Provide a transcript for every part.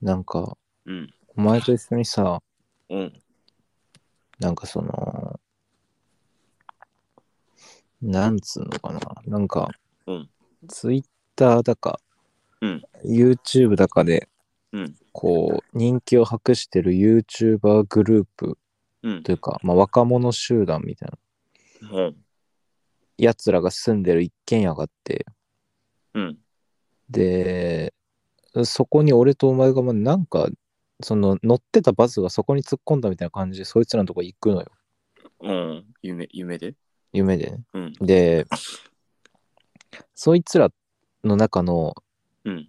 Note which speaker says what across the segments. Speaker 1: なんか、
Speaker 2: うん。
Speaker 1: お前と一緒にさ、
Speaker 2: うん。
Speaker 1: なんかその、なんつうのかな、なんか、
Speaker 2: うん
Speaker 1: ツイッターだか、
Speaker 2: うん、
Speaker 1: YouTube だかで、
Speaker 2: うん
Speaker 1: こう、人気を博してる YouTuber グループ
Speaker 2: うん。
Speaker 1: というか、まあ、若者集団みたいな、
Speaker 2: うん。
Speaker 1: やつらが住んでる一軒家があって、
Speaker 2: うん。
Speaker 1: で、そこに俺とお前が、まあ、なんか、その乗ってたバスがそこに突っ込んだみたいな感じでそいつらのとこ行くのよ
Speaker 2: うん。夢、夢で
Speaker 1: 夢でね
Speaker 2: うん。
Speaker 1: で、そいつらの中の
Speaker 2: うん。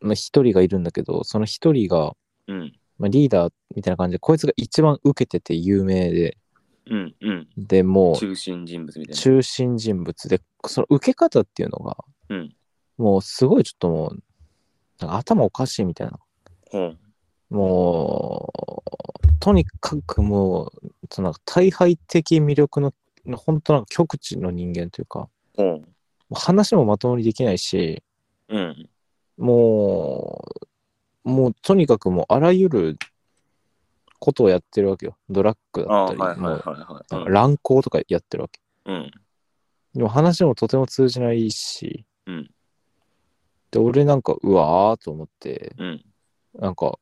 Speaker 1: まあ一人がいるんだけど、その一人が、
Speaker 2: うん。
Speaker 1: まあ、リーダーみたいな感じで、こいつが一番受けてて有名で、
Speaker 2: うん。うん。
Speaker 1: でも
Speaker 2: 中心人物み
Speaker 1: う
Speaker 2: たいな。
Speaker 1: 中心人物で、その受け方っていうのが、
Speaker 2: うん。
Speaker 1: もうすごいちょっともう、なんか頭おかしいみたいな。
Speaker 2: うん。
Speaker 1: もう、とにかくもう、その大敗的魅力の、本当なんか極地の人間というか、も
Speaker 2: うん。
Speaker 1: う話もまともにできないし、
Speaker 2: うん。
Speaker 1: もう、もうとにかくもうあらゆることをやってるわけよ。ドラッグ
Speaker 2: あ
Speaker 1: だった
Speaker 2: あー、
Speaker 1: り、
Speaker 2: はいはい
Speaker 1: も
Speaker 2: は
Speaker 1: う
Speaker 2: い
Speaker 1: なん
Speaker 2: は
Speaker 1: か
Speaker 2: い。
Speaker 1: 乱行とかやってるわけ。
Speaker 2: うん。
Speaker 1: でも話もとても通じないし、
Speaker 2: うん
Speaker 1: で、俺なんか、うわーと思って、
Speaker 2: うん。
Speaker 1: なんか、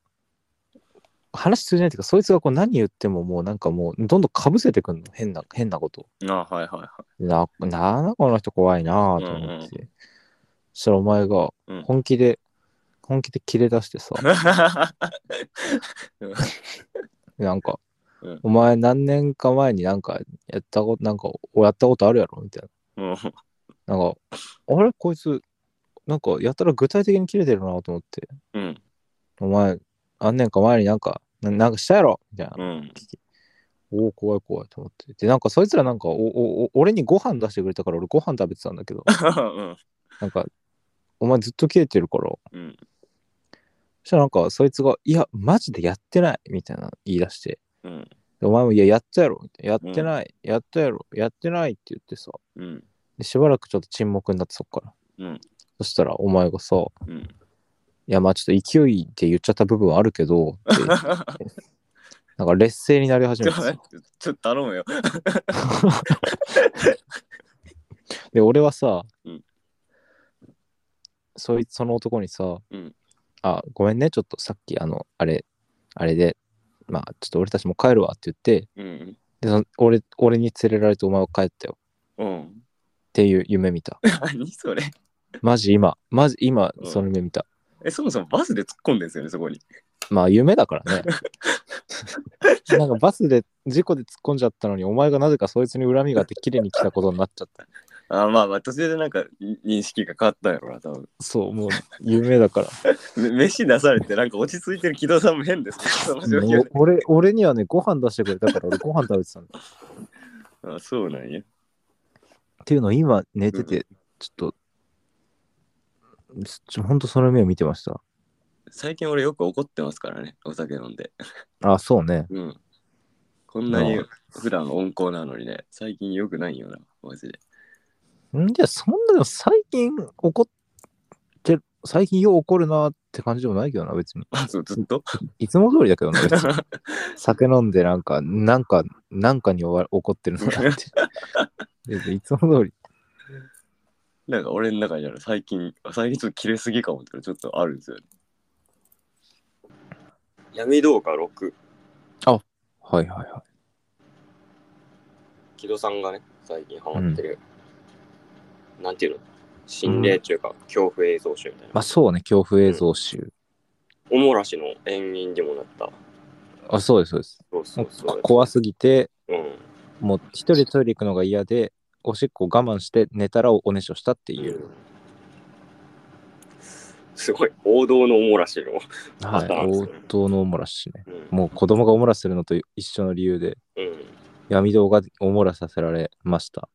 Speaker 1: 話通じないっていうか、そいつがこう何言ってももうなんかもうどんどんかぶせてくんの。変な、変なことを。
Speaker 2: うん。ああ、はいはいは
Speaker 1: な、なんだこの人怖いなーと思って。そしたらお前が
Speaker 2: うん
Speaker 1: 本気で、本気で切れ出して さ、
Speaker 2: い。
Speaker 1: なんか、
Speaker 2: うん
Speaker 1: お前何年か前になんかやったこと、なんかおやったことあるやろみたい
Speaker 2: うん。
Speaker 1: な。なんか、あれこいつ、なんかやたら具体的に切れてるなと思って、
Speaker 2: うん。
Speaker 1: お前何年か前になんか、ななんかしたやろみたいな。
Speaker 2: うん。
Speaker 1: おお、怖い怖いと思って。で、なんかそいつらなんかおおお、俺にご飯出してくれたから俺ご飯食べてたんだけど、
Speaker 2: うん。
Speaker 1: なんか、お前ずっと切れてるから、
Speaker 2: うん。
Speaker 1: そしたらなんかそいつが、いや、マジでやってないみたいな言い出して、
Speaker 2: うん。
Speaker 1: でお前も、いや、やったやろみたいなやってない、やったやろやってないって言ってさ、
Speaker 2: うん。
Speaker 1: でしばらくちょっと沈黙になってそっから。
Speaker 2: うん
Speaker 1: そしたらお前がさ、
Speaker 2: うん。
Speaker 1: いやまあちょっと勢いで言っちゃった部分はあるけど、って なんか劣勢になり始
Speaker 2: ち
Speaker 1: め
Speaker 2: ょっと
Speaker 1: て
Speaker 2: 待
Speaker 1: さ
Speaker 2: っ。てちょっと頼むよ。
Speaker 1: で、俺はさ、
Speaker 2: うん
Speaker 1: そいその男にさ、
Speaker 2: うん
Speaker 1: あ、ごめんね、ちょっとさっきあの、あれ、あれで、まあちょっと俺たちもう帰るわって言って、
Speaker 2: うん。
Speaker 1: でその俺俺に連れられてお前は帰ったよ
Speaker 2: うん。
Speaker 1: っていう夢見 た。
Speaker 2: 何それ
Speaker 1: マジ今、マジ今、
Speaker 2: うん
Speaker 1: その夢見た。
Speaker 2: え、そもそもバスで突っ込んでんすよね、そこに。
Speaker 1: まあ夢だ からね。なんかバスで事故で突っ込んじゃったのにお前がなぜかそいつに恨みがあって切れに来たことになっちゃった。
Speaker 2: あまあまあ、途中でなんかい認識が変わったんやろな、多分。
Speaker 1: そうもう夢だ から。
Speaker 2: め飯出されて、なんか落ち着いてる木戸さんも変ですね、その状況
Speaker 1: お俺俺にはねご飯出してくれたから俺ご飯食べてたんだ。っ
Speaker 2: で。あそうなんや。
Speaker 1: ていうのを今寝ててちょっとちょほんとその夢を見てました。
Speaker 2: 最近俺よく怒ってますからね、お酒飲んで。
Speaker 1: あそうね。
Speaker 2: うん。こんなに
Speaker 1: あ
Speaker 2: 普段温厚なのにね、最近よくないよな、マジで。
Speaker 1: んじゃあそんなでも最近怒ってる最近よう怒るなって感じでもないけどな別に。
Speaker 2: あ、そう、ずっと
Speaker 1: いつも通りだけどな別に。 酒飲んでなんか、なんか、なんかにおわ怒ってるのだ って。別にいつも通り。
Speaker 2: なんか俺の中にある最近、最近ちょっと切れすぎかもってのちょっとあるんですよね。闇動画6。
Speaker 1: はいはいは
Speaker 2: 木戸さんがね最近ハマってる、なんていうの心霊中か、恐怖映像集みたい
Speaker 1: ま
Speaker 2: な
Speaker 1: あそうね、恐怖映像集。
Speaker 2: おもらしの演員にもなった
Speaker 1: あ、そうです、そうです。
Speaker 2: そうそうそう
Speaker 1: 怖すぎて、
Speaker 2: うん
Speaker 1: もう一人でトイレ行くのが嫌で、おしっこ我慢して寝たらおねしょしたっていう。
Speaker 2: すごい王道のおもらしの
Speaker 1: はい。
Speaker 2: あそ
Speaker 1: 王
Speaker 2: う
Speaker 1: 道のおもらしね。
Speaker 2: うん
Speaker 1: もう子供がおもらしするのと一緒の理由で、
Speaker 2: うん
Speaker 1: 闇動画でおもらさせられました。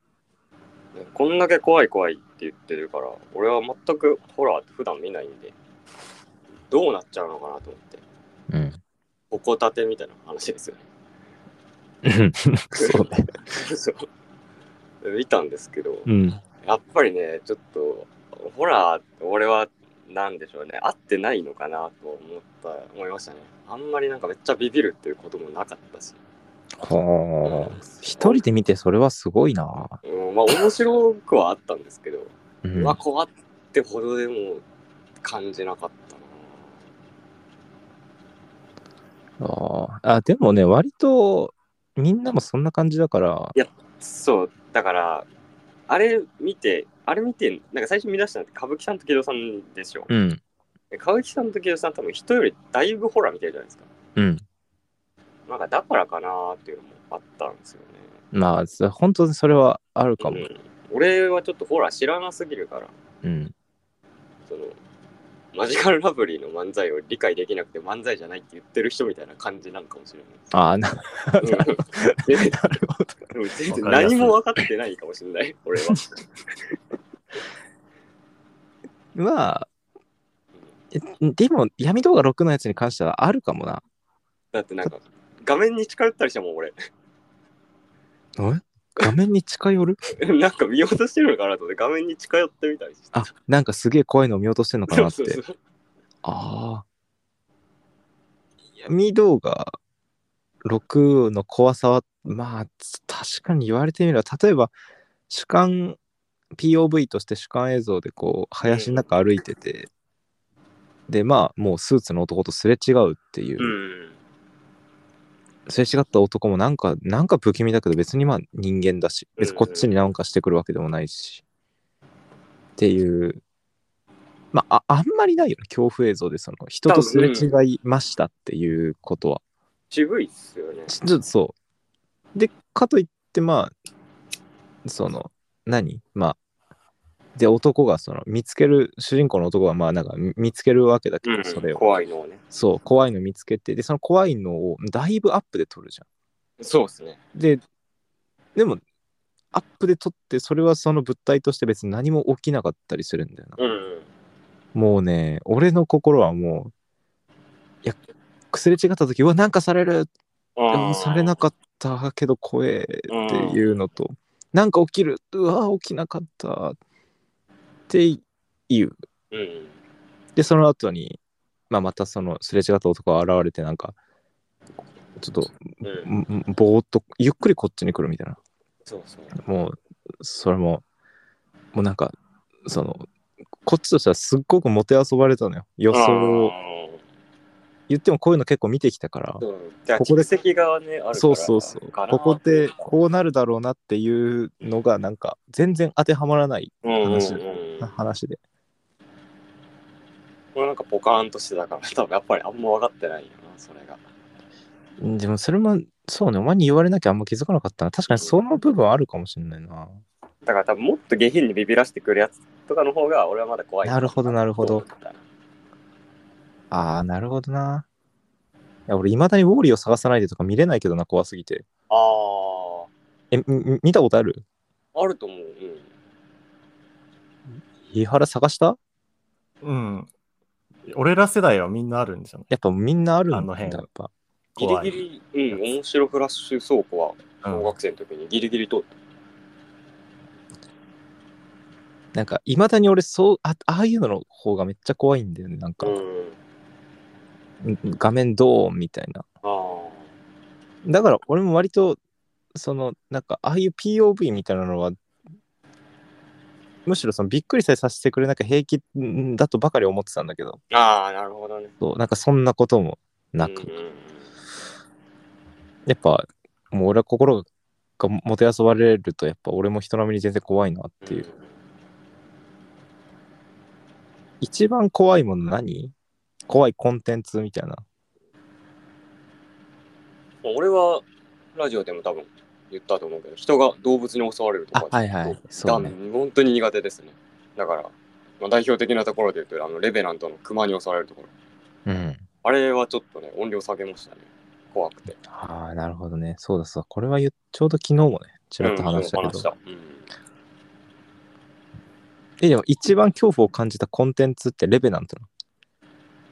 Speaker 2: こんだけ怖い怖いって言ってるから俺は全くホラーって普段見ないんでどうなっちゃうのかなと思って
Speaker 1: うん。
Speaker 2: おこたてみたいな話ですよね
Speaker 1: そうね。
Speaker 2: そう見たんですけど、
Speaker 1: うん。
Speaker 2: やっぱりね、ちょっと、ホラー、俺はなんでしょうね合ってないのかなと思った思いましたねあんまりなんかめっちゃビビるっていうこともなかったし
Speaker 1: はあ。一人で見てそれはすごいな。
Speaker 2: うん、まあ面白くはあったんですけど、
Speaker 1: うん
Speaker 2: うわ、怖ってほどでも感じなかったな。
Speaker 1: ああ、でもね、割とみんなもそんな感じだから、
Speaker 2: そう、だから、あれ見て、あれ見て、なんか最初見出したのって歌舞伎さんと木戸さんでしょ。
Speaker 1: うん、
Speaker 2: で歌舞伎さんと木戸さん多分人よりだいぶホラー見てるじゃないですか。
Speaker 1: うん。
Speaker 2: なんかだからかなーっていうのもあったんですよね。
Speaker 1: まあ、そ本当にそれはあるかも
Speaker 2: う。ん俺はちょっとホラー知らなすぎるから、
Speaker 1: うん。
Speaker 2: その、マジカルラブリーの漫才を理解できなくて漫才じゃないって言ってる人みたいな感じなのかもしれないです。
Speaker 1: ああ、な
Speaker 2: うん
Speaker 1: なるほど。
Speaker 2: でも全
Speaker 1: わかり
Speaker 2: 然
Speaker 1: ます
Speaker 2: 何も分かっ てないかもしれない、俺は。
Speaker 1: まあ、えでも、闇動画6のやつに関してはあるかもな。
Speaker 2: だってなんか、画面に近寄ったりしてもん俺、
Speaker 1: え画面に近寄る
Speaker 2: なんか見落としてるのかなと思って、画面に近寄ってみたりして。
Speaker 1: あ、なんかすげえ怖いのを見落としてんのか
Speaker 2: そ
Speaker 1: な
Speaker 2: う
Speaker 1: っ
Speaker 2: そう
Speaker 1: て。
Speaker 2: そう。
Speaker 1: ああ。闇動画6の怖さは、まあ、つ確かに言われてみれば、例えば、主観、POV として主観映像でこう、林の中歩いてて、で、まあ、もうスーツの男とすれ違うっていう、
Speaker 2: うん。
Speaker 1: すれ違った男もなんか、なんか不気味だけど、別にまあ人間だし、別にこっちになんかしてくるわけでもないし、っていう、まあ、ああんまりないよね、恐怖映像で、その、人とすれ違いましたっていうことは。
Speaker 2: 渋いっすよね。
Speaker 1: ちちょっとそう。で、かといって、まあ、その、何まあ、で、男が、その、見つける、主人公の男が、まあ、なんか、見見つけるわけだけど、それ
Speaker 2: うん、
Speaker 1: を。
Speaker 2: 怖いのをね。
Speaker 1: そう、怖いの見つけて、で、その怖いのを、だいぶアップで撮るじゃん。
Speaker 2: そうっすね。
Speaker 1: で、でも、アップで撮って、それはその物体として別に何も起きなかったりするんだよな。
Speaker 2: うん。
Speaker 1: もうね、俺の心はもう、いや、くすれ違った時、うわ、なんかされるでもされな
Speaker 2: く
Speaker 1: かったけど怖えっていうのと、なんか起きる、うわ、起きなかったっていう。
Speaker 2: うん。
Speaker 1: で、その後に、まあ、またそのすれ違った男が現れて、なんか、ちょっと、
Speaker 2: うん。
Speaker 1: んんぼーっと、ゆっくりこっちに来るみたいな。
Speaker 2: そうそう。
Speaker 1: もうそれももうなんかそのこっちとしてはすっごくもてあそばれたのよ予想を言ってもこういうの結構見てきたから
Speaker 2: あーそうじゃあ、
Speaker 1: ここで
Speaker 2: 蓄積がね、あるから
Speaker 1: そうそうそう
Speaker 2: か
Speaker 1: こ
Speaker 2: な
Speaker 1: こでこうなるだろうなっていうのがなんか全然当てはまらない
Speaker 2: うんうんうん
Speaker 1: 話話で
Speaker 2: これなんかポカーンとしてたから、多分やっぱりあんま分かってないよな、それが。
Speaker 1: うんでもそれもそうねお前に言われなきゃあんま気づかなかったな確かにその部分はあるかもしれないな
Speaker 2: だから多分もっと下品にビビらせてくるやつとかの方が俺はまだ怖い
Speaker 1: なるほどなるほど
Speaker 2: と思ったな
Speaker 1: あーなるほどないや俺いまだにウォーリーを探さないでとか見れないけどな怖すぎて
Speaker 2: あ
Speaker 1: えみみ見たことある
Speaker 2: ああると思う、うん、
Speaker 1: 伊原探した
Speaker 3: うん。俺ら世代はみんなあるんじゃない
Speaker 1: やっぱみんなある
Speaker 3: あ
Speaker 1: ん
Speaker 3: の
Speaker 1: だや
Speaker 3: 辺
Speaker 1: っぱ
Speaker 2: ギ
Speaker 3: 怖い。
Speaker 2: リギリ、うん、面白フラッシュ倉庫は
Speaker 3: う
Speaker 2: 小
Speaker 3: ん
Speaker 2: 学生の時にギリギリ通って
Speaker 1: なんかいまだに俺そうあああいうのの方がめっちゃ怖いんだよねなん
Speaker 2: た、
Speaker 1: か、
Speaker 2: うん、
Speaker 1: ん画面ドーンみたいな
Speaker 2: ああ
Speaker 1: だから俺も割とそのなんかああいう POV みたいなのはむしろそのびっくりさえさせてくれなきゃ平気んだとばかり思ってたんだけど
Speaker 2: ああなるほどね
Speaker 1: そうなんかそんなこともなく、
Speaker 2: うんうんうん
Speaker 1: やっぱもう俺は心がもてあそばれるとやっぱ俺も人並みに全然怖いなっていう、一番怖いもの何怖いコンテンツみたいな
Speaker 2: うん俺はラジオでも多分言ったと思うけど人が動物に襲われるとか
Speaker 1: あはいはい
Speaker 2: そ
Speaker 1: そうね
Speaker 2: 本当に苦手ですねだから、まあ、代表的なところで言うとあのレベラントの熊に襲われるところ
Speaker 1: うん
Speaker 2: あれはちょっとね音量下げましたね怖くて
Speaker 1: ああ、なるほどね。そうだそうだ。これは言っちょうど昨日もね、ちらっと話したけ
Speaker 2: うん
Speaker 1: ど。
Speaker 2: そう話したうん
Speaker 1: え、でも一番恐怖を感じたコンテンツってレベナントなの。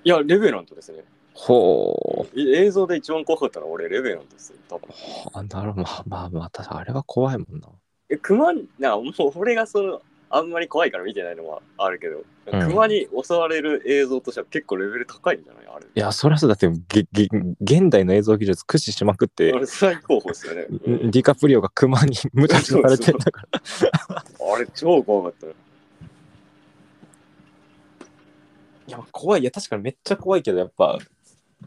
Speaker 2: いや、レベラントですね。
Speaker 1: ほう。
Speaker 2: い映像で一番怖かったのは俺、レベラントですよ、多分。
Speaker 1: あなるほど。まあまあまあ、確かあれは怖いもんな。
Speaker 2: え、熊に、なんかもう俺がその、あんまり怖いから見てないのはあるけど、
Speaker 1: うん
Speaker 2: 熊に襲われる映像としては結構レベル高いんじゃないあれ。
Speaker 1: いや、そりゃそうだってげげ、現代の映像技術駆使しまくって、
Speaker 2: あれ最高峰ですよね。うん
Speaker 1: ディカプリオが熊に無茶されてんだから。
Speaker 2: あれ超怖かったよ。
Speaker 1: いや、怖い。いや、確かにめっちゃ怖いけど、やっぱ、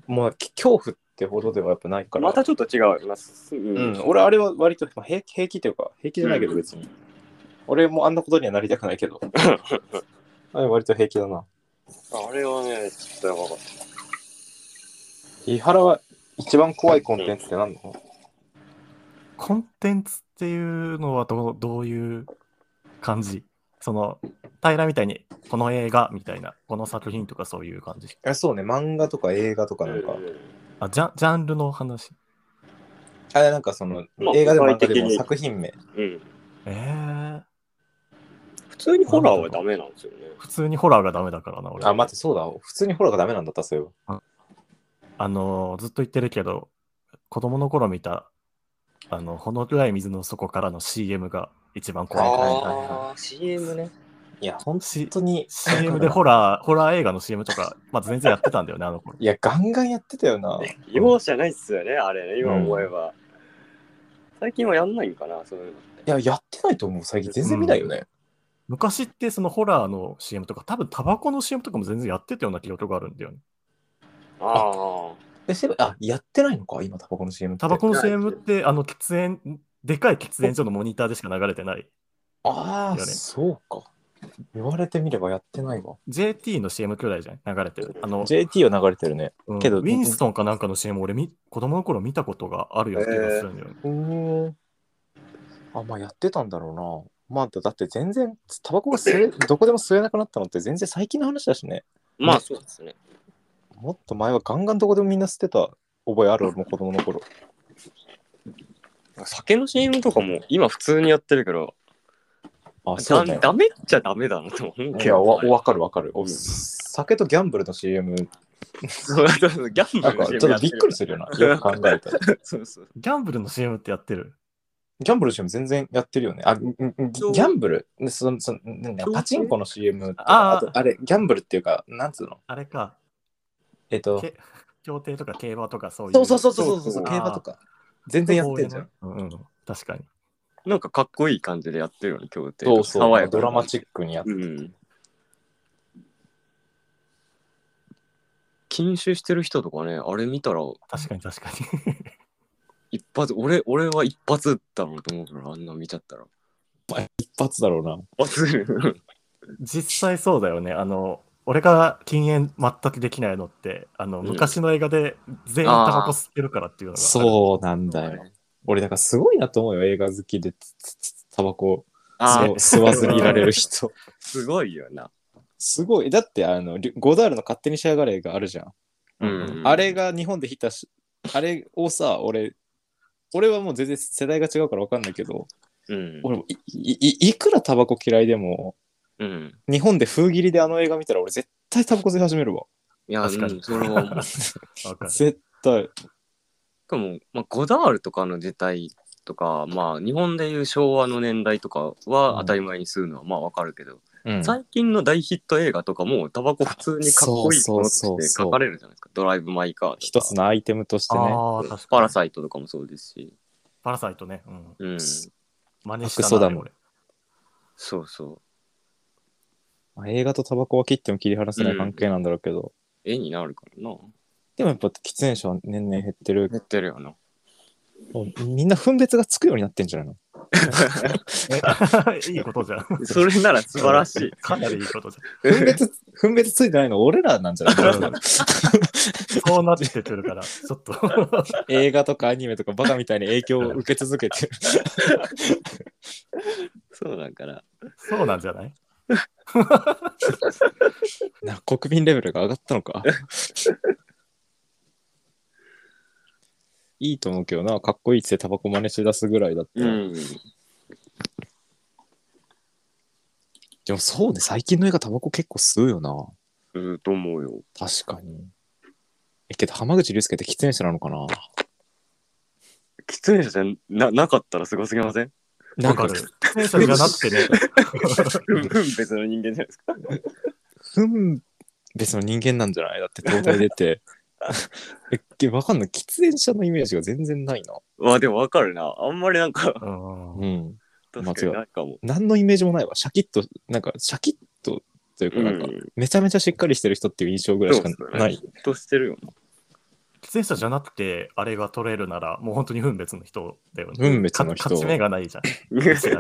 Speaker 1: もう恐怖ってほどではやっぱないか
Speaker 2: またちょっと違うな。すうん
Speaker 1: うん、俺あれは割とまあ平平気というか、平気じゃないけど
Speaker 2: うん
Speaker 1: 別に。俺もあんなことにはなりたくないけど。 あれ割と平気だな。
Speaker 2: あれはね、ちょっとやばかった。
Speaker 1: 伊原は一番怖いコンテンツって何なの
Speaker 3: コンテンツっていうのはどうどういう感じその、平みたいに、この映画みたいな、この作品とかそういう感じ。
Speaker 1: えそうね、漫画とか映画とかなんか、
Speaker 2: うん
Speaker 3: あ、ジャンジャンルの話。
Speaker 1: あれなんかその、
Speaker 2: まあ
Speaker 1: 映画でも漫
Speaker 2: 具
Speaker 1: 画
Speaker 2: 体
Speaker 1: で
Speaker 2: 的
Speaker 1: も
Speaker 2: に
Speaker 1: 作品名。
Speaker 2: うん。
Speaker 3: えー、
Speaker 2: 普通にホラーはダメなんですよね。
Speaker 3: 普通にホラーがダメだからな、俺。
Speaker 1: あ、待って、そうだ。普通にホラーがダメなんだった、そういえば
Speaker 3: あのーずっと言ってるけど、子供の頃見た、あの、ほの暗い水の底からの CM が一番怖い。
Speaker 1: はいはい
Speaker 2: ああ、CM ね。
Speaker 1: いや、本
Speaker 3: C-
Speaker 1: 当に。
Speaker 3: CM でホラー、ホラー映画の CM とか、まあ、全然やってたんだよね、あの頃。
Speaker 1: いや、ガンガンやってたよな。
Speaker 2: 容赦ないっすよね、あれね、今思えば。最近はやんないんかな、そういうのって。
Speaker 1: いや、やってないと思う。最近全然見ないよね。
Speaker 3: 昔ってそのホラーの CM とか、多分タバコの CM とかも全然やってたような記憶があるんだよね。
Speaker 2: ああ。
Speaker 1: えそういえばあ、やってないのか今、タバコの CM って。
Speaker 3: タバコの
Speaker 2: やってない
Speaker 3: CM って、あの喫煙、でかい喫煙所のモニターでしか流れてない。
Speaker 1: ああ、
Speaker 3: よね
Speaker 1: そうか。言われてみればやってないわ。
Speaker 3: JT の CM くらいじゃん、流れてる。あの、
Speaker 1: JT は流れてるね。
Speaker 3: うん
Speaker 1: けど
Speaker 3: ウィンストンかなんかの CM 俺み、子供の頃見たことがあるような気がするんだよね。
Speaker 1: うん。あ、まあやってたんだろうな。まあだだって全然、タバコが吸え、どこでも吸えなくなったのって全然最近の話だしね。
Speaker 2: まあ、そうですね。
Speaker 1: もっと前はガンガンどこでもみんな吸ってた覚えある俺も子供の頃。
Speaker 2: 酒の CM とかも今普通にやってるけど、
Speaker 1: あ、そ
Speaker 2: だ
Speaker 1: うだよ。
Speaker 2: ダメっちゃダメだなと思う
Speaker 1: い
Speaker 2: け
Speaker 1: や、
Speaker 2: ど。
Speaker 1: わわかるわかる、お
Speaker 2: うん
Speaker 1: 酒とギャンブルの CM、
Speaker 2: そうそうそうギャンブ
Speaker 1: なん
Speaker 2: ル
Speaker 1: か
Speaker 2: の
Speaker 1: ちょ
Speaker 2: CM
Speaker 1: っとびっくりするよな。よく考えたら。
Speaker 2: そうそう。
Speaker 3: ギャンブルの CM ってやってる。
Speaker 1: ギャンブルの CM 全然やってるよね。あ、んんんギ
Speaker 2: そう
Speaker 1: ャンブルそのそのなんだ
Speaker 2: そう
Speaker 1: パチンコの CM とか
Speaker 3: あー
Speaker 1: あとあれ、ギャンブルっていうか、なんつうの
Speaker 3: あれか、
Speaker 1: えっと、
Speaker 3: け競艇とか競馬とかそういう。
Speaker 1: そうそうそうそうそう
Speaker 2: そうそう
Speaker 1: 競馬とか。全然やってんじゃん。
Speaker 3: うんうん、確かに。
Speaker 2: なんかかっこいい感じでやってるよね、今日って。
Speaker 1: そうそう、
Speaker 2: 爽やか
Speaker 1: ドラマチックにやって、
Speaker 2: うん。禁酒してる人とかね、あれ見たら
Speaker 3: 確かに確かに。
Speaker 2: 一発、俺、俺は一発だろうと思うから、あんな見ちゃったら。
Speaker 1: 一発だろうな。
Speaker 2: 一発
Speaker 3: 実際そうだよね。あの、俺が禁煙全くできないのって、あの、
Speaker 2: うん
Speaker 3: 昔の映画で全員タバコ吸ってるからっていうのがある。
Speaker 1: そうなん だよ。俺、だからすごいなと思うよ、映画好きで、つつつタバコ
Speaker 2: あ
Speaker 1: 吸
Speaker 2: ー
Speaker 1: 吸わずにいられる 人。
Speaker 2: すごいよな。
Speaker 1: すごい。だって、あの、リュゴダールの勝手に仕上がれがあるじゃん。
Speaker 2: うん
Speaker 1: あれが日本でヒットし、あれをさ、俺、俺はもう全然世代が違うから分かんないけど、
Speaker 2: うん。
Speaker 1: 俺もいいいくらタバコ嫌いでも、
Speaker 2: うん。
Speaker 1: 日本で風切りであの映画見たら俺絶対タバコ吸い始めるわ。
Speaker 2: いや、
Speaker 3: 確かに
Speaker 2: うんそれは思う。し
Speaker 3: わかる
Speaker 1: 絶対。
Speaker 2: かも、まあ、ゴダールとかの時代とか、まあ、日本でいう昭和の年代とかは当たり前に吸うのはまあわかるけど、
Speaker 1: うん
Speaker 2: 最近の大ヒット映画とかもタバコ普通にかっこいいものとして書かれるじゃないですか。ドライブ・マイ・カーとか。
Speaker 1: 一つのアイテムとしてね。
Speaker 3: ああ、確かに。
Speaker 2: パラサイトとかもそうですし。
Speaker 3: パラサイトね。うん。
Speaker 2: うん。
Speaker 3: 真似した
Speaker 1: クソだ
Speaker 3: な、
Speaker 1: もん
Speaker 3: 俺。
Speaker 2: そうそう。
Speaker 1: まあ映画とタバコは切っても切り離せない関係なんだろうけど。
Speaker 2: 絵になるからな。
Speaker 1: でもやっぱ喫煙者は年々減ってる。
Speaker 2: 減ってるよな。
Speaker 1: もうみんな分別がつくようになってんじゃないの
Speaker 3: いいことじゃん。
Speaker 2: それなら素晴らし い。
Speaker 3: かなりいいことじゃ
Speaker 1: 分別、分別ついてないの俺らなんじゃない
Speaker 3: ん。う
Speaker 1: の
Speaker 3: んそうなってくるから、ちょっと
Speaker 1: 映画とかアニメとかバカみたいに影響を受け続け てる。
Speaker 2: そうだから。
Speaker 3: そうなんじゃない
Speaker 1: な国民レベルが上がったの か。いいと思うけどな、かっこいいってタバコ真似し出すぐらいだって。
Speaker 2: うん。
Speaker 1: でもそうね、最近の映画タバコ結構吸うよな。
Speaker 2: うん、と思うよ。
Speaker 1: 確かに。え、けど浜口竜介って喫煙者なのかな
Speaker 2: 喫煙者じゃななかったらすごすぎません
Speaker 1: なん
Speaker 3: か
Speaker 1: か
Speaker 3: る。出演者がなくてね。
Speaker 2: 別の人間じゃないですか。
Speaker 1: 分別の人間なんじゃないだって東大出 てえけわかんない喫煙者のイメージが全然ないな
Speaker 2: まあでもわかるな。あんまりな んか、
Speaker 3: うん
Speaker 1: うん
Speaker 2: 確かにないかも。
Speaker 1: 何のイメージもないわシャキッとなんかシャキッとというかなんか、
Speaker 2: うん
Speaker 1: めちゃめちゃしっかりしてる人っていう印象ぐらいしか
Speaker 2: そうっすよね
Speaker 1: ない、
Speaker 2: ほっとしてる よな。
Speaker 3: 喫煙者じゃなくて、あれが取れるなら、もう本当に分別の人だよね。
Speaker 1: 分別の人
Speaker 3: か勝ち目がないじゃん。
Speaker 2: 吸
Speaker 3: 違うじゃ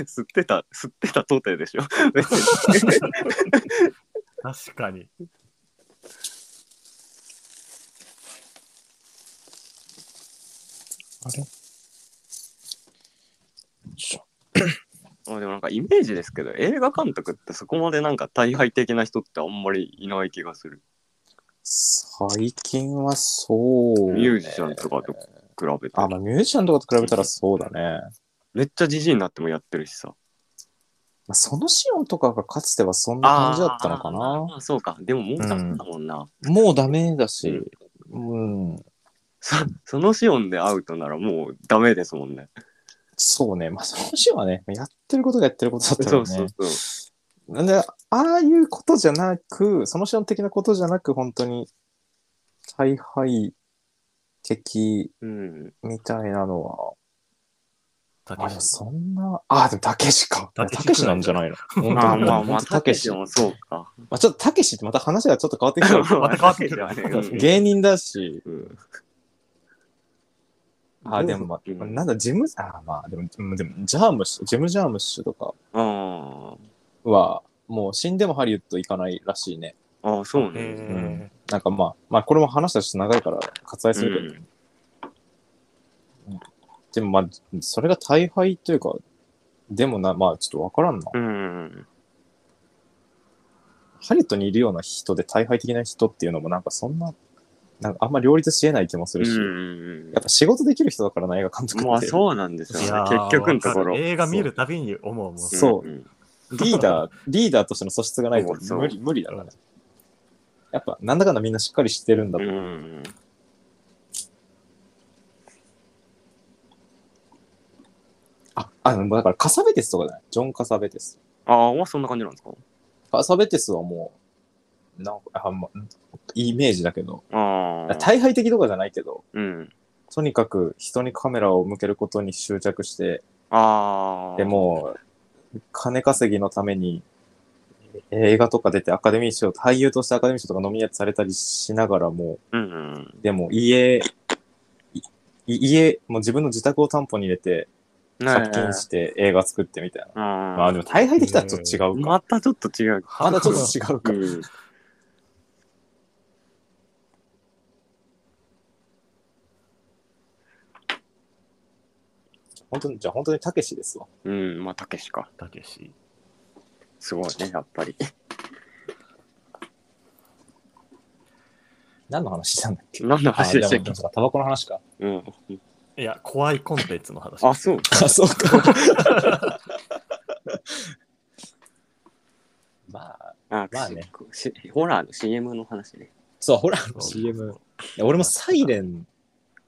Speaker 3: ん
Speaker 2: ってた、 吸ってたとてでしょ。別に
Speaker 3: 確かに。
Speaker 1: あれちょ
Speaker 2: まあでもなんかイメージですけど、映画監督ってそこまでなんか大敗的な人ってあんまりいない気がする。
Speaker 1: 最近はそうね、
Speaker 2: ミュージシャンとかと比べて。
Speaker 1: あまあミュージシャンとかと比べたらそうだね、
Speaker 2: めっちゃじじいになってもやってるしさ。
Speaker 1: まあ、そのシオンとかがかつてはそんな感じだったのか
Speaker 2: あー
Speaker 1: な
Speaker 2: まあそうか。でももうダメだもんな。
Speaker 1: もうダメだしうん
Speaker 2: そそのシオンでアウトならもうダメですもんね。
Speaker 1: そうねまあそのシオンはねやってることがやってることだったか
Speaker 2: そ
Speaker 1: ら
Speaker 2: う
Speaker 1: ね
Speaker 2: そうそう。
Speaker 1: なんで、ああいうことじゃなく、その人的なことじゃなく、本当に、大敗的
Speaker 2: うん。
Speaker 1: みたいなのは、
Speaker 3: た
Speaker 1: あ
Speaker 3: け
Speaker 1: れ、
Speaker 3: し
Speaker 1: そんな、あ、でも、たけしか。
Speaker 3: たけした
Speaker 1: けしなんじゃないの。本当に
Speaker 2: まあまあま
Speaker 1: 本
Speaker 2: あ、
Speaker 1: 当
Speaker 2: た
Speaker 1: た
Speaker 2: け
Speaker 1: け
Speaker 2: し
Speaker 1: し。 ま
Speaker 2: もそうか。。
Speaker 1: あ、ちょっとたけしってまた話がちょっと変わってきた
Speaker 2: ま
Speaker 3: た変わってくる
Speaker 2: たけしはね
Speaker 1: 芸人だし、
Speaker 2: うん
Speaker 1: あ、でも、ま
Speaker 2: う
Speaker 1: あ、
Speaker 2: ん
Speaker 1: なんだ、ジム、あ、まあ、でも、でも、ジャームッシュ、ジム・ジャームッシュとか
Speaker 2: あー
Speaker 1: は、もう死んでもハリウッド行かないらしいね。
Speaker 2: あー、そうね。
Speaker 3: え
Speaker 1: なんかまあ、まあ、これも話したらちょっと長いから割愛するけど、
Speaker 2: うん
Speaker 1: でもまあ、それが大敗というか、でもな、まあちょっとわからんな。
Speaker 2: うん。
Speaker 1: ハリウッドにいるような人で大敗的な人っていうのもなんかそんな、なんかあんま両立し得ない気もす
Speaker 2: う
Speaker 1: るし、
Speaker 2: ん。
Speaker 1: やっぱ仕事できる人だからな、映画監督って。
Speaker 2: まあそうなんです
Speaker 3: ーい
Speaker 2: よ
Speaker 3: や
Speaker 2: ね。
Speaker 3: ー
Speaker 2: 結局のとこ
Speaker 3: わ
Speaker 2: ろ
Speaker 3: か。る映画見るたびに思うもん。
Speaker 1: そう
Speaker 2: うんうん
Speaker 1: リーダー、リーダーとしての素質がないと
Speaker 2: そう
Speaker 1: 無理、無理だからね。やっぱ、なんだかんだみんなしっかりしてるんだと。
Speaker 2: うん
Speaker 1: あ、あ、でもだからカサベテスとかじゃないジョン・カサベテス。
Speaker 2: ああ、まあそんな感じなんですか
Speaker 1: カサベテスはもう、なんか、あんま、イメージだけど、
Speaker 2: ああ。
Speaker 1: 大敗的とかじゃないけど、
Speaker 2: うん。
Speaker 1: とにかく人にカメラを向けることに執着して、
Speaker 2: ああ。
Speaker 1: で、もう、金稼ぎのために、映画とか出てアカデミー賞、俳優としてアカデミー賞とかノミネートされたりしながらも、
Speaker 2: うんうん。
Speaker 1: でも家、い家、もう自分の自宅を担保に入れて、
Speaker 2: ねえ
Speaker 1: 借金して映画作ってみたいな。まあ
Speaker 2: あ
Speaker 1: でも大敗的とはちょっと違
Speaker 2: ー
Speaker 1: うか。
Speaker 2: またちょっと違う。
Speaker 1: まだちょっと違うか。
Speaker 2: うん
Speaker 1: 本当に、じゃあ本当にたけしですわ。
Speaker 2: うん、まあ、たけしか。
Speaker 3: たけし。
Speaker 2: すごいね、やっぱり。
Speaker 1: 何の話したんだっけ
Speaker 2: 何の
Speaker 1: あ、
Speaker 2: 話
Speaker 1: で
Speaker 2: でしたっ
Speaker 1: も
Speaker 2: け
Speaker 1: タバコの話か。
Speaker 2: うん。
Speaker 3: いや、怖いコンテンツの話。
Speaker 2: あ、そう。
Speaker 1: あ、そうか。 まあ、
Speaker 2: あ、
Speaker 1: まあね
Speaker 2: し。ホラーの CM の話ね。
Speaker 1: そう、ほら、
Speaker 3: そう
Speaker 1: CM。いや俺もサイレン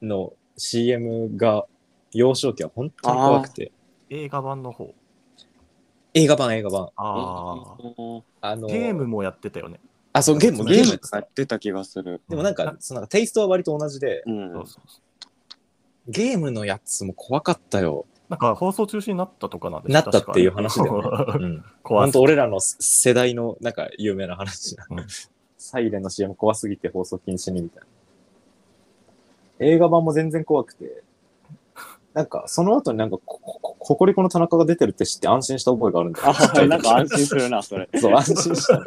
Speaker 1: の CM が幼少期は本当に怖くて。
Speaker 3: 映画版の方。
Speaker 1: 映画版、映画版。
Speaker 3: ああ。
Speaker 2: ー
Speaker 1: あの
Speaker 3: ゲームもやってたよね。
Speaker 1: あ、そう、ゲーム、
Speaker 2: ゲ
Speaker 1: ゲー
Speaker 2: ー
Speaker 1: ム
Speaker 2: ムやってた気がする。
Speaker 1: でもなんか、そのなんかテイストは割と同じで、
Speaker 2: うん。
Speaker 3: そうそうそう
Speaker 1: ゲームのやつも怖かったよ。
Speaker 3: なんか放送中止になったとかなんで
Speaker 1: なったっていう話だ よ
Speaker 3: ね。
Speaker 1: うん。
Speaker 3: 怖
Speaker 1: 本
Speaker 3: い
Speaker 1: 当。俺らの世代のなんか有名な話。
Speaker 3: うん
Speaker 1: サイレンの CM 怖すぎて放送禁止にみたいな。映画版も全然怖くて、なんかその後になんかこ、ここココリコの田中が出てるって知って安心した覚えがあるんだよ。
Speaker 2: あー、なんか安心するな、それ。
Speaker 1: そう、安心した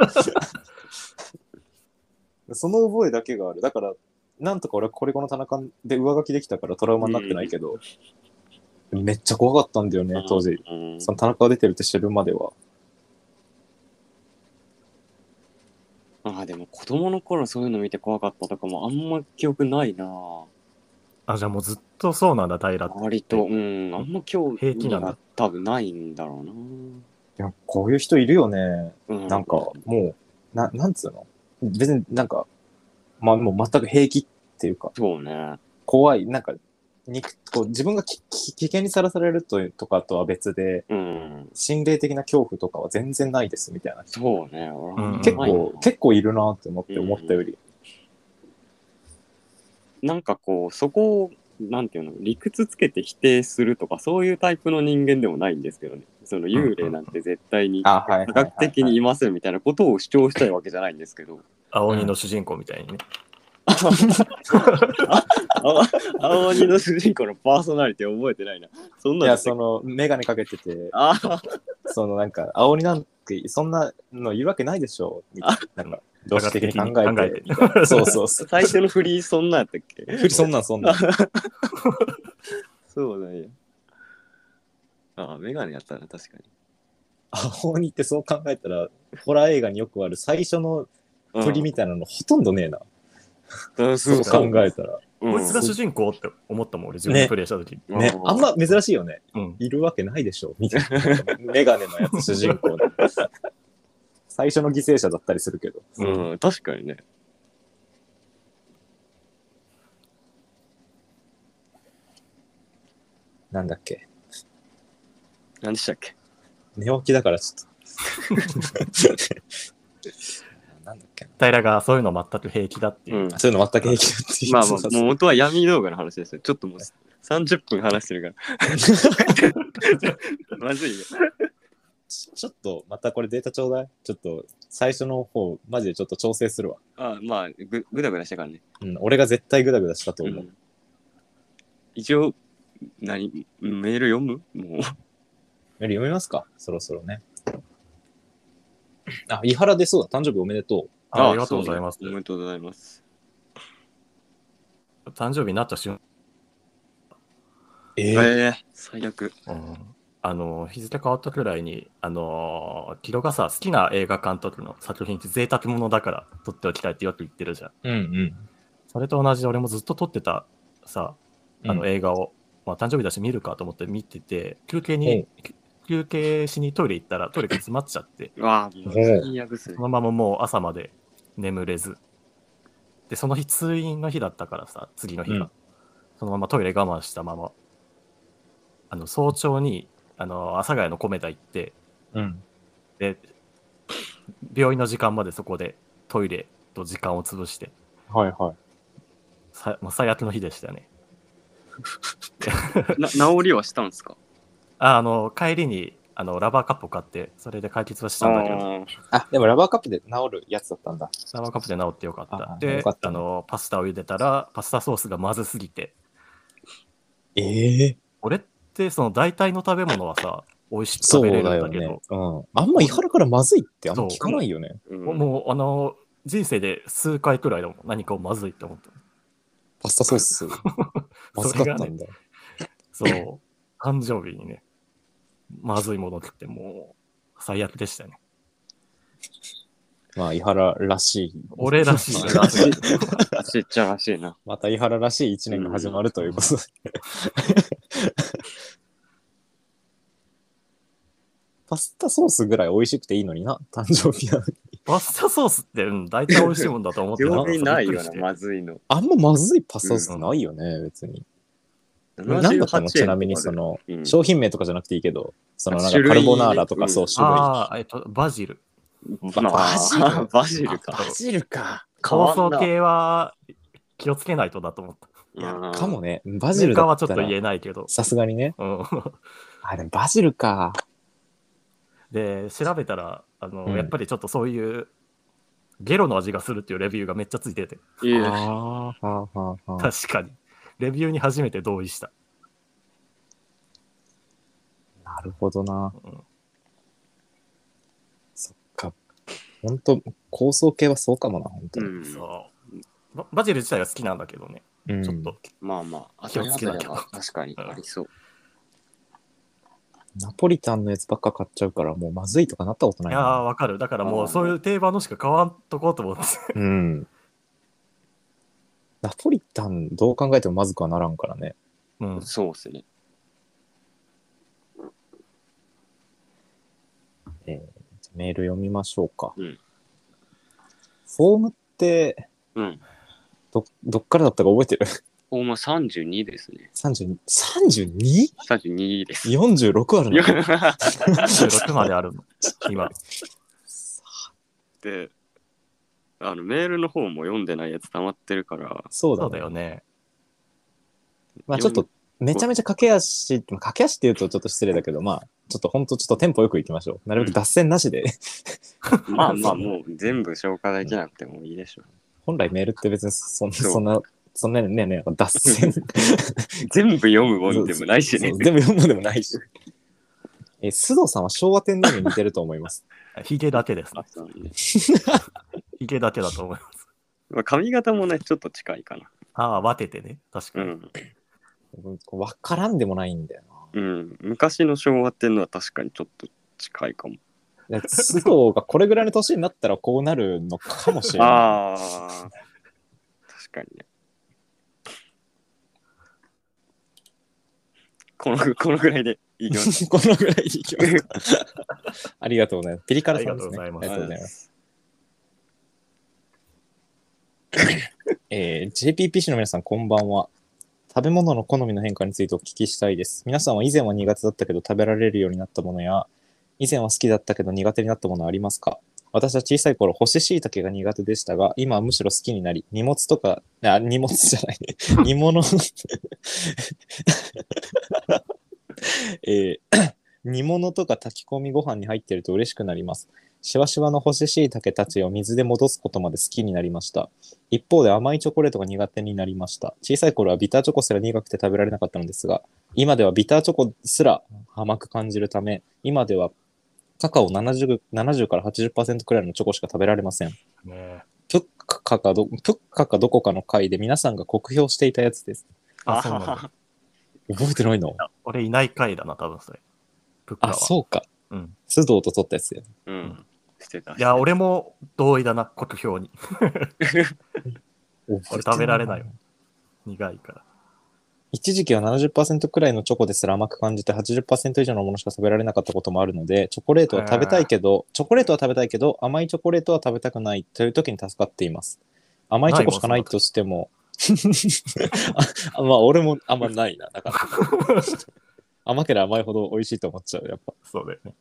Speaker 1: の。その覚えだけがある。だから、なんとか俺はこれこの田中で上書きできたからトラウマになってないけど、めっちゃ怖かったんだよね、当時。
Speaker 2: うん。
Speaker 1: その田中が出てるって知るまでは。
Speaker 2: ああ、でも子供の頃そういうの見て怖かったとかもあんま記憶ないな。
Speaker 3: あ、じゃあもうずっとそうなんだ、平って。
Speaker 2: 割と、うん。あんま今日、
Speaker 3: 平気なんだ。
Speaker 2: 多分ないんだろ
Speaker 1: いや、こういう人いるよね。
Speaker 2: うな。う
Speaker 1: なんか、もう、ななんつうの別になんか、まあもう全く平気っていうか、
Speaker 2: そうね。
Speaker 1: 怖い、なんか、にこう自分がきき危険にさらされるというとかとは別で、
Speaker 2: うん。
Speaker 1: 心霊的な恐怖とかは全然ないですみたいな人、
Speaker 2: そうね。俺
Speaker 3: うん
Speaker 1: 結
Speaker 2: ないな
Speaker 1: 構、結構いるなって思って思ったより。
Speaker 2: なんかこう、そこを、なんていうの、理屈つけて否定するとか、そういうタイプの人間でもないんですけどね。その幽霊なんて絶対に
Speaker 1: あ、はいはいはいはい。
Speaker 2: 科学的にいませんみたいなことを主張したいわけじゃないんですけど、
Speaker 3: 青鬼の主人公みたいにね。
Speaker 2: あ 青鬼の主人公のパーソナリティ覚えてないな。そん
Speaker 1: い
Speaker 2: な
Speaker 1: や、
Speaker 2: の
Speaker 1: その、メガネかけてて、
Speaker 2: あー
Speaker 1: そのなんか、青になんて、そんなのいるわけないでしょう、みたいな。 なんか、同士的に考
Speaker 3: 科
Speaker 1: え
Speaker 3: 学
Speaker 1: て
Speaker 3: 的。に考えて
Speaker 1: そうそうそう。
Speaker 2: 最初のフリーそんなんやったっけ
Speaker 1: ふりそんなんそん なん。
Speaker 2: そうだよ。ああ、メガネやったな、確かに。
Speaker 1: 青鬼ってそう考えたら、ホラー映画によくある最初の鳥みたいなのほとんどねえな。
Speaker 2: うん、
Speaker 1: そ
Speaker 2: そううか。
Speaker 1: 考えたら。
Speaker 2: うん
Speaker 3: こいつが主人公って思ったもん、俺、自分でプレイしたとき。
Speaker 2: うん
Speaker 1: ね、あんま珍しいよね。
Speaker 3: うん。
Speaker 1: いるわけないでしょう、みたい な。メガネのやつ、主人公で。最初の犠牲者だったりするけど。
Speaker 2: うん、確かにね。
Speaker 1: なんだっけ。
Speaker 2: 何でしたっけ
Speaker 1: 寝起きだからちょっと。なんだっけ。
Speaker 3: 平がそういうの全く平気だっていう。
Speaker 2: うん
Speaker 1: そういうの全く平気だっていう。
Speaker 2: まあ
Speaker 1: そ
Speaker 2: ま
Speaker 1: うそ
Speaker 2: あ、
Speaker 1: うそう
Speaker 2: もう元は闇動画の話ですよ。ちょっともう30分話してるから。まずいよ。
Speaker 1: ちちょっと、またこれデータちょうだい。ちょっと、最初の方、マジでちょっと調整するわ。
Speaker 2: ああまあ、ぐぐだぐだしたからね。
Speaker 1: うん、俺が絶対グダグダしたと
Speaker 2: う
Speaker 1: 思う。
Speaker 2: ん、一応、何メール読む
Speaker 1: メ
Speaker 2: もう。
Speaker 1: ール読みますかそろそろね。あ、伊原でそうだ。誕生日おめでとう。
Speaker 3: あありがとうございます
Speaker 2: そ。ねおめでとうございます。
Speaker 3: 誕生日になった瞬
Speaker 1: え
Speaker 2: え
Speaker 1: え
Speaker 2: え最悪。
Speaker 3: 間、あの、日付変わったくらいに、あの、キロがさ、好きな映画監督の作品って贅沢ものだから撮っておきたいってよく言ってるじゃん。
Speaker 1: うんうん。
Speaker 3: それと同じで俺もずっと撮ってたさ、あ
Speaker 1: う
Speaker 3: の
Speaker 1: ん
Speaker 3: 映画を、まあ誕生日だし見るかと思って見てて、休憩
Speaker 1: お
Speaker 3: に
Speaker 1: う、
Speaker 3: 休憩しにトイレ行ったらトイレが詰まっちゃって、
Speaker 2: うわあ、もう最悪っすね
Speaker 3: そ。のままもう朝まで眠れず。で、その日、通院の日だったからさ、次の日が。
Speaker 1: うん
Speaker 3: そのままトイレ我慢したまま。あの、早朝に、あの、阿佐ヶ谷の米田行って、
Speaker 1: うん。
Speaker 3: で、病院の時間までそこでトイレと時間を潰して、
Speaker 1: はいはい。
Speaker 3: さまあ、最悪の日でしたね。
Speaker 2: な治りはしたんですか
Speaker 3: ああの、帰りに、あの、ラバーカップを買って、それで解決はしたんだけど、
Speaker 2: あー
Speaker 1: あ、でもラバーカップで治るやつだったんだ。
Speaker 3: ラバーカップで治ってよかっ
Speaker 1: あ
Speaker 3: た
Speaker 1: あ。
Speaker 3: で、
Speaker 1: よかった
Speaker 3: あ
Speaker 1: ね
Speaker 3: の、パスタを茹でたら、パスタソースがまずすぎて、
Speaker 1: ええ
Speaker 3: 俺ってその大体の食べ物はさ美味しく
Speaker 1: そ
Speaker 3: 食べれ
Speaker 1: うだ
Speaker 3: るんだ
Speaker 1: よ
Speaker 3: け
Speaker 1: ね
Speaker 3: ど、。
Speaker 1: うん。あんま伊原からまずいってあんま聞かないよね。
Speaker 2: うん
Speaker 3: もうもうあの人生で数回くらいでもん何かをまずいって思った
Speaker 1: パスタソー ス。まずかったんだ。
Speaker 3: そう 誕生日にねまずいもの食ってもう最悪でした ね
Speaker 1: まあ、伊原らしい。
Speaker 3: 俺らしい
Speaker 2: らしい。ちっちゃらしいな。
Speaker 1: また伊原らしい一年が始まるということで。パスタソースぐらい美味しくていいのにな、誕生日なのに。
Speaker 3: パスタソースって、うん、大体美味しいもんだと思っ て
Speaker 2: 病院ないよ
Speaker 3: びっ
Speaker 2: な、
Speaker 3: くりして
Speaker 2: まずいの。
Speaker 1: あんままずいパスタソースないよね、別に。なんだったのちなみにその、
Speaker 2: うん
Speaker 1: 商品名とかじゃなくていいけど、そのなん
Speaker 2: 種
Speaker 1: か
Speaker 2: 類
Speaker 1: カルボナーラとかそう、
Speaker 2: うん
Speaker 1: 種類。
Speaker 3: ああえっとバジル
Speaker 2: まあ バジル。バジルか。
Speaker 1: バジルか。
Speaker 3: 乾燥系は気をつけないとだと思った
Speaker 1: いや
Speaker 2: うん、
Speaker 1: かもね。バ
Speaker 3: バ
Speaker 1: ジルだ
Speaker 3: は
Speaker 1: っ
Speaker 3: ちょったと言え
Speaker 1: ら、
Speaker 3: ないけど、
Speaker 1: さすがにね。
Speaker 3: うん、
Speaker 1: あ、でもバジルか。
Speaker 3: で調べたらあの、
Speaker 1: うん
Speaker 3: やっぱりちょっとそういうゲロの味がするっていうレビューがめっちゃついてて
Speaker 2: いや
Speaker 1: あーはあ、はあ、はあ。
Speaker 3: 確かにレビューに初めて同意した、
Speaker 1: なるほどな。
Speaker 3: うん
Speaker 1: そっか。ほんと、構想系はそうかもな、本当
Speaker 2: う
Speaker 1: に。
Speaker 2: ん、
Speaker 3: そうババジル自体は好きなんだけどね、
Speaker 1: うん
Speaker 3: ちょっと
Speaker 2: まあまあ、
Speaker 3: 気をつけな
Speaker 2: 当たり前
Speaker 3: きゃ
Speaker 2: だが確かにありそう。
Speaker 1: ナポリタンのやつばっか買っちゃうから、もうまずいとかなったことないい
Speaker 3: やー
Speaker 1: な。
Speaker 3: わかるだから
Speaker 2: あ
Speaker 3: も
Speaker 2: ー
Speaker 3: うそういう定番のしか買わんとこう と思って
Speaker 1: うん。ナポリタン、どう考えてもまずくはならんからね。
Speaker 3: うん
Speaker 2: そうっすね。
Speaker 1: メール読みましょうか。
Speaker 2: うん
Speaker 1: フォームって、
Speaker 2: うん。
Speaker 1: ど、どっからだったか覚えてる
Speaker 2: お前32ですね。
Speaker 1: 32、32?
Speaker 2: 32です。
Speaker 1: 46あるの
Speaker 3: 16まであるの。今。
Speaker 2: で、あのメールの方も読んでないやつ溜まって るから、
Speaker 1: そう
Speaker 3: そう
Speaker 1: だ
Speaker 3: だ
Speaker 1: ね。
Speaker 3: よね。
Speaker 1: まあちょっと、めちゃめちゃ駆け足、まあ駆け足って言うとちょっと失礼だけど、まあ、ちょっと本当ちょっとテンポよくいきましょう。なるべく脱線なしで。
Speaker 2: まあまあもう全部消化できなくてもいいでしょう。
Speaker 1: 本来メールって別にそんな、
Speaker 2: そう
Speaker 1: そんな、そんなね、ね、脱線。
Speaker 2: 全部読むもんでもないしね
Speaker 1: そう。全部読むでもないし。え、須藤さんは昭和天皇に似てると思います。
Speaker 3: ヒゲだけですね。
Speaker 2: そうね
Speaker 3: ヒゲだけだと思います。
Speaker 2: まあ、髪型もね、ちょっと近いかな。
Speaker 3: ああ、分けてね。確
Speaker 2: う
Speaker 3: かに。
Speaker 2: ん。
Speaker 1: わからんでもないんだよ
Speaker 2: うん。昔の昭和っていうのは確かにちょっと近いかも。
Speaker 1: な。だから須藤がこれぐらいの年になったらこうなるのかもしれな
Speaker 2: ああ。確かにね。この、このぐらいでいき ま
Speaker 1: い
Speaker 2: す。。
Speaker 1: このぐらいでいきますか。ありがとうございます。ピリ辛さんですね。
Speaker 3: ありがとうございます
Speaker 1: す。えー、JPPC の皆さん、こんばんは。食べ物の好みの変化についてお聞きしたいです。皆さんは以前は苦手だったけど食べられるようになったものや、以前は好きだったけど苦手になったものはありますか私は小さい頃、干し椎茸が苦手でしたが、今はむしろ好きになり、荷物とか、あ、荷物じゃない、 煮物、 えー煮物とか炊き込みご飯に入ってると嬉しくなります。しわしわの干し椎茸たちを水で戻すことまで好きになりました。一方で甘いチョコレートが苦手になりました。小さい頃はビターチョコすら苦くて食べられなかったのですが、今ではビターチョコすら甘く感じるため、今ではカカオ 70, 70から80%くらいのチョコしか食べられません。
Speaker 3: ね
Speaker 1: プッカかど、プッカかどこかの回で皆さんが酷評していたやつです。
Speaker 3: あ、そうなんだ。
Speaker 1: 覚えてないの
Speaker 3: 俺いない回だな、多分それ。プッ
Speaker 1: あ、
Speaker 3: カは。
Speaker 1: そうか。
Speaker 3: うん。
Speaker 1: 須藤と撮ったやつだよ。
Speaker 2: うん。してた。
Speaker 3: いや、俺も同意だな、国評に。
Speaker 1: 覚え
Speaker 3: 俺
Speaker 1: て
Speaker 3: 食べられないよ。苦い から。
Speaker 1: 一時期は70%くらいのチョコですら甘く感じて80%以上のものしか食べられなかったこともあるので、チョコレートは食べたいけど、チョコレートは食べたいけど、甘いチョコレートは食べたくないという時に助かっています。甘いチョコしかないとしても、 あまあ俺もあんまないな、だから。甘ければ甘いほど美味しいと思っちゃう、やっぱ。
Speaker 3: そうだよね。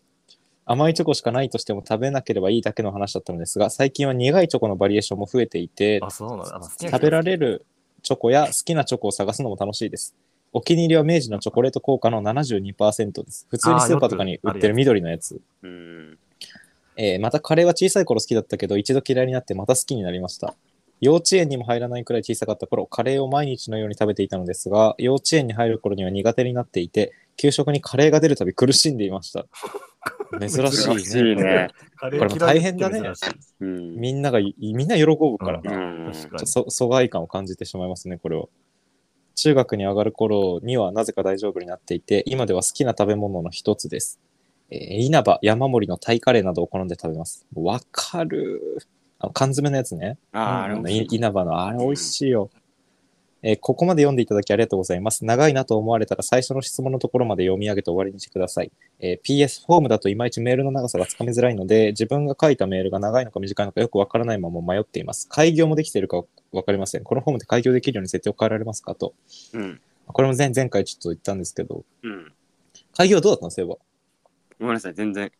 Speaker 1: 甘いチョコしかないとしても食べなければいいだけの話だったのですが、最近は苦いチョコのバリエーションも増えていて、
Speaker 3: あ、そうなんだ。あ好きな人
Speaker 1: 食べられるチョコや好きなチョコを探すのも楽しいです。お気に入りは明治のチョコレート効果の72%です。普通にスーパーとかに売ってる緑のやつ。
Speaker 2: うん。
Speaker 1: えーまたカレーは小さい頃好きだったけど、一度嫌いになってまた好きになりました。幼稚園にも入らないくらい小さかった頃、カレーを毎日のように食べていたのですが、幼稚園に入る頃には苦手になっていて、給食にカレーが出るたび苦しんでいました。珍しいね。
Speaker 2: 珍しいね。
Speaker 3: カレー
Speaker 1: これも
Speaker 3: 嫌い
Speaker 1: 大変だね
Speaker 3: 珍しい
Speaker 2: うん。
Speaker 1: みんながい、みんな喜ぶから。
Speaker 3: うん
Speaker 2: うん。
Speaker 3: 確か
Speaker 1: ちょ
Speaker 3: に。
Speaker 1: そ疎外感を感じてしまいますね、これは。中学に上がる頃にはなぜか大丈夫になっていて、今では好きな食べ物の一つです。えー稲葉、山盛りのタイカレーなどを好んで食べます。わかるー。あの缶詰のやつね。
Speaker 2: ああ、あれ
Speaker 1: あの
Speaker 2: も
Speaker 1: い稲葉のあれ美味しいよ。えーここまで読んでいただきありがとうございます。長いなと思われたら最初の質問のところまで読み上げて終わりにしてください。えー PS フォームだといまいちメールの長さがつかみづらいので、自分が書いたメールが長いのか短いのかよくわからないまま迷っています。開業もできているかわかりません。このフォームで開業できるように設定を変えられますかと。
Speaker 2: うん。
Speaker 1: これも前前回ちょっと言ったんですけど、
Speaker 2: うん。
Speaker 1: 開業どうだったのそういえば。
Speaker 2: ごめんなさい、全然、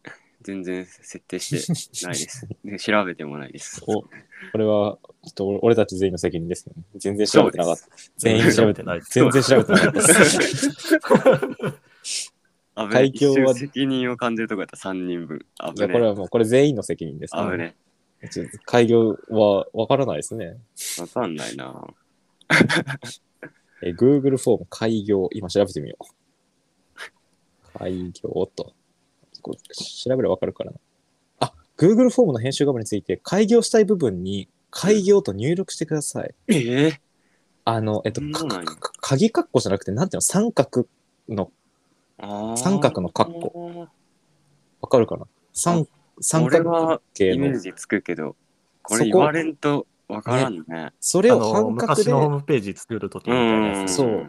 Speaker 2: 全然設定してないです。で調べてもないです。
Speaker 1: おこれは、ちょっと俺俺たち全員の責任ですよね。全然調べてなかった。全員調べて、
Speaker 3: ない。
Speaker 1: 全然調べてなかったです。
Speaker 2: 危ねえ
Speaker 1: 海峡は
Speaker 2: 一瞬責任を感じるとこやったら3人分。
Speaker 1: い
Speaker 2: 危
Speaker 1: や、これ
Speaker 2: ね
Speaker 1: はもう、これ全員の責任で
Speaker 2: え。
Speaker 1: す、
Speaker 2: 危ね
Speaker 1: ちょっと開業はわからないですね。
Speaker 2: え。わかんないな。
Speaker 1: え、Google フォーム開業、今調べてみよう。開業と。こう調べればわかるからな。あ、Google フォームの編集画面について、開業したい部分に、開業と入力してください。
Speaker 2: ええ。
Speaker 1: あの、えっと、か
Speaker 2: そうなんや
Speaker 1: かか鍵括弧じゃなくて、なんていうの、三角の、
Speaker 2: あー
Speaker 1: 三角の括弧。
Speaker 2: 弧。
Speaker 1: わかるかな三、三
Speaker 2: 俺
Speaker 1: 角
Speaker 2: は
Speaker 1: 形
Speaker 2: イメ
Speaker 1: の
Speaker 2: ー。ジつくけど、こ
Speaker 1: そ
Speaker 2: れ
Speaker 1: こ
Speaker 2: 言われんとわからんね。
Speaker 1: そ
Speaker 3: あ
Speaker 1: れを
Speaker 3: の
Speaker 1: 半角
Speaker 3: 昔のホー
Speaker 1: で、
Speaker 3: ムページ作るときみたいなやつ。
Speaker 1: そうう、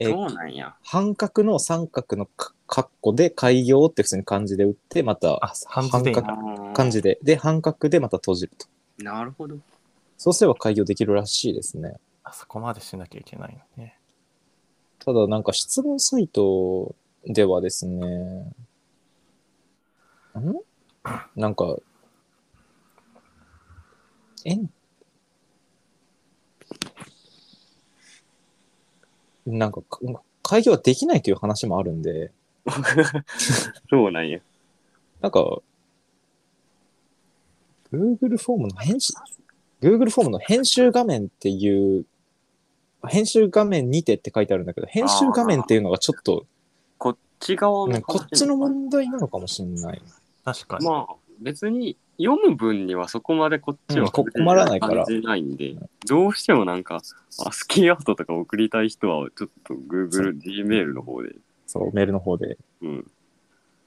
Speaker 1: え
Speaker 2: そうなんや。
Speaker 1: 半角の三角のか括弧で開業って普通に漢字で打って、また
Speaker 3: あ半字でいいんだ
Speaker 1: 半
Speaker 2: あー
Speaker 1: 角漢字で、で、半角でまた閉じると。
Speaker 2: なるほど。
Speaker 1: そうすれば開業できるらしいですね。
Speaker 3: あそこまでしなきゃいけないのね。
Speaker 1: ただなんか質問サイトではですね、んなんか、えんなんかか開業はできないという話もあるんで、
Speaker 2: そうなんや。
Speaker 1: なんか、Google フォームの編集、Google フォームの編集画面っていう、編集画面にてって書いてあるんだけど、編集画面っていうのがちょっと、
Speaker 2: こっち側
Speaker 1: ね
Speaker 2: の。
Speaker 1: こっちの問題なのかもしれない。
Speaker 3: 確かに。
Speaker 2: まあ、別に読む分にはそこまでこっち
Speaker 1: うん
Speaker 2: は
Speaker 1: こ困らないから
Speaker 2: 感じないんで、どうしてもなんか、アスキーアートとか送りたい人は、ちょっと Google、Gmail の方で。
Speaker 1: そう、メールの方で。い
Speaker 2: うん。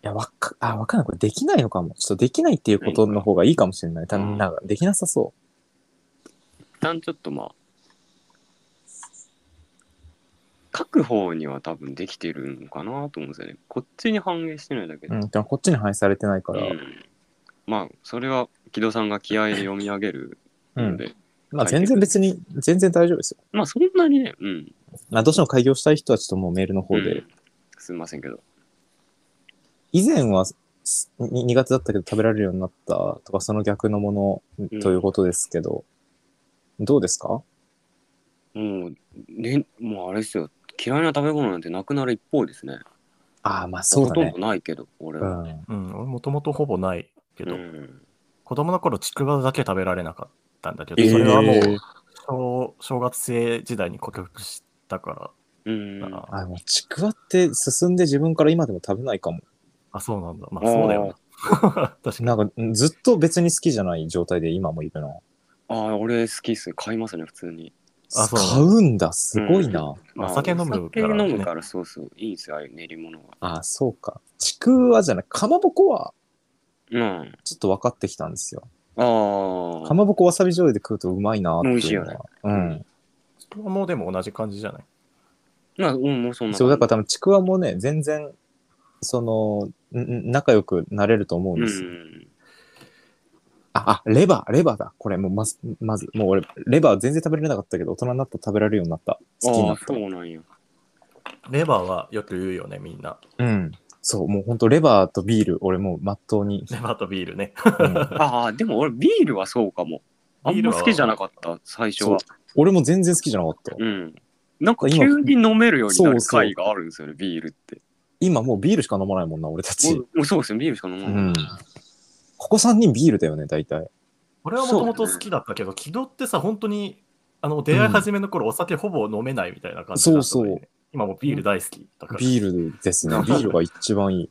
Speaker 1: や、わっか、あ、わかんない。これできないのかも。ちょっとできないっていうことの方がいいかもしれない。た
Speaker 2: うん
Speaker 1: なんか、できなさそ
Speaker 2: 一旦ちょっとまあ、書く方には多分できてるのかなと思うんですよね。こっちに反映してないだけ
Speaker 1: う。
Speaker 2: で。
Speaker 1: うん、でもこっちに反映されてないか
Speaker 2: う
Speaker 1: ら。
Speaker 2: んまあ、それは木戸さんが気合で読み上げる
Speaker 1: う
Speaker 2: の
Speaker 1: ん。
Speaker 2: で、
Speaker 1: まあ、全然別に、全然大丈夫ですよ。
Speaker 2: まあそんなにね、うん。
Speaker 1: まあ、どうしても開業したい人はちょっともうメールの方
Speaker 2: う
Speaker 1: で
Speaker 2: ん。すみませんけど。
Speaker 1: 以前はすに苦手だったけど食べられるようになったとか、その逆のもの
Speaker 2: うん
Speaker 1: ということですけど、どうですか
Speaker 2: もう、ね、もうあれですよ。嫌いな食べ物なんてなくなる一方ですね。
Speaker 1: ああ、まあそうだ
Speaker 2: ほ
Speaker 1: ね
Speaker 2: とん。どないけど、俺
Speaker 1: う
Speaker 2: は。
Speaker 1: ん。
Speaker 3: うん、俺もともとほぼないけ
Speaker 2: う
Speaker 3: ど、
Speaker 2: ん。
Speaker 3: 子供の頃、ちくわだけ食べられなかったんだけ
Speaker 1: え
Speaker 3: ど、それはもう、
Speaker 1: えー
Speaker 3: 小小学生時代に克服したか
Speaker 2: うん。
Speaker 3: ら、あ
Speaker 1: あ、でもちくわって進んで自分から今でも食べないかも。
Speaker 3: あ、そうなんだ。まあ、そうだよな。 確かに。
Speaker 1: なんかんずっと別に好きじゃない状態で今もいるな。
Speaker 2: ああ、俺好きっす。買いますね、普通に。
Speaker 3: あそう
Speaker 1: 買うんだ、すごいな。
Speaker 3: まあ酒飲むからね
Speaker 2: 酒飲むから、そうそう。いいんですよ、ああいう練り物は。
Speaker 1: あ、そうか。ちくわじゃない。かまぼこは
Speaker 2: うん。
Speaker 1: ちょっと分かってきたんですよ。
Speaker 2: あ
Speaker 1: かまぼこわさび醤油で食うとうまいなっていうのは。
Speaker 2: 美味しいよね
Speaker 1: うん。
Speaker 3: ちくわもでも同じ感じじゃない
Speaker 2: あ。まあ、うん、もうそんな。
Speaker 1: そう、だから多分ちくわもね、全然、その、んん仲良くなれると思うん
Speaker 2: う
Speaker 1: ですよ。
Speaker 2: ん。
Speaker 1: あ、あ、レバー、レバーだ。これ、もうまず、まず、もう俺、レバー全然食べられなかったけど、大人になったら食べられるようになった。好きに
Speaker 2: あ
Speaker 1: な
Speaker 2: あ、
Speaker 1: った
Speaker 2: そ。うなんや。
Speaker 3: レバーはよく言うよね、みんな。
Speaker 1: うん。そう、もう本当レバーとビール、俺もうまっとうに。
Speaker 3: レバーとビールね。
Speaker 1: うん
Speaker 2: ああ、でも俺、ビールはそうかも。あんま好きじゃなかった、最初は。
Speaker 1: 俺も全然好きじゃなかった。
Speaker 2: うん。なんか
Speaker 1: 今
Speaker 2: 急に飲めるようにな
Speaker 1: そう
Speaker 2: る
Speaker 1: そう
Speaker 2: 回があるんですよね、ビールって。
Speaker 1: 今もうビールしか飲まないもんな、俺たち
Speaker 2: も。うもうそうですね、ビールしか飲ま
Speaker 1: う
Speaker 2: ない。
Speaker 1: ん。ここ3人ビールだよね、大体。
Speaker 3: 俺はもともと好きだったけど、木戸ってさ、本当に、あの、出会い始めの頃、お酒ほぼ飲めないみたいな感じだったのに
Speaker 1: そ
Speaker 3: ね
Speaker 1: うそ
Speaker 3: 今もうビール大好きだから。
Speaker 1: ビ
Speaker 3: ル。
Speaker 1: ールですね。ビールが一番いい。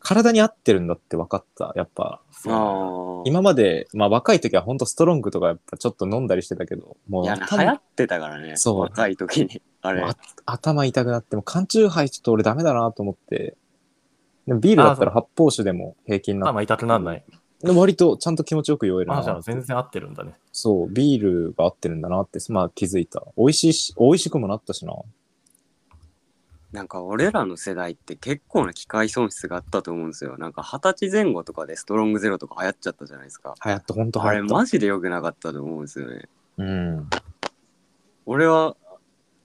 Speaker 1: 体に合ってるんだって分かった。やっぱ、
Speaker 3: そう。
Speaker 2: あ
Speaker 1: 今まで、まあ若い時は本当ストロングとかやっぱちょっと飲んだりしてたけど、も
Speaker 2: あ。いうや、
Speaker 1: 頭
Speaker 2: 流行ってたからね、
Speaker 1: そう
Speaker 2: 若い時に。あれ。
Speaker 1: あ頭痛くなっても、缶チューハイちょっと俺ダメだなと思って、でもビールだったら発泡酒でも平均な
Speaker 3: 頭痛くなんない。
Speaker 1: で割とちゃんと気持ちよく酔える
Speaker 3: あ、じゃあ
Speaker 1: な。
Speaker 3: 全然合ってるんだね。
Speaker 1: そう、ビールが合ってるんだなって、まあ気づいた。美味しいし、美味しくもなったしな。
Speaker 2: なんか俺らの世代って結構な機械損失があったと思うんですよ。なんか二十歳前後とかでストロングゼロとか流行っちゃったじゃないですか。
Speaker 1: 流行った、ほんと
Speaker 2: あ
Speaker 1: 流
Speaker 2: れ
Speaker 1: 行った。
Speaker 2: マジで良くなかったと思うんですよね。
Speaker 1: うん。
Speaker 2: 俺は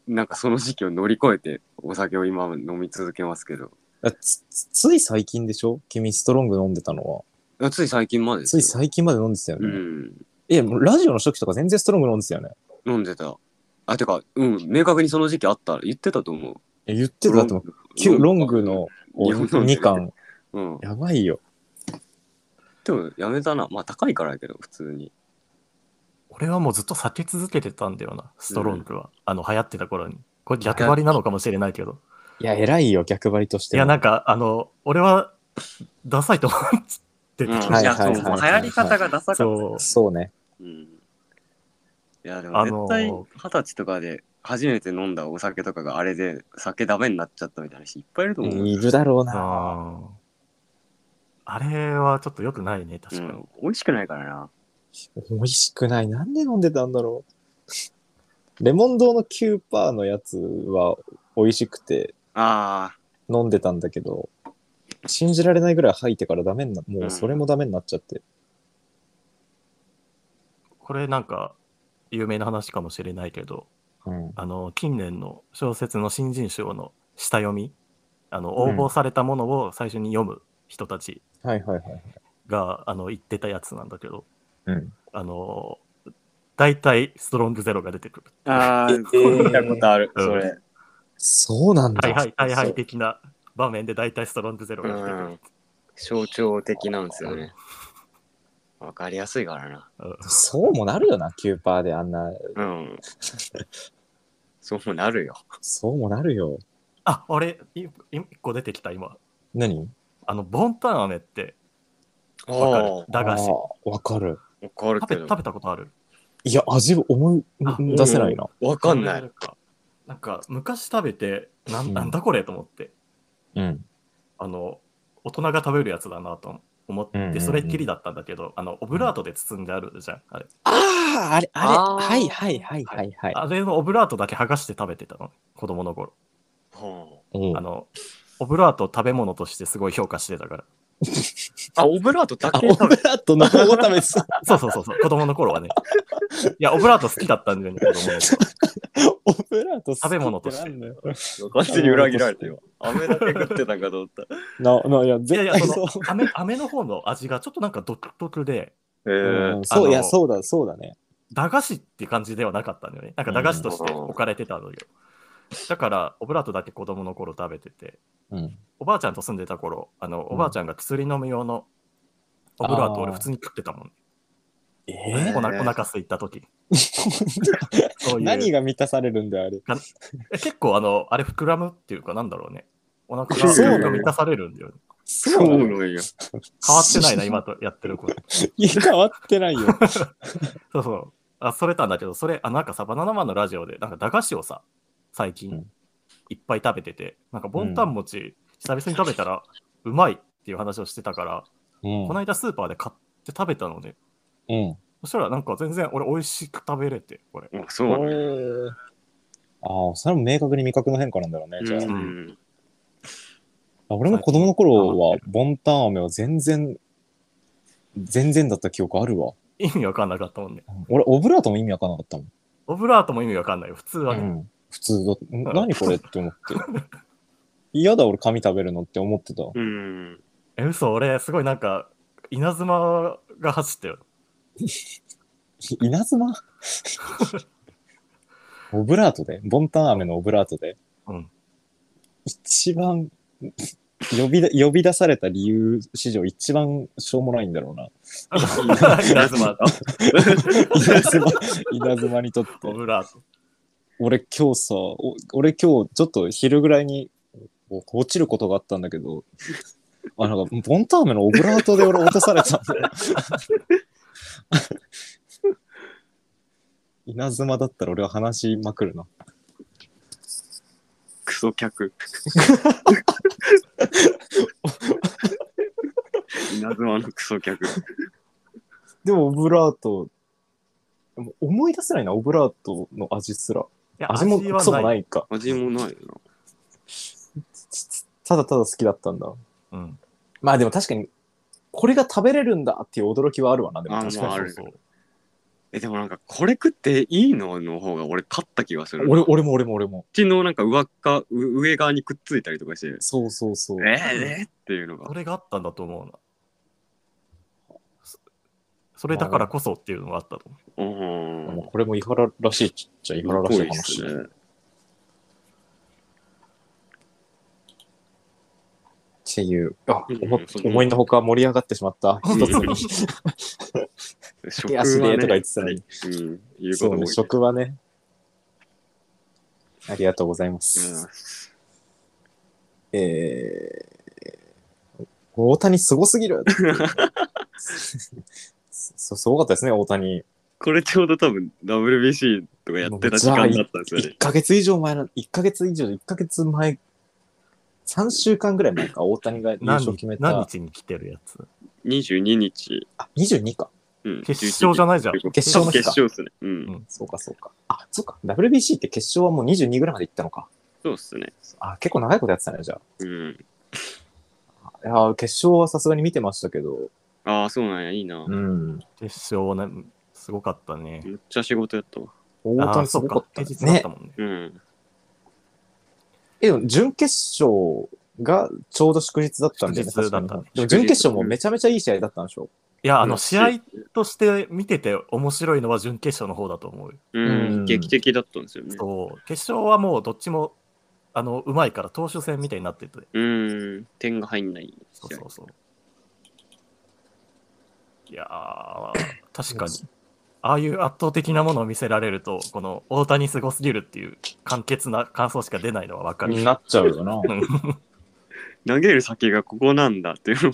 Speaker 2: なんかその時期を乗り越えてお酒を今飲み続けますけど。
Speaker 1: だつつつい最近でしょ君ストロング飲んでたのは。
Speaker 2: あつい最近までです
Speaker 1: つ
Speaker 2: よ
Speaker 1: い最近まで飲んでたよ
Speaker 2: う
Speaker 1: ね。
Speaker 2: ん。
Speaker 1: え、もうラジオの初期とか全然ストロング飲んでたよね。
Speaker 2: 飲んでた。あ、てか、うん、明確にその時期あった。言ってたと思う。
Speaker 1: え言ってただってもう、旧ロングの
Speaker 2: 日本の
Speaker 1: 2巻、
Speaker 2: うん。
Speaker 1: やばいよ。
Speaker 2: でもやめたな。まあ高いからやけど、普通に。
Speaker 3: 俺はもうずっと避け続けてたんだよな、ストロングは。あの、流行ってた頃に。これ逆張りなのかもしれないけど。
Speaker 1: いや、偉いよ、逆張りとし
Speaker 3: い
Speaker 1: ては。
Speaker 3: や、なんか、あの、俺は、ダサいと思って
Speaker 2: うん
Speaker 3: た、
Speaker 1: はいはいはい
Speaker 2: やそうもう流行り方がダサかった。
Speaker 3: そう。
Speaker 1: そうね。
Speaker 2: うん。いや、で
Speaker 3: あ
Speaker 2: も
Speaker 3: のー
Speaker 2: 絶対二十歳とかで初めて飲んだお酒とかがあれで酒ダメになっちゃったみたいな人いっぱいいると思う。
Speaker 1: いるだろうな。
Speaker 3: ああれはちょっと良くないね、確かに。
Speaker 2: うん美味しくないからな。
Speaker 1: 美味しくない。なんで飲んでたんだろう。レモン堂の9%のやつは美味しくて
Speaker 2: あ
Speaker 1: 飲んでたんだけど、信じられないぐらい吐いてからダメにな、もうそれもダメになっちゃって。
Speaker 3: これなんか、有名な話かもしれないけど、
Speaker 1: うん。
Speaker 3: あの近年の小説の新人賞の下読みあの応募されたものを最初に読む人たち
Speaker 1: はいはいはい。
Speaker 3: が、あの言ってたやつなんだけど
Speaker 1: うん。
Speaker 3: あの大体ストロングゼロが出てくる
Speaker 2: ああ、見たことある、それ。
Speaker 1: そうなんだ。
Speaker 3: 大敗大敗的な場面で大体ストロングゼロ
Speaker 2: う
Speaker 3: が出てくる
Speaker 2: ん。象徴的なんですよね。わかりやすいからな。
Speaker 1: そうもなるよな、9%であんな。
Speaker 2: うん。そうなるよ。
Speaker 1: そうもなるよ。
Speaker 3: あ俺いい一個出てきた今
Speaker 1: 何
Speaker 3: あのボンタン飴ってわかる
Speaker 2: わ
Speaker 3: 駄菓子
Speaker 1: あーわかる。
Speaker 2: かる
Speaker 3: 食
Speaker 2: け
Speaker 3: べ
Speaker 2: ど
Speaker 3: 食。べたことある
Speaker 1: いや、味を思い
Speaker 3: あ
Speaker 1: 出せないな。
Speaker 2: わかんない。
Speaker 3: なんか昔食べてな
Speaker 1: うん
Speaker 3: んなんだこれと思って
Speaker 1: うん。
Speaker 3: あの大人が食べるやつだなと思
Speaker 1: うんうん
Speaker 3: っ
Speaker 1: うん
Speaker 3: てそれっきりだったんだけどあのオブラートで包んであるじゃんあれ
Speaker 1: ああ、あれ、あれ、
Speaker 2: あー
Speaker 1: はいはいはいはいはい。
Speaker 3: あれのオブラートだけ剥がして食べてたの子供の頃
Speaker 2: は
Speaker 1: うん
Speaker 3: あのオブラートを食べ物としてすごい評価して たから
Speaker 2: ああ、オブラートだ
Speaker 1: あ、
Speaker 2: け
Speaker 1: オ
Speaker 2: 食
Speaker 1: ブ
Speaker 2: べ
Speaker 1: ラートの方を食べてた。
Speaker 3: そうそうそうそう、子供の頃はね。いや、オブラート好きだったんだよ ね、子供の頃。
Speaker 1: オブラート
Speaker 3: 食べ物とし
Speaker 1: 好
Speaker 3: て
Speaker 1: きってなんだよ
Speaker 2: 完全に裏切られてよ。 飴だけ食ってたんかと思った。
Speaker 1: な、な、いや、
Speaker 3: いやい
Speaker 1: 絶
Speaker 3: や、
Speaker 1: 対
Speaker 3: そ
Speaker 1: そう
Speaker 3: の。、飴飴の方の味がちょっとなんか独特で、
Speaker 2: え
Speaker 1: うん
Speaker 2: ー、
Speaker 1: そう、いや、
Speaker 3: あの
Speaker 1: そうだ、そうだね。
Speaker 3: 駄菓子って感じではなかったんだよね。なんか駄菓子として置かれてたのよ。だから、オブラートだけ子供の頃食べてて、
Speaker 1: うん。
Speaker 3: おばあちゃんと住んでた頃、あの、
Speaker 1: ん
Speaker 3: おばあちゃんが薬飲む用のオブラートを俺普通に食ってたもん。
Speaker 1: え
Speaker 2: ー
Speaker 3: おなお腹空いた 時。そういう
Speaker 1: 何が満たされるんだよ、あれ。
Speaker 3: え結構あの、あれ膨らむっていうかなんだろうね。お腹
Speaker 2: そう
Speaker 1: な
Speaker 3: が
Speaker 1: の
Speaker 3: 満たされるんだよね。
Speaker 2: そ
Speaker 1: そうう
Speaker 2: な
Speaker 1: なの
Speaker 2: のよ。
Speaker 3: 変わってないな、。今とやってること。
Speaker 1: いや、変わってないよ。
Speaker 3: そうそう。あ、それたんだけど、それ、あ、なんかさ、バナナマンのラジオで、なんか駄菓子をさ、最
Speaker 1: う
Speaker 3: 近
Speaker 1: ん
Speaker 3: いっぱい食べてて、なんかボンタン餅、久々に食べたらうまいっていう話をしてたから、
Speaker 1: うん
Speaker 3: この間スーパーで買って食べたので、
Speaker 1: うん。
Speaker 3: そしたらなんか全然俺美味しく食べれて、これ。
Speaker 2: あそうなのよ。
Speaker 1: ああ、それも明確に味覚の変化なんだろうね。じゃあ、
Speaker 2: う
Speaker 1: あ
Speaker 2: ん
Speaker 1: 俺も子供の頃は、ボンタン飴は全然、全然だった記憶あるわ。
Speaker 3: 意味わかんなかったもんね。
Speaker 1: 俺、オブラートも意味わかんなかったもん。
Speaker 3: オブラートも意味わかんないよ、普通はね。
Speaker 1: うん普通だ。ん何これって思って。嫌だ、俺、紙食べるのって思ってた。
Speaker 2: うん。
Speaker 3: え、嘘、俺、すごいなんか、稲妻が走って る。
Speaker 1: 稲 妻オブラートで、ボンタン飴のオブラートで、
Speaker 3: うん
Speaker 1: 一番呼びだ、呼び出された理由史上一番しょうもないんだろうな。
Speaker 3: 稲妻と
Speaker 1: 稲妻、 稲妻にとって。
Speaker 3: オブラート。
Speaker 1: 俺今日さ、お俺今日ちょっと昼ぐらいにお落ちることがあったんだけど、 あなんかボンターメのオブラートで俺落とされたんだよ。 稲妻だったら俺は話しまくるな。
Speaker 2: クソ 客。稲妻のクソ客。
Speaker 1: でもオブラート、思い出せないな、オブラートの味すら。
Speaker 3: いや。
Speaker 1: 味もクソもないいか。
Speaker 2: 味もないな。
Speaker 1: ただただ好きだったんだ。
Speaker 3: うん。
Speaker 1: まあでも確かに、これが食べれるんだっていう驚きはあるわな、でも
Speaker 2: あ
Speaker 1: 確か
Speaker 2: ま
Speaker 1: に。
Speaker 2: ああ
Speaker 3: そう
Speaker 2: る
Speaker 3: そう。
Speaker 2: え、でもなんか、これ食っていいのの方が俺勝った気がする。
Speaker 1: 俺
Speaker 2: こっ
Speaker 1: 俺も俺も俺も。
Speaker 2: ちのなんか上っか、う上側にくっついたりとかして、え
Speaker 1: そうそうそう。
Speaker 2: ー、えー、っていうのが
Speaker 3: そ。れがあったんだと思うな。そそれだからこそっていうのがあったと思
Speaker 2: う
Speaker 1: あ
Speaker 2: ん
Speaker 1: もう。これも伊原らしいっちゃ伊原らしい話。
Speaker 2: ね。
Speaker 1: っていう、あ
Speaker 2: うん
Speaker 1: 思っ
Speaker 2: そう
Speaker 1: 思いのほか盛り上がってしまった。
Speaker 2: うん
Speaker 1: 一つに。
Speaker 2: 食
Speaker 1: 手足でとか言ってたのに。
Speaker 2: うん、言うこ
Speaker 1: そ
Speaker 2: と
Speaker 1: う
Speaker 2: も
Speaker 1: ね、職場ね。ありがとうございます。えー大谷すごすぎ るそ すごかったですね、大谷。
Speaker 2: これちょうど多分 WBC とかやってた時間だったんですよ
Speaker 1: 1
Speaker 2: ね。
Speaker 1: ヶ月以上前の、1ヶ月以上、1ヶ月前、3週間ぐらい前か、大谷が優
Speaker 3: う。何
Speaker 1: 勝決め
Speaker 3: 日
Speaker 1: た。
Speaker 3: 何日に来てるやつ
Speaker 2: 22日。
Speaker 1: あ、22か。
Speaker 2: うん、
Speaker 3: 決勝じゃないじゃん。
Speaker 1: 決勝の日
Speaker 2: 決
Speaker 1: か
Speaker 2: 勝ですね。うん
Speaker 3: ん。
Speaker 1: そうか、そうか。あ、そうか。WBC って決勝はもう22ぐらいまで行ったのか。
Speaker 2: そうっすね。
Speaker 1: あ、結構長いことやってたね、じゃ
Speaker 2: うん。
Speaker 1: あ。いやー、決勝はさすがに見てましたけど。
Speaker 2: ああ、そうなんや、いいな。
Speaker 1: うん。
Speaker 3: 決勝をね、すごかったね。
Speaker 2: めっちゃ仕事やったわ。
Speaker 1: 大
Speaker 3: あ
Speaker 1: 谷
Speaker 3: あ、
Speaker 1: す
Speaker 3: そ
Speaker 1: ご
Speaker 3: う
Speaker 1: かっ
Speaker 3: か。
Speaker 1: た
Speaker 3: 平
Speaker 1: ね。
Speaker 3: 日だったもんね。
Speaker 2: うん。
Speaker 1: え、でも準決勝がちょうど祝日だったんで、
Speaker 3: 祝日だったね
Speaker 1: 確かにでも準決勝もめちゃめちゃいい試合だったんでしょ
Speaker 3: いや、あ
Speaker 2: う
Speaker 3: の、
Speaker 2: ん
Speaker 3: 試合として見てて面白いのは準決勝の方だと思う。
Speaker 2: うん、
Speaker 1: うん
Speaker 2: 劇的だったんですよね。
Speaker 3: そう、決勝はもうどっちも、あの、うまいから投手戦みたいになってて。
Speaker 2: うん、点が入んない
Speaker 3: そ
Speaker 2: 試
Speaker 3: う
Speaker 2: 合。
Speaker 3: そうそう。いやー、確かに。ああいう圧倒的なものを見せられると、この大谷すごすぎるっていう簡潔な感想しか出ないのはわかる。
Speaker 1: なっちゃうよな。
Speaker 3: うん
Speaker 2: 投げる先がここなんだっていうのも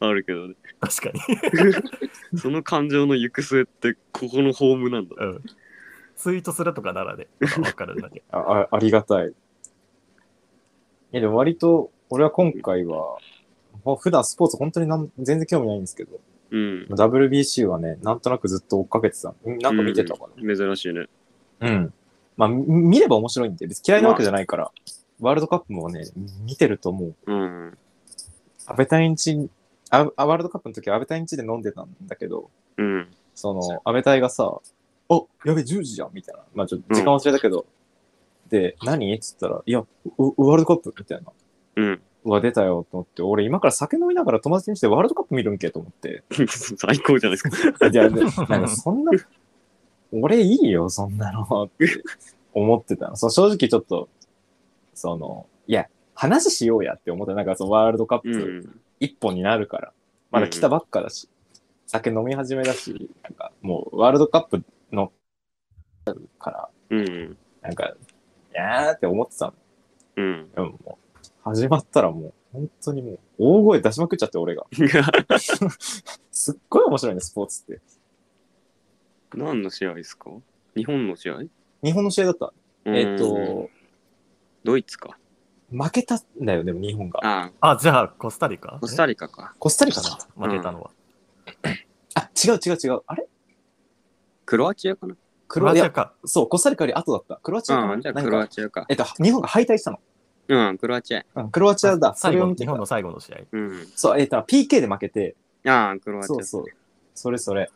Speaker 2: あるけどね。
Speaker 3: 確かに、
Speaker 2: その感情の行く末ってここのホームなんだ。
Speaker 3: うん。ツイートするとかならで、わかるんだけど。
Speaker 1: ああありがたい。え、でも割と、俺は今回は、ほ普段スポーツ本当になん全然興味ないんですけど、
Speaker 2: うん。
Speaker 1: WBC はね、なんとなくずっと追っかけてた。んなんか見てたか
Speaker 2: うん珍しいね。
Speaker 1: な。うん。まあ、み見れば面白いんで、別に嫌いなわけじゃないから、ワールドカップもね、見てるともう、
Speaker 2: うん。
Speaker 1: 安倍隊んち、ああワールドカップの時は安倍隊んちで飲んでたんだけど、
Speaker 2: うん。
Speaker 1: その、安倍隊がさ、あやべ、10時じゃんみたいな。まあちょっと時間忘れたけど、で、何っつったら、いや、うワールドカップみたいな。
Speaker 2: うん。
Speaker 1: は出たよと思って、俺今から酒飲みながら友達にしてワールドカップ見るんけと思って。
Speaker 2: 最高じゃないで すか。
Speaker 1: いや、でなんかそんな、俺いいよ、そんなのって思ってたの。そう正直ちょっと、その、いや、話しようやって思って、なんかそのワールドカッ
Speaker 2: う
Speaker 1: プ
Speaker 2: ん。
Speaker 1: 一本になるから、まだ来たばっかだし、酒飲み始めだし、なんかもうワールドカップの、から、
Speaker 2: うん。
Speaker 1: なんか、いやーって思ってたの。
Speaker 2: うん。
Speaker 1: でももう、始まったらもう、本当にもう、大声出しまくっちゃって、俺が。すっごい面白いね、スポーツって。
Speaker 2: 何の試合ですか日本の試合
Speaker 1: 日本の試合だった。えっ、
Speaker 2: うん
Speaker 1: と、
Speaker 2: ドイツか。
Speaker 1: 負けたんだよね、でも日本が。
Speaker 2: あ
Speaker 3: あ、じゃあ、コスタリカ
Speaker 2: あ、コスタリカか。
Speaker 1: コスタリ
Speaker 3: え
Speaker 1: カかな
Speaker 3: 負けたのは。
Speaker 1: あ、違う違う違う。あれ
Speaker 2: クロアチアかな
Speaker 1: ク
Speaker 3: ク
Speaker 1: ロ
Speaker 3: ロ
Speaker 1: ア
Speaker 3: ア
Speaker 1: チ
Speaker 3: チ
Speaker 1: ア
Speaker 3: ア
Speaker 1: か。
Speaker 3: か。
Speaker 1: そう、コスタリカより後だった。クロアチアか
Speaker 2: う、
Speaker 1: なん
Speaker 2: じゃあ
Speaker 1: なん
Speaker 2: ク
Speaker 1: か
Speaker 2: ロアチアか。
Speaker 1: えっと、日本が敗退したの。
Speaker 2: うん、クロアチア。
Speaker 1: うん、クロアチアだ。そ
Speaker 3: 最
Speaker 1: れを
Speaker 3: 後、
Speaker 1: 見て
Speaker 3: 日
Speaker 1: た
Speaker 3: 本の最後の試合。
Speaker 2: うん。
Speaker 1: そう、えっと、PK で負けて、
Speaker 2: ああ、クロアチア。
Speaker 1: そうそう。それそれ。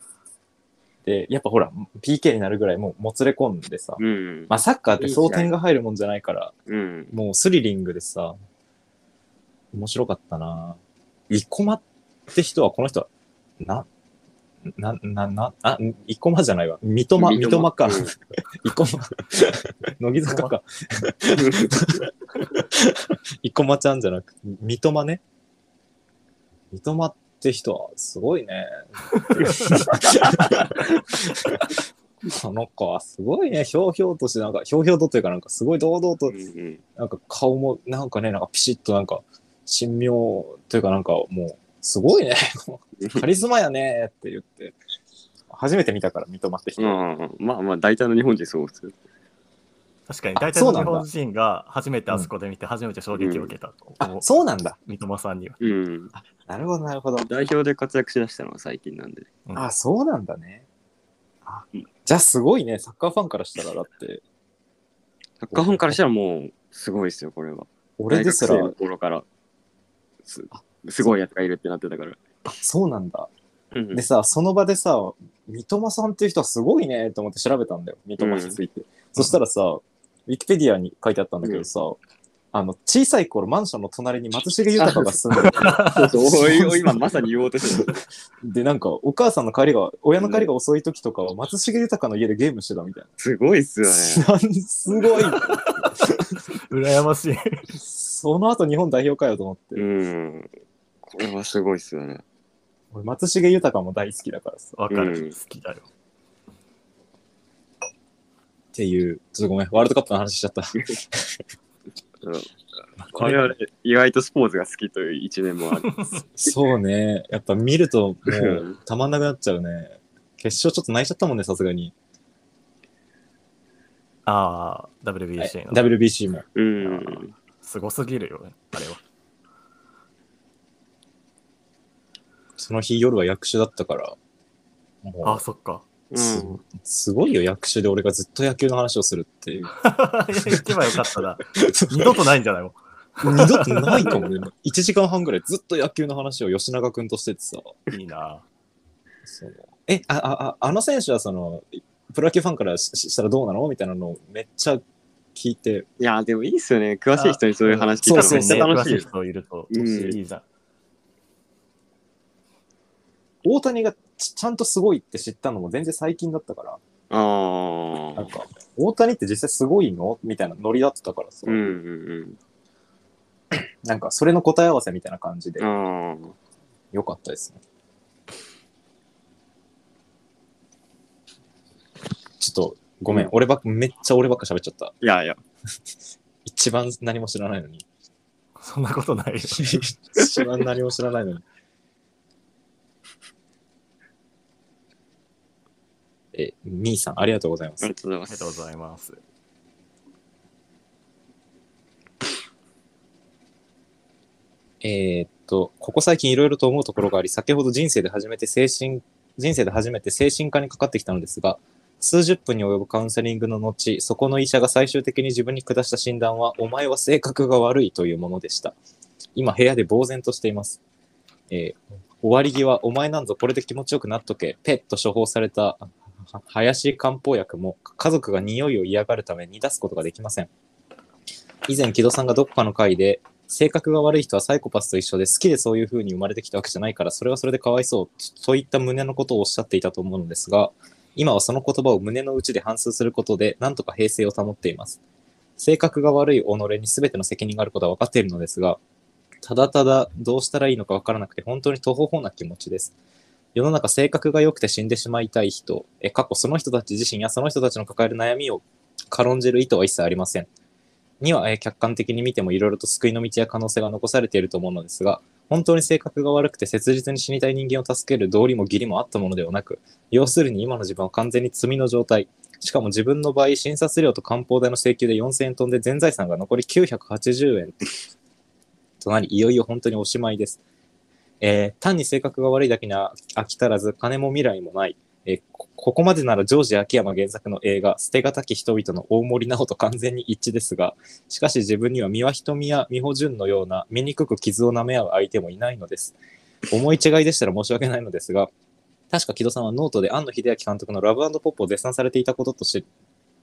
Speaker 1: で、やっぱほら、PK になるぐらいもうもつれ込んでさ。
Speaker 2: うん。
Speaker 1: まあ、サッカーって争点が入るもんじゃないから、
Speaker 2: うん。
Speaker 1: もうスリリングでさ、面白かったな生駒って人は、この人は、な、な、な、な、あ、生駒じゃないわ。三笘、
Speaker 2: 三
Speaker 1: 三
Speaker 2: 笘
Speaker 1: 笘か。
Speaker 2: うん
Speaker 1: 生 駒。乃木坂か。生駒ちゃんじゃなく、三笘ね。三笘って人は、すごい ね。あの子はすごいね、ひょうひょうとして、なんか、ひょうひょうとというか、なんかすごい堂々と
Speaker 2: うん
Speaker 1: なんか顔もなんかね、なんかピシッとなんか、神妙というかなんかもう、すごい ね、カリスマやねって言って、初めて見たから認まってきて、
Speaker 2: うん、まあまあ大体の日本人そうですよ。
Speaker 3: 確かに、
Speaker 1: あ
Speaker 3: 大体
Speaker 1: そう
Speaker 3: の
Speaker 1: な
Speaker 3: 日
Speaker 1: んだ
Speaker 3: 本人が初めてあそこで見て、初めて衝撃を受けたと
Speaker 1: あ
Speaker 3: 思う。
Speaker 1: そうなんだ。
Speaker 3: 三笘さんには。
Speaker 2: うん、
Speaker 1: なるほど、なるほど。
Speaker 2: 代表で活躍しだしたのは最近なんで。
Speaker 1: あ、そうなんだね。あじゃあすごいね、サッカーファンからしたら、だって、
Speaker 2: サッカーファンからしたらもうすごいですよ、これは。
Speaker 1: 俺ですら
Speaker 2: 大、学生の頃からすすごいやつがいるってなってたから。
Speaker 1: あそうなんだ。
Speaker 2: うん
Speaker 1: でさ、その場でさ、三笘さんっていう人はすごいねと思って調べたんだよ、三笘について。そしたらさ、ウィキペディアに書いてあったんだけどさ、あの、小さい頃マンションの隣に松重豊が住んでて
Speaker 2: そうそうおいおい今まさに言おうとしてた。
Speaker 1: で、なんか、お母さんの帰りが、親の帰りが遅い時とかは松重豊の家でゲームしてたみたい
Speaker 2: すごいっすよ
Speaker 1: な。
Speaker 2: ね。
Speaker 1: すごい。
Speaker 3: 羨ましい。
Speaker 1: その後日本代表かよと思って。
Speaker 2: うん。これはすごいっすよね。
Speaker 1: 俺松重豊も大好きだからさ。
Speaker 3: わか
Speaker 2: うん
Speaker 3: る。好きだよ。
Speaker 1: っていう、ちょっとごめん、ワールドカップの話しちゃった。
Speaker 2: 我々意外とスポーツが好きという一面もある。
Speaker 1: そうね。やっぱ見ると、も
Speaker 2: うん
Speaker 1: う、たまんなくなっちゃうね。決勝ちょっと泣いちゃったもんね、さすがに。
Speaker 3: ああ、WBC の。
Speaker 1: WBC も。
Speaker 2: うん。
Speaker 3: すごすぎるよね、あれは。
Speaker 1: その日夜は役所だったから。
Speaker 3: ああ、
Speaker 1: も
Speaker 3: そっか。
Speaker 1: う、
Speaker 2: う
Speaker 1: す
Speaker 2: ん
Speaker 1: すごいよ、役所で俺がずっと野球の話をするっていう。
Speaker 3: 行けばよかったな。二度とないんじゃないもん。
Speaker 1: 二度とないかもね。1時間半ぐらいずっと野球の話を吉永くんとしててさ、
Speaker 3: いいな。
Speaker 1: そのえああああの選手はそのプロ野球ファンからししたらどうなのみたいなのをめっちゃ聞いて
Speaker 2: いや、でもいいっすよね。詳しい人にそういう話聞いたら
Speaker 1: そ
Speaker 2: め
Speaker 1: う
Speaker 2: っ
Speaker 1: そ
Speaker 2: ち
Speaker 1: う
Speaker 2: ゃ楽しいよ
Speaker 3: 詳しい。人いると、
Speaker 2: うん
Speaker 3: いいじゃん。
Speaker 1: 大谷がちちゃんとすごいって知ったのも全然最近だったから
Speaker 2: あ
Speaker 1: な
Speaker 2: あ
Speaker 1: ん。か大谷って実際すごいのみたいなノリだったからさ、
Speaker 2: うんうん
Speaker 1: なんかそれの答え合わせみたいな感じで
Speaker 2: うん。ああ。
Speaker 1: よかったですね。ちょっとごめん、
Speaker 2: うん
Speaker 1: 俺ばっかめっちゃ俺ばっか喋っちゃった。
Speaker 2: いやいや、
Speaker 1: 一番何も知らないのに。
Speaker 3: そんなことないよ。
Speaker 1: 一番何も知らないのに。え、みーさん、ありがとうございま
Speaker 2: あ
Speaker 1: す
Speaker 2: りが。とうございま
Speaker 3: ありがとうござ
Speaker 2: す。
Speaker 3: います。
Speaker 1: えーっと、ここ最近いろいろと思うところがあり、先ほど人生で初めて精神、人生で初めて精神科にかかってきたのですが、数十分に及ぶカウンセリングの後、そこの医者が最終的に自分に下した診断は、お前は性格が悪いというものでした。今、部屋で呆然としています。えー終わり際、お前なんぞこれで気持ちよくなっとけ、ペッと処方されたあは林漢方薬も、家族が匂いを嫌がるために出すことができません。以前、木戸さんがどこかの回で、性格が悪い人はサイコパスと一緒で好きでそういう風に生まれてきたわけじゃないからそれはそれでかわいそうといった胸のことをおっしゃっていたと思うのですが今はその言葉を胸の内で反芻することでなんとか平静を保っています性格が悪い己に全ての責任があることは分かっているのですがただただどうしたらいいのか分からなくて本当に途方法な気持ちです世の中性格が良くて死んでしまいたい人え過去その人たち自身やその人たちの抱える悩みを軽んじる意図は一切ありませんには、えー客観的に見てもいろいろと救いの道や可能性が残されていると思うのですが、本当に性格が悪くて切実に死にたい人間を助ける道理も義理もあったものではなく、要するに今の自分は完全に罪の状態。しかも自分の場合、診察料と漢方代の請求で4000円飛んで全財産が残り980円となり、いよいよ本当におしまいです。えー単に性格が悪いだけに飽き足らず、金も未来もない。えーこここまでならジョージ秋山原作の映画、捨てがたき人々の大森直と完全に一致ですが、しかし自分には三輪瞳や美穂純のような醜く傷を舐め合う相手もいないのです。思い違いでしたら申し訳ないのですが、確か木戸さんはノートで庵野秀明監督のラブポップを絶賛されていたこととし、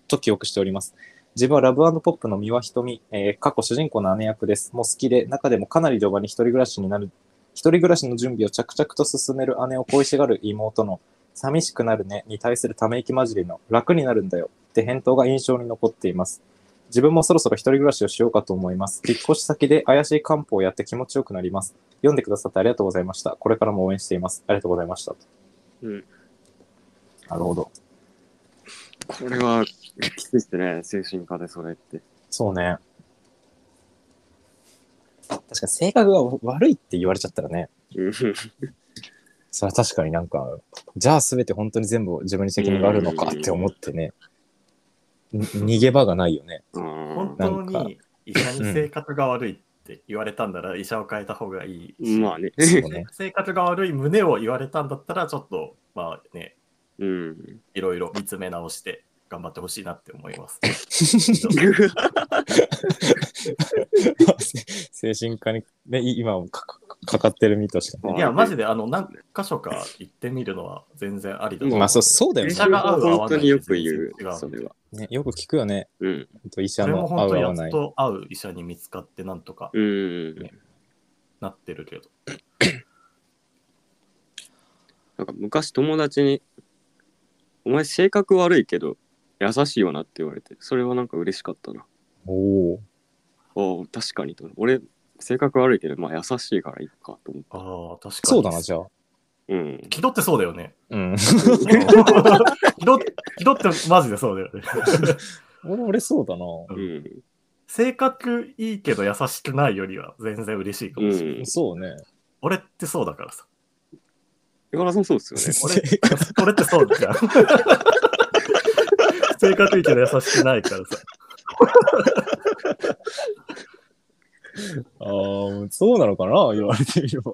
Speaker 1: と記憶しております。自分はラブポップの三輪瞳、えー過去主人公の姉役です。もう好きで、中でもかなり序盤に一人暮らしになる、一人暮らしの準備を着々と進める姉を恋しがる妹の、寂しくなるねに対するため息混じりの、楽になるんだよって返答が印象に残っています。自分もそろそろ一人暮らしをしようかと思います。引っ越し先で怪しい漢方をやって気持ちよくなります。読んでくださってありがとうございました。これからも応援しています。ありがとうございました。
Speaker 2: うん
Speaker 1: なるほど。
Speaker 2: これは、きついっすね。精神科でそれって。
Speaker 1: そうね。確かに性格が悪いって言われちゃったらね、
Speaker 2: うん
Speaker 1: それは確かになんか、じゃあ全て本当に全部自分に責任があるのかって思ってね、に逃げ場がないよね。
Speaker 2: あ
Speaker 3: 本当
Speaker 1: なん
Speaker 3: に医者に性格が悪いって言われたんだら医者を変えた方がいい
Speaker 2: ー
Speaker 3: し、
Speaker 2: まあね。
Speaker 1: そうね。
Speaker 3: 性格が悪い胸を言われたんだったらちょっとまあね
Speaker 2: うん。
Speaker 3: いろいろ見つめ直して頑張ってほしいなって思 います。
Speaker 1: 精神科に、ね、い今もかかかかってる身としてね。
Speaker 3: いやマジであの何箇所か行ってみるのは全然ありだと思う。
Speaker 1: まあそうそうだよ
Speaker 2: 医
Speaker 1: ね
Speaker 3: 医者
Speaker 2: 者
Speaker 3: が
Speaker 2: が
Speaker 3: 合う合わ
Speaker 2: 本
Speaker 3: な
Speaker 2: 当
Speaker 3: い
Speaker 2: によく言う
Speaker 3: 全然違う。
Speaker 2: それは。
Speaker 1: ね、よく聞くよね。
Speaker 2: うん。
Speaker 1: ほんと医者
Speaker 3: それも
Speaker 1: の合
Speaker 3: 本
Speaker 1: う
Speaker 3: 当
Speaker 1: 合
Speaker 3: や
Speaker 1: わな
Speaker 3: っ
Speaker 1: い。
Speaker 3: と合う医者に見つかってなんとか
Speaker 2: うん。
Speaker 3: なってるけど。
Speaker 2: なんか昔友達に、お前性格悪いけど、優しいよなって言われて、それはなんか嬉しかったな。
Speaker 1: おお。
Speaker 2: おお、確かにと。俺、性格悪いけど、まあ優しいからいいかと思った。
Speaker 3: ああ、確かに。
Speaker 1: そうだな、じゃあ。
Speaker 2: うん。
Speaker 3: 気取ってそうだ よね。
Speaker 1: うん。
Speaker 3: 気取って気取ってマジでそうだよね。
Speaker 1: 俺、俺そうだな。
Speaker 2: うん。
Speaker 3: 性格いいけど優しくないよりは全然嬉しいか
Speaker 2: う
Speaker 3: もしれない。
Speaker 2: ん。
Speaker 1: そうね。
Speaker 3: 俺ってそうだか らさ。
Speaker 2: 山田さんそうっすよね。
Speaker 3: 俺俺ってそうだから。 性格いいけど優しくないからさ。
Speaker 1: ああ、そうなのかな言われてみれば。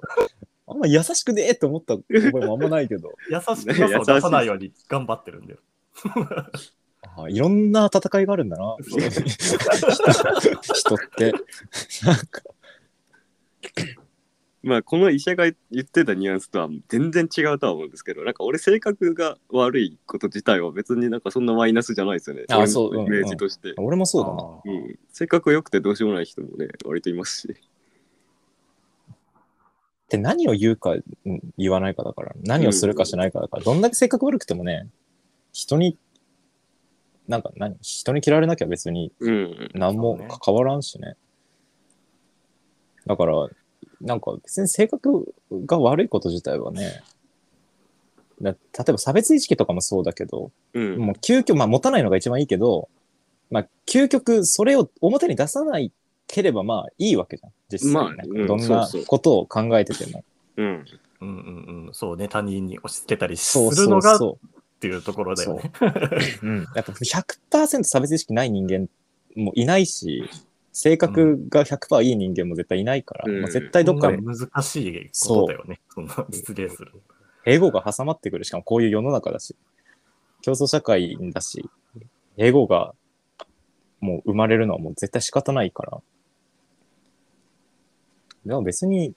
Speaker 1: あんま優しくねえって思った覚えもあんまないけど。
Speaker 3: 優しくなさを出さないように頑張ってるんだよ。
Speaker 1: あーいろんな戦いがあるんだな。
Speaker 3: そう
Speaker 1: 人人って。なんか。
Speaker 2: まあこの医者が言ってたニュアンスとは全然違うとは思うんですけどなんか俺性格が悪いこと自体は別になんかそんなマイナスじゃないですよね
Speaker 1: あ
Speaker 2: 俺の
Speaker 1: そううん
Speaker 2: イメージとして、
Speaker 1: 俺もそうだな。
Speaker 3: あ
Speaker 2: う
Speaker 3: ー
Speaker 2: ん、性格良くてどうしようもない人もね割といますし
Speaker 1: で何を言うかうん言わないかだから何をするかしないかだから、どんだけ性格悪くてもね人になんか何人に嫌われなきゃ別に
Speaker 2: うん
Speaker 1: 何も関わらんしねだからなんか別に性格が悪いこと自体はねな例えば差別意識とかもそうだけど、
Speaker 2: うん
Speaker 1: もう究極、まあ持たないのが一番いいけど、まあ究極それを表に出さないければまあいいわけじゃん。実際
Speaker 2: まあ
Speaker 1: なんか
Speaker 2: うん
Speaker 1: どんな
Speaker 2: そうそう
Speaker 1: ことを考えてても。
Speaker 2: うん
Speaker 3: うんうんうん、そうね、他人に押し付けたりす
Speaker 1: そう
Speaker 3: る
Speaker 1: そ
Speaker 3: の
Speaker 1: う
Speaker 3: がっ
Speaker 1: そ
Speaker 3: ていうところだよね。
Speaker 1: う。うん。やっぱ100%差別意識ない人間もいないし、性格が100%いい人間も絶対いないから、
Speaker 2: うん
Speaker 1: まあ絶対どっか
Speaker 3: こ
Speaker 1: で
Speaker 3: んな難しいことだよね。そんな実現する。
Speaker 1: 英語が挟まってくる。しかもこういう世の中だし、競争社会だし、英語がもう生まれるのはもう絶対仕方ないから。でも別に、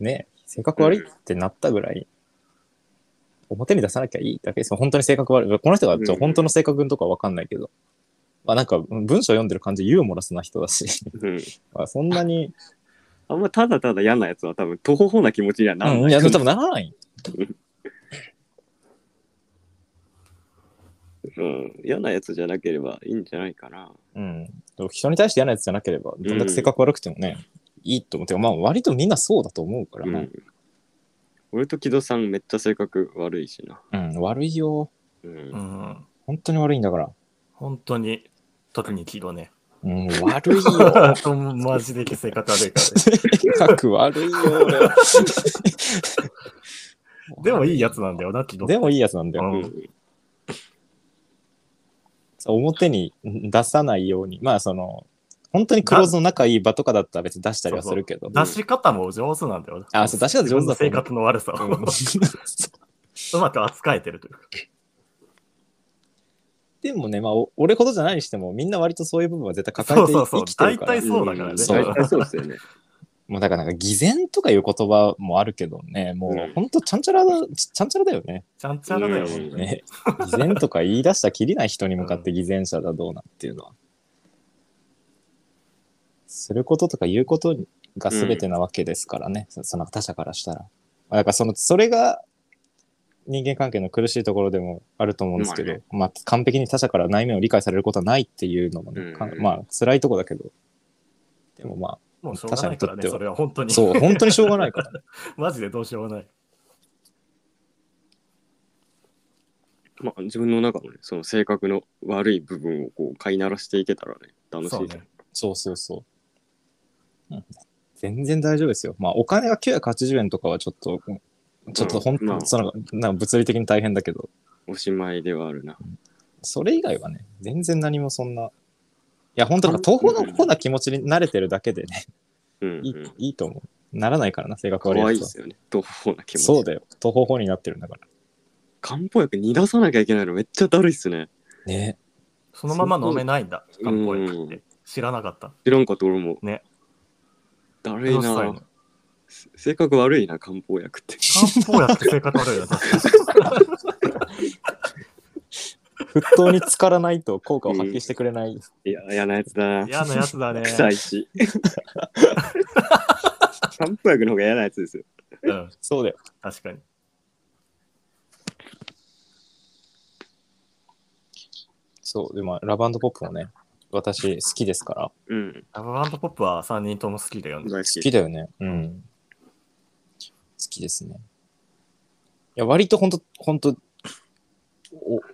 Speaker 1: ね、性格悪いってなったぐらい、表に出さなきゃいいだけですよ。本当に性格悪い。この人がちょ
Speaker 2: うん
Speaker 1: 本当の性格とかわかんないけど。まあなんかうん文章読んでる感じユーモラスな人だし、
Speaker 2: うん
Speaker 1: まあそんなに、
Speaker 2: あんまただただ嫌なやつは多分途方法な気持ちにはなら
Speaker 1: うん、い
Speaker 2: ない
Speaker 1: や、
Speaker 2: と
Speaker 1: 多分
Speaker 2: 思
Speaker 1: ならない。
Speaker 2: う、うん、嫌なやつじゃなければいいんじゃないかな
Speaker 1: うん、人に対して嫌なやつじゃなければ、どんだけ性格悪くてもね、いいと思って、まあ、割とみんなそうだと思うから、
Speaker 2: う
Speaker 1: ね
Speaker 2: ん、俺と木戸さんめっちゃ性格悪いしな、
Speaker 1: うん悪いよ。
Speaker 2: う、
Speaker 3: うんん。
Speaker 1: 本当に悪いんだから。
Speaker 3: 本当に、特に気度ね。
Speaker 1: うん、悪いよ。
Speaker 3: とマジで性格悪いからね。
Speaker 1: 性格悪いよ、俺は
Speaker 3: でもいいやつなんだよな、気度。
Speaker 1: でもいいやつなんだ
Speaker 3: う。
Speaker 1: よ。
Speaker 2: うんん
Speaker 1: 表に出さないように。まあ、その、本当にクローズの仲いい場とかだったら別に出したりはするけど。
Speaker 3: 出し方も上手なんだよな。
Speaker 1: あそう出し方上手だと思う
Speaker 3: 性格の悪さを
Speaker 1: うん
Speaker 3: うまく扱えてるというか。
Speaker 1: でもね、まあ、お 俺ほどじゃないにしても、みんな割とそういう部分は絶対抱えて
Speaker 3: そうそうそう
Speaker 1: 生きてるから。
Speaker 3: 大体そうだからね
Speaker 2: 大体そうですよね
Speaker 1: もうだからなんか偽善とかいう言葉もあるけどね、も
Speaker 2: うん
Speaker 1: うほんとちゃんちゃらだ、ちちゃんちゃらだよね。
Speaker 3: ちゃんちゃらだ
Speaker 2: う
Speaker 3: よ、
Speaker 2: ん
Speaker 3: 本
Speaker 1: ね偽善とか言い出したきりない人に向かって偽善者だどうなんていうのは。することとか言うことが全てなわけですからね、そその他者からしたら。まあだからその、それが人間関係の苦しいところでもあると思うんですけど、
Speaker 2: ま
Speaker 1: まあ完璧に他者から内面を理解されることはないっていうのもね、か
Speaker 2: うん
Speaker 1: まあ辛いとこだけ ど、でもま
Speaker 3: もうしょうがないか
Speaker 1: 他者にとっ
Speaker 3: らね、
Speaker 1: ては
Speaker 3: それは本当
Speaker 1: あ、
Speaker 3: に。
Speaker 1: そう、本当にしょうがないから。
Speaker 3: マジでどうしようもない。
Speaker 2: まあ自分の中のねその性格の悪い部分をこう飼いならしていけたらね楽し
Speaker 3: そう
Speaker 2: い
Speaker 3: ね。
Speaker 1: そうそうそう。うん全然大丈夫ですよ。まあ、お金が980円とかはちょっと、ちょっと本
Speaker 2: うんまあ
Speaker 1: 当、その、なんか物理的に大変だけど、
Speaker 2: おしまいではあるな
Speaker 1: それ以外はね、全然何もそんな、いや、本当なんか、東方の方な気持ちに慣れてるだけでね、
Speaker 2: うん、う
Speaker 1: いい
Speaker 2: ん、
Speaker 1: いいと思う。ならないからな、性格
Speaker 2: 可
Speaker 1: 悪
Speaker 2: 愛
Speaker 1: いや
Speaker 2: いで
Speaker 1: つ
Speaker 2: すよね途方法な気
Speaker 1: は。
Speaker 2: 持ち
Speaker 1: そうだよ。東方法になってるんだから。
Speaker 2: 漢方薬煮出さなきゃいけないのめっちゃだるいっすね
Speaker 1: ね。
Speaker 3: そのまま飲めないんだ、
Speaker 2: そう
Speaker 3: 漢方薬っ
Speaker 2: う
Speaker 3: て。知らなかった。
Speaker 2: 知らんかった俺も
Speaker 3: ね
Speaker 2: だるい
Speaker 3: どうしたらいいの
Speaker 2: な性格悪いな漢方薬って
Speaker 3: 漢方薬って性格悪 いよな。
Speaker 1: 沸騰に浸からないと効果を発揮してくれない。
Speaker 2: いや嫌なやつだな
Speaker 3: 嫌なやつだね。
Speaker 2: 臭いし漢方薬の方が嫌なやつですよ
Speaker 3: うん、
Speaker 1: そうだよ。
Speaker 3: 確かに。
Speaker 1: そう。でも、ラブポップもね、私好きですから。
Speaker 2: うん
Speaker 3: ラブバンドポップは3人とも好きだよね。
Speaker 2: 大好
Speaker 1: 好
Speaker 2: き
Speaker 1: きだよね。うん。好きですね。いや、割とほんと、ほんと、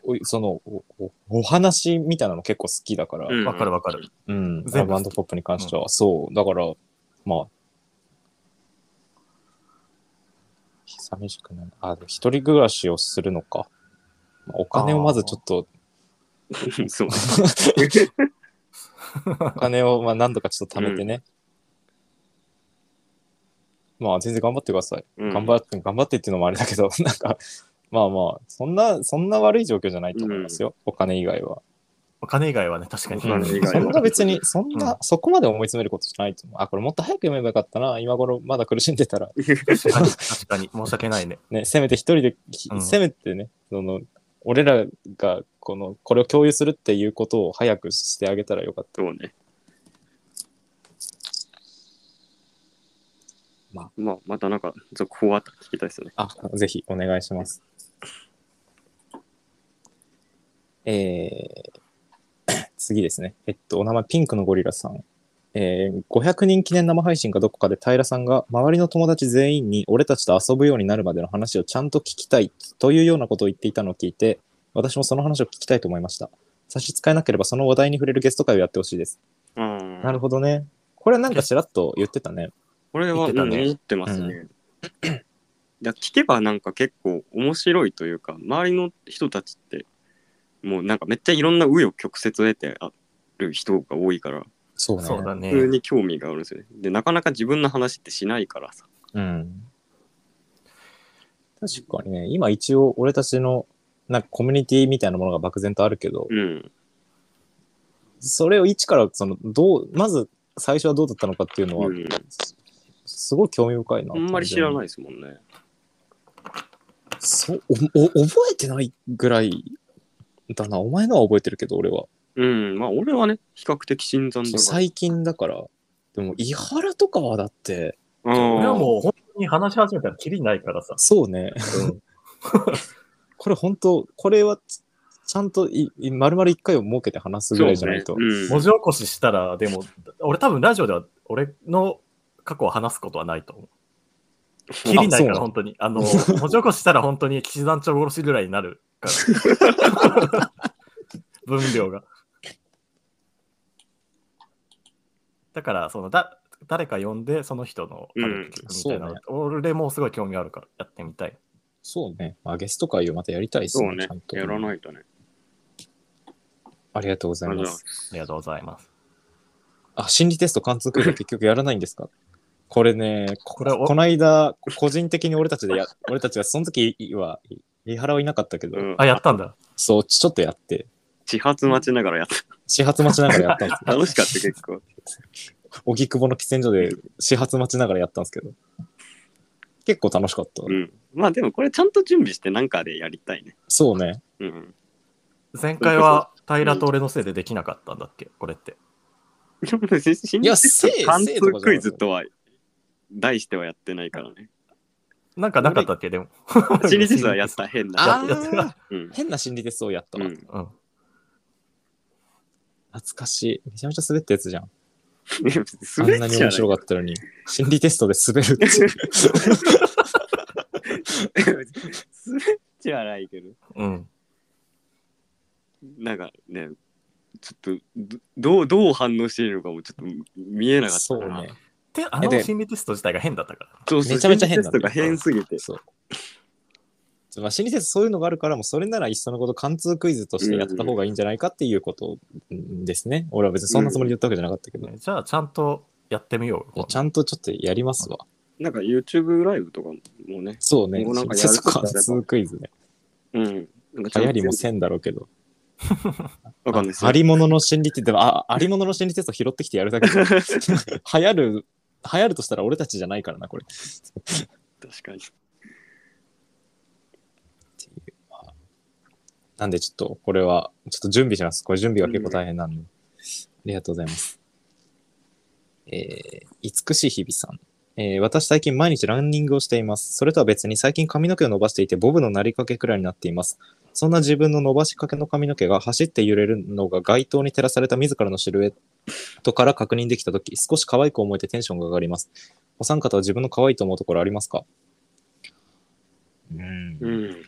Speaker 1: お、おそのお、お、お話みたいなの結構好きだから、
Speaker 2: うん
Speaker 3: わかるわかる。
Speaker 1: うん。
Speaker 3: 全
Speaker 1: ラ
Speaker 3: 部
Speaker 1: ブポップに関しては、そう。だから、まあ、寂しくない。あ、でも一人暮らしをするのか。まあお金をまずちょっと、
Speaker 2: そう
Speaker 1: お金をまあ何度かちょっと貯めてね。まあ、全然頑張ってください。頑張
Speaker 2: っ
Speaker 1: って、頑張ってっていうのもあれだけど、 なんか、まあまあ、そんな、そんな悪い状況じゃないと思いますよ、お金以外は。
Speaker 3: お金以外はね、確かに。
Speaker 2: お金以外
Speaker 1: そ
Speaker 2: は
Speaker 1: んな別に、そん
Speaker 3: う
Speaker 1: な、そこまで思い詰めることじゃないと思う。あ、これもっと早く読めばよかったな。今頃まだ苦しんでたら。
Speaker 3: 確かに 確かに、申し訳ないね。
Speaker 1: ね、せめて一人で、ひ
Speaker 3: うん
Speaker 1: せめてね、その、俺らが、この、これを共有するっていうことを早くしてあげたらよかった。
Speaker 2: そうね。
Speaker 1: まあ、
Speaker 2: まあ、またなんか、続報あったら聞きたいですね。
Speaker 1: あ、ぜひお願いします。えー 次ですね。えっと、お名前、ピンクのゴリラさん。えー500人記念生配信かどこかで平さんが周りの友達全員に俺たちと遊ぶようになるまでの話をちゃんと聞きたいというようなことを言っていたのを聞いて私もその話を聞きたいと思いました差し支えなければその話題に触れるゲスト会をやってほしいです、
Speaker 2: うん
Speaker 1: なるほどねこれなんかちらっと言ってたね
Speaker 2: これ
Speaker 1: 言
Speaker 2: は、
Speaker 1: ってた
Speaker 2: うん
Speaker 1: ね
Speaker 2: 言ってますね。
Speaker 1: う
Speaker 2: いや聞けばなんか結構面白いというか周りの人たちってもうなんかめっちゃいろんな紆余曲折得てある人が多いから
Speaker 1: そう
Speaker 3: そうだね。
Speaker 2: 普通に興味があるんですよね。でなかなか自分の話ってしないからさ。
Speaker 1: うん。確かにね、今一応俺たちのなんかコミュニティみたいなものが漠然とあるけど、
Speaker 2: うん。
Speaker 1: それを一からそのどう、まず最初はどうだったのかっていうのは、
Speaker 2: うん
Speaker 1: すすごい興味深いな。
Speaker 2: あんまり知らない
Speaker 1: い。
Speaker 2: ですもんね。
Speaker 1: そうおお覚えてないぐらいだな。お前のは覚えてるけど、俺は。
Speaker 2: うん。まあ俺はね、比較的新参だから。
Speaker 1: 最近だから。でも、伊原とかはだって、
Speaker 2: あー
Speaker 3: 俺はもう本当に話し始めたらきりない からさ。
Speaker 1: そうね。
Speaker 3: うん
Speaker 1: これ本当、これはちちゃんといい丸々一回を設けて話すぐらいじゃないと。
Speaker 2: そうねうん
Speaker 3: 文字起こししたら、でも、俺多分ラジオでは俺の過去を話すことはないと 思う。きりないから、
Speaker 1: あそうなの
Speaker 3: 本当に。あの、文字起こししたら本当に騎士団長殺しぐらいになるから。 分量が。だから、そのだ、誰か呼んで、その人の
Speaker 2: うん
Speaker 3: 軽く聞くみたいなの、
Speaker 1: そうね
Speaker 3: 俺もすごい興味あるからやってみたい。
Speaker 1: そうね。まあ、ゲスト会をまたやりたいです
Speaker 2: そ
Speaker 1: ね。
Speaker 2: うね
Speaker 1: ちゃん。と
Speaker 2: やらないとね。
Speaker 1: ありがとうござい
Speaker 2: あじ
Speaker 1: ま
Speaker 2: ゃあ
Speaker 1: す。
Speaker 3: ありがとうござ います。
Speaker 1: あ、心理テスト貫通クイ ズ結局やらないんですかこれね、こ
Speaker 3: これは
Speaker 1: この間、個人的に俺たちでや、 俺たちがその時は、リハラはいなかったけど、
Speaker 2: うん
Speaker 3: あ、やったんだ。
Speaker 1: そう、ちちょっとやって、
Speaker 2: 始発待ちながらやった。
Speaker 1: 始発待ちながらやったんです よ。
Speaker 2: 楽しかった結構。
Speaker 1: 荻窪の喫煙所で始発待ちながらやったんですけど、結構楽しかった。
Speaker 2: うん。まあでもこれちゃんと準備してなんかでやりたいね。
Speaker 1: そうね。
Speaker 2: うん。
Speaker 3: 前回は平と俺のせいでできなかったんだっけ、これって。
Speaker 2: でも別に心
Speaker 1: いや
Speaker 2: 理テス
Speaker 1: せい
Speaker 2: ト関
Speaker 1: せいとかじゃない
Speaker 2: 数クイズとは題してはやってないからね。
Speaker 3: なんかなかったっけ、でも。
Speaker 2: 心理テストはやった変
Speaker 3: や
Speaker 2: な。
Speaker 1: あ
Speaker 3: やってな
Speaker 1: ー
Speaker 2: うん。
Speaker 1: 変な心理テストをやった
Speaker 2: う
Speaker 1: わ。
Speaker 2: ん、
Speaker 3: うん。
Speaker 1: 懐かしい。めちゃめちゃ滑ったやつじゃん。あ
Speaker 2: 滑
Speaker 1: ん
Speaker 2: っ
Speaker 1: なに
Speaker 2: ちゃ
Speaker 1: 面
Speaker 2: う
Speaker 1: 白かったのに、心理テストで滑るって。
Speaker 2: 滑っちゃないけど。
Speaker 3: うん。
Speaker 2: なんかね、ちょっとどどうどう反応しているのかもちょっと見えなかった
Speaker 1: そ
Speaker 2: か
Speaker 1: う
Speaker 2: ら。
Speaker 1: ね。
Speaker 3: て、あ
Speaker 1: え
Speaker 3: の
Speaker 1: で
Speaker 3: 心理テスト自体が変だったから。
Speaker 2: そうそう
Speaker 1: めちゃめちゃ変
Speaker 2: 心
Speaker 1: なん
Speaker 2: 理テ
Speaker 1: だ
Speaker 2: ストが変すぎて。
Speaker 1: そう。まあ、心理テストそういうのがあるから、もうそれならいっそのこと貫通クイズとしてやった方がいいんじゃないかっていうことうんですね。俺は別にそんなつもりで言ったわけじゃなかったけど。
Speaker 3: ねじゃあ、ちゃんとやってみよう
Speaker 1: いや
Speaker 3: よ。
Speaker 1: ちゃんとちょっとやりますわ。
Speaker 2: なんか YouTube ライブとかもね。
Speaker 1: そうね。
Speaker 2: もうなんかや
Speaker 1: テ
Speaker 2: る
Speaker 1: スト
Speaker 2: こと
Speaker 1: 貫通クイズね。
Speaker 2: うん。なんかちゃ
Speaker 1: 流行
Speaker 2: んと
Speaker 1: りもせんだろうけど。
Speaker 2: わかんないです
Speaker 1: ありものの心理テスト、でもあありものの心理テスト拾ってきてやるだけ で。流行る、流行るとしたら俺たちじゃないからな、これ。
Speaker 2: 確かに。
Speaker 1: なんでちょっと、これは、ちょっと準備します。これ準備が結構大変なんで。ありがとうございます。えー、美しい日々さん。えー私最近毎日ランニングをしています。それとは別に最近髪の毛を伸ばしていて、ボブのなりかけくらいになっています。そんな自分の伸ばしかけの髪の毛が走って揺れるのが街灯に照らされた自らのシルエットから確認できたとき、少し可愛く思えてテンションが上がります。お三方は自分の可愛いと思うところありますかうん
Speaker 2: うん。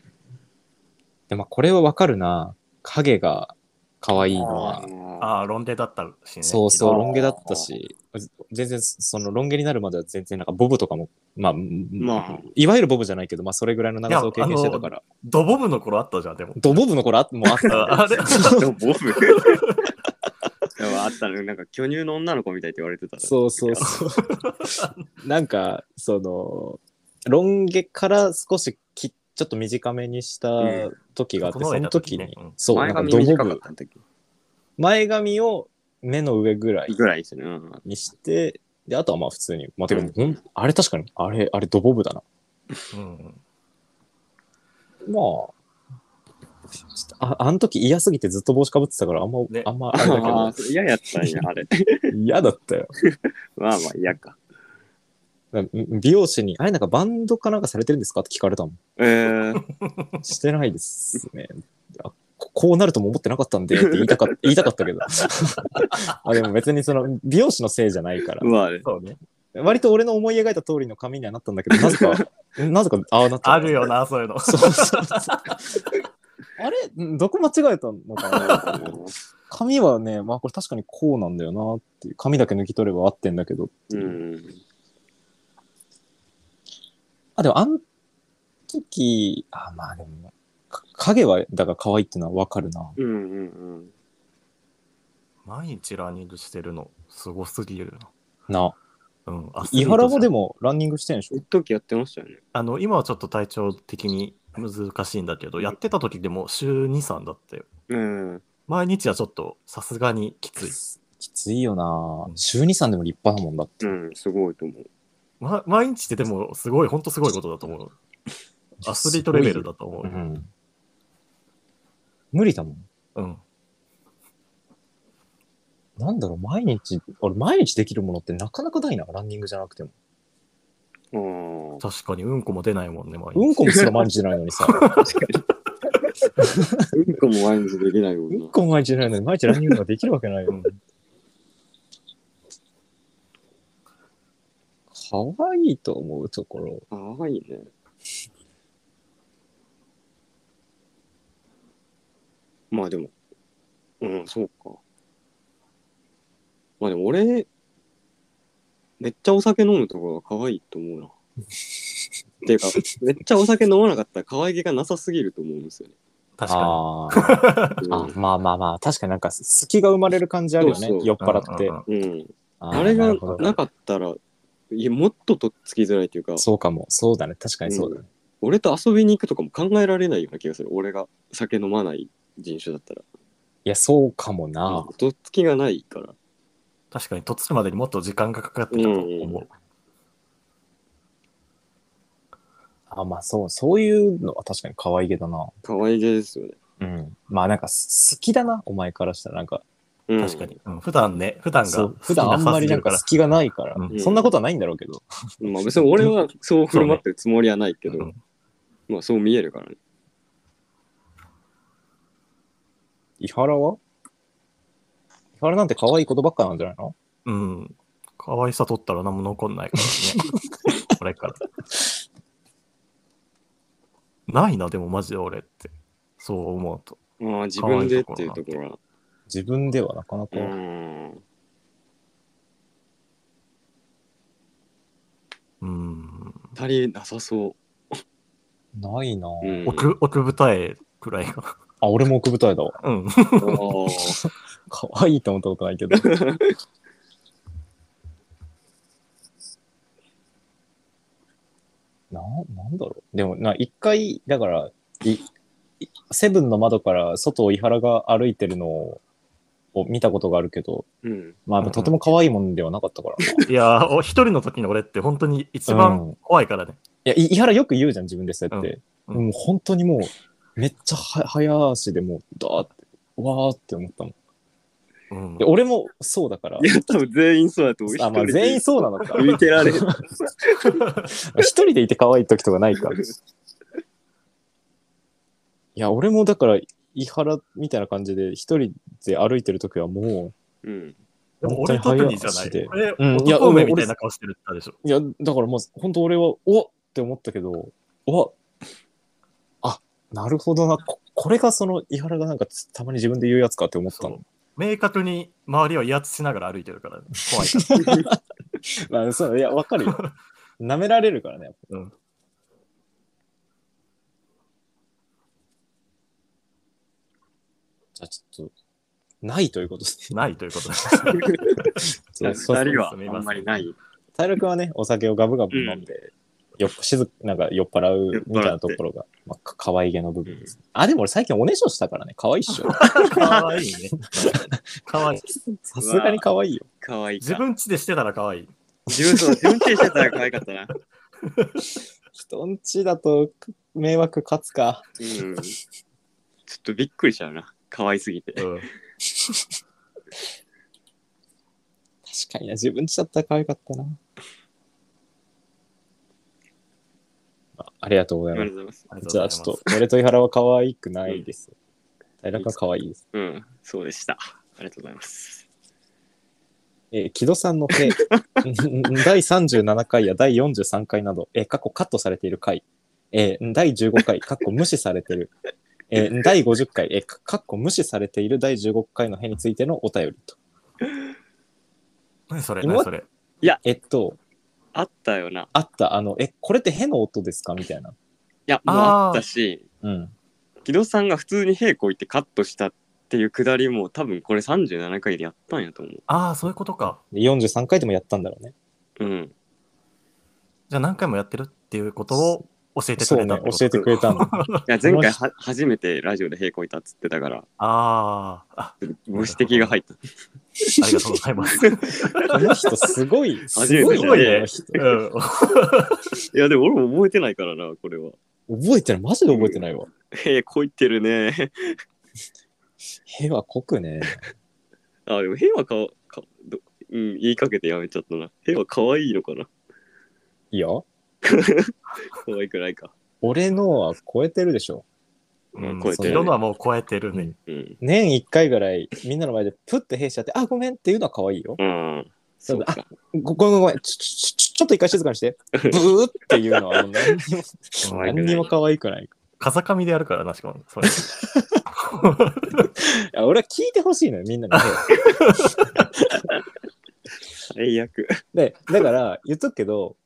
Speaker 1: でまあ、これはわかるな。影が可愛いのは。
Speaker 2: あ
Speaker 3: ああ、ロンデだったしね。
Speaker 1: そうそう、
Speaker 2: あー
Speaker 1: ロン毛だったし、全然、そのロン毛になるまでは全然、なんかボブとかも、まあ、
Speaker 2: まあ
Speaker 1: いわゆるボブじゃないけど、まあ、それぐらいの長さ
Speaker 3: いや
Speaker 1: を経験してたから。
Speaker 3: ドボブの頃あったじゃん、でも。
Speaker 1: ドボブの頃あもうあったよ
Speaker 3: ああれ
Speaker 2: ー。でもボ ブ。でもあったのなんか巨乳の女の子みたいって言われてた。
Speaker 1: そうそうそう。 なんか、その、ロン毛から少しきちょっと短めにした時があって、
Speaker 3: うん
Speaker 1: その時に、
Speaker 3: 整えた時ねうん
Speaker 1: そう、な
Speaker 2: 前
Speaker 1: んか
Speaker 2: 髪
Speaker 1: ドボ
Speaker 2: 短かっ
Speaker 1: ブ、
Speaker 2: た時。
Speaker 1: 前髪を目の上ぐらい
Speaker 2: ぐらいですね。うん
Speaker 1: にして、で、あとはまあ普通に。まあ、で
Speaker 2: う
Speaker 1: も
Speaker 2: ん、
Speaker 1: ほんあれ確かに、あれ、あれ、ドボブだな。
Speaker 3: うん。
Speaker 1: まあ、ちょっとああの時嫌すぎてずっと帽子かぶってたから、あんま、
Speaker 3: ね
Speaker 1: あんまあれだけ
Speaker 2: ああ
Speaker 1: ど、
Speaker 2: ー、嫌やったんや、あれ。
Speaker 1: 嫌だったよ。
Speaker 2: まあまあ嫌か。
Speaker 1: なんかん美容師に、あれなんかバンドかなんかされてるんですかって聞かれたもん。
Speaker 2: えー、
Speaker 1: してないですね。あここうなるとも思ってなかったんでって言いたか言いたかったけど。 あでも別にその美容師のせいじゃないから。
Speaker 2: まあね。
Speaker 3: そうね。
Speaker 1: 割と俺の思い描いた通りの髪にはなったんだけど、なぜか、なぜか、ああなった。
Speaker 3: あるよな、そういうの。
Speaker 1: そうそうそう。あれどこ間違えたのかな髪はね、まあこれ確かにこうなんだよなっていう。髪だけ抜き取れば合ってんだけど。
Speaker 2: うん。
Speaker 1: あ、でもあの時、あ、まあでも、か影は、だから可愛いっていうのはわかるな。
Speaker 2: うんうん
Speaker 3: 毎日ランニングしてるの、すごすぎる
Speaker 1: な。
Speaker 3: な。うん。アスリ
Speaker 1: 伊
Speaker 3: ートじゃ
Speaker 1: 原
Speaker 3: ん
Speaker 1: もでもランニングしてんでしょ
Speaker 2: うん。一時やってましたよね。
Speaker 3: あの、今はちょっと体調的に難しいんだけど、やってた時でも週2、3だったよ。
Speaker 2: うん。
Speaker 3: 毎日はちょっとさすがにきつい。
Speaker 1: きついよな
Speaker 3: う。ん
Speaker 1: 週2、3でも立派なもんだって。
Speaker 2: うん、すごいと思う。
Speaker 3: ま、毎日ってでもすごい、ほんとすごいことだと思う。アスリートレベルだと
Speaker 1: う
Speaker 3: 思う。
Speaker 1: ん。無理だもん。
Speaker 3: うん。
Speaker 1: なんだろう、毎日、俺毎日できるものってなかなかないな、ランニングじゃなくても。
Speaker 2: ああ。
Speaker 3: 確かにうんこも出ないもんね、毎
Speaker 1: うん
Speaker 3: 日。
Speaker 1: こもすら毎日じゃないのに さ。
Speaker 2: うんこも毎日できないもん
Speaker 1: う
Speaker 2: な。
Speaker 1: んこも毎日じゃないのに、毎日ランニングができるわけないよ。
Speaker 3: うん
Speaker 1: 可愛いと思うところ。
Speaker 2: ああ、いいね。まあでも、うん、そうか。まあでも俺、めっちゃお酒飲むとこが可愛い と思うな。っていうか、めっちゃお酒飲まなかったら可愛げがなさすぎると思うんですよね。
Speaker 3: 確か
Speaker 1: あー
Speaker 2: うん
Speaker 1: あ、まあまあまあ、確かになんか隙が生まれる感じあるよね
Speaker 2: そう、そう
Speaker 1: 酔っ
Speaker 3: に。
Speaker 1: 払って
Speaker 3: うんうん。うん
Speaker 2: うん。
Speaker 1: あー
Speaker 2: あれ
Speaker 1: な
Speaker 2: が
Speaker 1: るほど
Speaker 2: なかったら、いやもっととっつきづらいというか、
Speaker 1: そうかも、そうだね、確かにそうだね。
Speaker 2: 俺と遊びに行くとかも考えられないような気がする。俺が酒飲まない人種だったら。
Speaker 1: いや、そうかもな。
Speaker 2: とっつきがないから。
Speaker 3: 確かに、とつくまでにもっと時間がかかってたと思う。
Speaker 1: あまあそう、そういうのは確かに可愛げだな。
Speaker 2: 可愛げですよね。
Speaker 1: うん。まあなんかす好きだな、お前からしたら。なんか、
Speaker 2: うん
Speaker 3: 確か。に。うん普段ね、普段が
Speaker 1: そう、普段あんまりなんか
Speaker 3: 好
Speaker 1: 隙がないから、
Speaker 3: うん
Speaker 1: そんなことはないんだろうけど。
Speaker 2: まあ別に俺はそう振る舞ってるつもりはないけ
Speaker 3: き
Speaker 2: ど、
Speaker 3: だから
Speaker 2: まあそう見えるからね。
Speaker 1: 伊原は伊原なんて可愛いことばっかなんじゃないの
Speaker 3: うん。うん可愛さ取ったら何も残んないからね。 これから。ないな、でもマジで俺って。そう思うと。
Speaker 2: まあ自分でっていうところは。
Speaker 1: 自分ではなかなか。
Speaker 2: うん。
Speaker 3: うん。
Speaker 2: 足りなさそ
Speaker 1: ないな、
Speaker 2: う。うん。
Speaker 3: 奥、奥舞台くらいが。
Speaker 1: あ、俺も奥舞台だわ。
Speaker 3: うん。
Speaker 2: あー
Speaker 1: 可愛いと思ったことない けど。な、なんだろう。でも、な、一回、だから、い、いセブンの窓から外を伊原が歩いてるのをを見たことがあるけど、
Speaker 2: うん。
Speaker 1: まあ、
Speaker 3: うんうん
Speaker 1: とても可愛いもんではなかったからな。
Speaker 3: いやー、お一人の時の俺って本当に一
Speaker 1: うん
Speaker 3: 番怖いからね。
Speaker 1: いや、い伊原よく言うじゃん、自分でそうやって。
Speaker 3: うんうん
Speaker 1: もう本当にもう、めっちゃは早足でもう、だーって、わーって思ったもん。
Speaker 3: うん
Speaker 1: で、俺もそうだから
Speaker 2: い。や、多分全員そうだと思う。
Speaker 1: あ、まあ、
Speaker 2: 一人で
Speaker 1: 全員そうなのか。
Speaker 2: 見て られる。
Speaker 1: 一人でいて可愛い時とかない か。いや、俺もだから、伊原みたいな感じで、一人で歩いてる時はも
Speaker 2: うん。
Speaker 3: でも俺特にじ
Speaker 1: 本当に早
Speaker 3: ゃな
Speaker 1: 足
Speaker 3: い
Speaker 1: で。
Speaker 3: 俺、
Speaker 1: うんいや
Speaker 3: 男梅みたいな顔してるって言ったでしょ。
Speaker 1: う、いや、だからもう、本当俺は、おっって思ったけど、おっあ、なるほどな。ここれがその、伊原がなんかつたまに自分で言うやつかって思った
Speaker 3: そう
Speaker 1: の。。
Speaker 3: 明確に周りを威圧しながら歩いてる から、怖いか
Speaker 1: まあ、そう、いや、わかるよ。 舐められるからね。
Speaker 3: ら。うん。
Speaker 1: じゃあちょっと、ないという ことですね。
Speaker 3: ないということで。
Speaker 1: そう
Speaker 2: 二
Speaker 1: そう
Speaker 2: 人はあんまりない。
Speaker 1: 体力はね、お酒をガブガブ飲んで、よっ静かなんか酔っ払うみたいなところが、まあ、か可愛げの部分です、ねあ、でも俺最近おねしょしたからね、可愛いっし ょ。
Speaker 3: かわいいね。かわいい。
Speaker 1: さすがに可愛いよ。
Speaker 2: かわいいか。
Speaker 3: 自分ちでしてたらかわいい。
Speaker 2: 自分、そう自分手してたら可愛かったな。
Speaker 1: 人んちだと迷惑かつか。
Speaker 2: うん。ちょっとびっくりしたな。可愛すぎて。
Speaker 3: うん
Speaker 1: 確かにな、自分ちだったら可愛かったな。あありがとうご
Speaker 2: あ
Speaker 1: ざい
Speaker 2: り
Speaker 1: ま
Speaker 2: が
Speaker 1: す
Speaker 2: とう。ございます。
Speaker 3: ありが
Speaker 1: じ
Speaker 3: と
Speaker 1: ゃ
Speaker 3: うご
Speaker 1: あちょっ
Speaker 3: ざいます
Speaker 1: と、俺と伊原は可愛くないです。平君は可愛いです。
Speaker 2: うん、そうでした。ありがとうございます。
Speaker 1: えー木戸さんの手 第37回や第43回など、えー過去カットされている回、えー第15回、過去無視されている、えー第50回、えーか過去無視されている第15回の編についてのお便りと。
Speaker 3: 何それ
Speaker 1: 今
Speaker 3: 何それ
Speaker 1: えっと、
Speaker 2: あったよな。い
Speaker 1: あった、あの、え、これってへの音ですかみたいな。
Speaker 2: や、もう
Speaker 3: あー
Speaker 2: あったし、
Speaker 1: うん。
Speaker 2: 木戸さんが普通に平行行ってカットしたっていうくだりも多分これ37回でやったんやと思う。
Speaker 3: ああ、そういうことか。
Speaker 1: で43回でもやったんだろうね。
Speaker 2: うん。
Speaker 3: じゃあ何回もやってるっていうことを教えてく
Speaker 1: そう
Speaker 3: れた
Speaker 1: ね
Speaker 3: ってこ、と
Speaker 1: 教えてくれたの。
Speaker 2: いや、前回は初めてラジオで平行行ったっつってたから、
Speaker 3: あーあ、
Speaker 2: ご指摘が入った。
Speaker 3: ありがとうございます。
Speaker 1: この人すごい、す
Speaker 2: 初めて
Speaker 1: ごい
Speaker 2: す
Speaker 1: よ
Speaker 2: ごい
Speaker 1: ね
Speaker 2: ね
Speaker 1: この人
Speaker 3: うん
Speaker 2: いや、でも俺も覚えてないからな、これは。
Speaker 1: 覚えてない、マジで覚えてないわ。
Speaker 2: 平行行ってるね。
Speaker 1: へは濃くね。
Speaker 2: あ、でも平はかわ、かどうん、言いかけてやめちゃったな。平は可愛いのかな。
Speaker 1: いいや、
Speaker 2: 可愛くないか。
Speaker 1: 俺のは超えてるでしょ。
Speaker 3: う ん、
Speaker 2: 超えてるね
Speaker 3: 色のはもう超えてるね。
Speaker 2: うん。
Speaker 1: 年1回ぐらいみんなの前でプッて弊社って「あごめん」っていうのは可愛いよ。
Speaker 2: うん。そうか。
Speaker 1: ごごめんごめんちょちょちょちょっと一回静かにしてブーっていうのはもう何にも
Speaker 2: 可愛くない
Speaker 1: 何にも可愛くない。
Speaker 3: 風上でやるからな、しかも。 それ
Speaker 1: いや俺は聞いてほしいのよみんなに。
Speaker 2: 最悪。
Speaker 1: でだから言っとくけど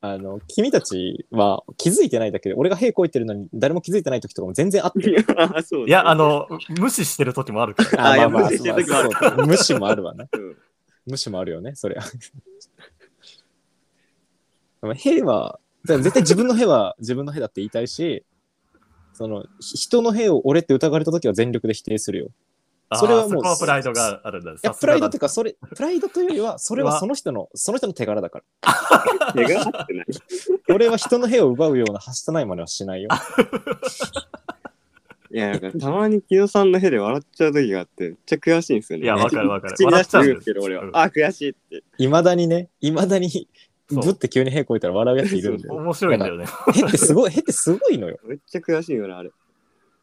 Speaker 1: あの君たちは気づいてないだけで俺が屁こいてるのに誰も気づいてない時とかも全然あって
Speaker 2: いや、そうだね
Speaker 3: いや、あ、の、無視してる時もあるから。
Speaker 2: あいや
Speaker 1: まあまあ
Speaker 2: 無視してる時もある
Speaker 1: まあそう無視もあるわね。
Speaker 2: うん
Speaker 1: 無視もあるよね、そりゃ。 でも兵は、だから絶対自分の兵は自分の兵だって言いたいし、その、ひ人の兵を俺って疑われた時は全力で否定するよ。
Speaker 3: あー
Speaker 1: それはもう
Speaker 3: こはプライドがあるんだ。
Speaker 1: いや、
Speaker 3: さす
Speaker 1: プ
Speaker 3: が
Speaker 1: ラ
Speaker 3: だ
Speaker 1: イドっていうか、それ、プライドというよりは、それ
Speaker 3: う
Speaker 1: は
Speaker 3: わ
Speaker 1: その人の、その人の手柄だか
Speaker 2: 手が合ってない。
Speaker 1: ら。俺は人の兵を奪うようなはしたない真似はし ないよ。
Speaker 2: いや、なんかたまに木戸さんのヘで笑っちゃう時があって、めっちゃ悔しいんですよね。
Speaker 3: いや、わかるわかる。
Speaker 2: 口に出して言う
Speaker 3: 笑
Speaker 2: けど、俺は。
Speaker 3: うん
Speaker 2: あ、悔しいって。
Speaker 1: いまだにね、いまだに、
Speaker 3: そう
Speaker 1: ぶって急に兵こいたら笑うやついるんだよ。
Speaker 3: 面白いんだよね。
Speaker 1: 兵ってすごい、兵ってすごいのよ。
Speaker 2: めっちゃ悔しいよな、あれ。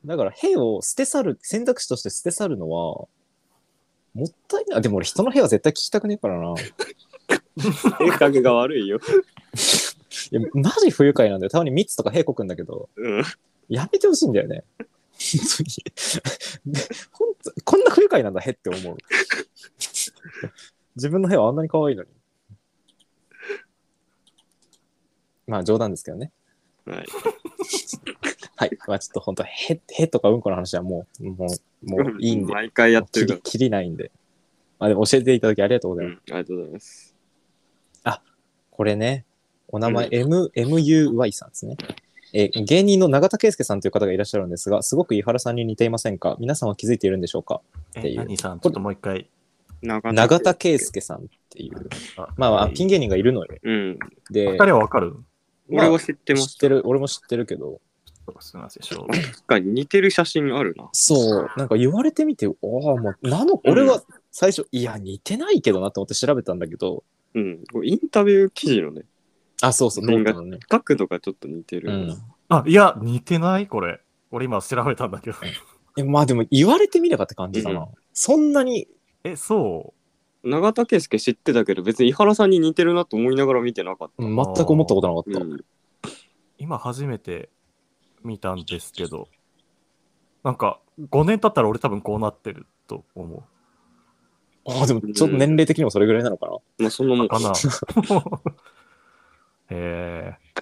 Speaker 1: だから、兵を捨て去る、選択肢として捨て去るのは、もったいない。でも俺、人の兵は絶対聞きたくねえからな。
Speaker 2: 性格が悪いよ。
Speaker 1: いや、マジ不愉快なんだよ。たまにミッツとかヘイコくんだけど、
Speaker 2: うん。
Speaker 1: やめてほしいんだよね。本当に。で本当こんな不愉快なんだ、ヘって思う。自分のヘはあんなに可愛いのに。まあ冗談ですけどね。
Speaker 2: はい。
Speaker 1: はい。まあちょっと本当ヘヘとかうんこの話はもう、もう、もういいんで。
Speaker 2: 毎回やって
Speaker 1: 切
Speaker 2: るか
Speaker 1: り、切りないんで。まあでも教えていただきありがとうござ
Speaker 2: ら。
Speaker 1: いうます。
Speaker 2: ん。ありがとうございます。
Speaker 1: これね、お名前
Speaker 2: う
Speaker 1: M、MUY さんですね。えー芸人の永田圭介さんという方がいらっしゃるんですが、すごく井原さんに似ていませんか皆さんは気づいているんでしょうかって
Speaker 3: え、
Speaker 1: いう
Speaker 3: 何さん、ちょっともう一回。
Speaker 2: 長
Speaker 1: 永田圭介さんっていう、まあまあ、ピン
Speaker 3: ゲ
Speaker 1: 芸人がいるのよ。
Speaker 2: うん。
Speaker 3: 二
Speaker 1: で、
Speaker 3: 人はわかる
Speaker 1: まあ
Speaker 2: 俺は知ってま
Speaker 1: 知
Speaker 2: し。
Speaker 1: ったてる、俺も知ってるけど、
Speaker 3: すみません、しょう。
Speaker 2: 確かに似てる写真あるな。
Speaker 1: そう、なんか言われてみて、ああ、もう、なの、俺は最初、いや、似てないけどなと思って調べたんだけど、
Speaker 2: うん。これインタビュー記事のね、
Speaker 1: あ、そうそう、ノートのね。
Speaker 2: 角度がちょっと似て
Speaker 1: う
Speaker 2: る。
Speaker 1: ん。
Speaker 3: あ、いや、似てないこれ。俺今調べたんだけど。
Speaker 1: えまあでも、言われてみればって感じだな。
Speaker 2: うん
Speaker 1: そんなに、
Speaker 3: え、そ
Speaker 2: 長田圭介知ってたけど、別に井原さんに似てるなと思いながら見てなかっ。
Speaker 1: 全く思ったことなかったた。
Speaker 2: うん。
Speaker 3: う今初めて見たんですけど。なんか、5年経ったら俺多分こうなってると思
Speaker 1: ああ、でもちょっと年齢的にもそれぐらいなのかな。
Speaker 2: まあ、そんなもん
Speaker 3: う。かな。 へえ。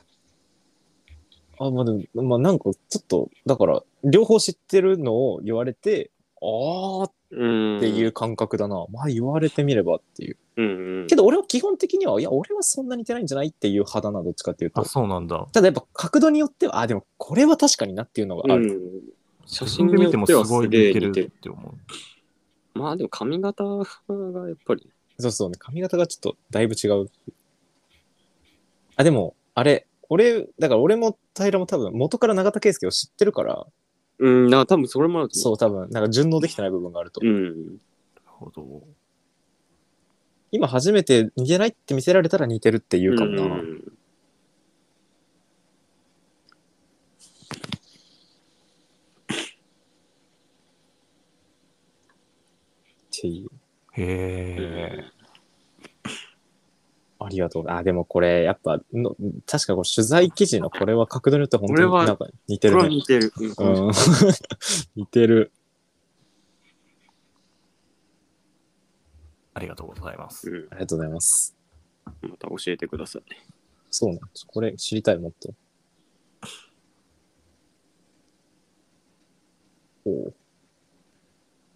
Speaker 1: あまあでも、まあなんかちょっと、だから、両方知ってるのを言われて、ああっ
Speaker 2: うん。
Speaker 1: っていう。感覚だな、まあ言われてみればっていう
Speaker 2: うんうん。
Speaker 1: けど俺は基本的にはいや俺はそんな似てないんじゃないっていう派だなどっちかっていうと
Speaker 3: あ、そうなんだ。
Speaker 1: ただやっぱ角度によってはあでもこれは確かになっていうのがあ
Speaker 2: う
Speaker 1: る、
Speaker 2: ん、写
Speaker 3: 自
Speaker 2: 真
Speaker 3: 分で
Speaker 2: によ
Speaker 3: 見て
Speaker 2: っ
Speaker 3: も
Speaker 2: て
Speaker 3: す
Speaker 2: は
Speaker 3: ご
Speaker 2: す
Speaker 3: い似
Speaker 2: げえ
Speaker 3: て
Speaker 2: 似て
Speaker 3: る
Speaker 2: る。
Speaker 3: って思う。
Speaker 2: まあでも髪型がやっぱり。
Speaker 1: そうそうね髪型がちょっとだいぶ違うあでもあれ俺だから俺も平も多分元から永田圭介を知ってるから
Speaker 2: うん、な多分それもあると
Speaker 1: そ
Speaker 2: 思
Speaker 1: う多分なんか順応できてない部分があると、
Speaker 2: う。うん。
Speaker 3: なるほど。
Speaker 1: 今初めて似てないって見せられたら似てるって言うかもな、
Speaker 2: うん
Speaker 1: っていう
Speaker 3: へえ。
Speaker 1: ありがとうあでもこれやっぱの確かこれ取材記事のこれは角度によって本当
Speaker 2: 俺
Speaker 1: に
Speaker 2: は
Speaker 1: なんか似
Speaker 2: こ
Speaker 1: て
Speaker 2: れ
Speaker 1: る
Speaker 2: は
Speaker 1: ね
Speaker 2: 似てる。うん
Speaker 1: うん 似てる
Speaker 3: ありがとうございます。
Speaker 2: うん
Speaker 1: ありがとうございます
Speaker 2: また教えてください。
Speaker 1: そうなんです。これ知りたい、もっと。おう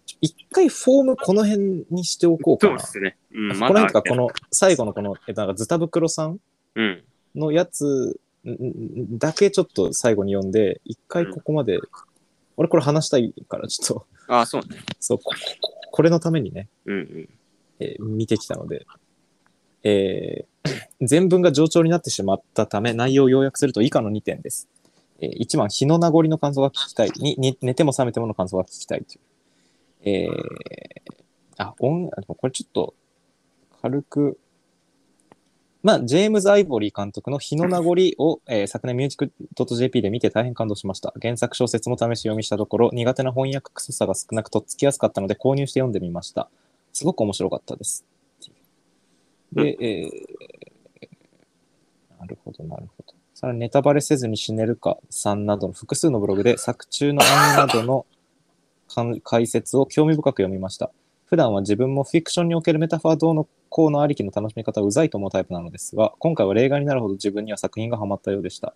Speaker 1: ちょ一回フォームこの辺にしておこうか
Speaker 2: そう
Speaker 1: な。
Speaker 2: ですね。うん、
Speaker 1: この辺とか、こ
Speaker 2: まだ
Speaker 1: の最後のこの、えっと、なんかズタ袋さん
Speaker 2: うん。
Speaker 1: のやつんんだけちょっと最後に読んで、一回ここまで、俺これ話したいから、ちょっと、
Speaker 2: あ、そうね。
Speaker 1: そう、こここれのためにね、
Speaker 2: うんうん。
Speaker 1: えー見てきたので、えー 全文が冗長になってしまったため内容を要約すると以下の2点です。えー1番、日の名残の感想が聞きたい。にに寝ても覚めてもの感想が聞きたいという。えーあ、音あでもこれちょっと軽く。まあ、ジェームズ・アイボリー監督の日の名残を、えー昨年ミュージック .jp で見て大変感動しました。原作小説も試し読みしたところ、苦手な翻訳臭さが少なくとっつきやすかったので購入して読んでみました。すごく面白かったです。で、えーなるほど、なるほど。さらにネタバレせずに死ねるかさんなどの複数のブログで作中の案などの感解説を興味深く読みました。普段は自分もフィクションにおけるメタファーどうのこうのありきの楽しみ方はうざいと思うタイプなのですが、今回は例外になるほど自分には作品がハマったようでした。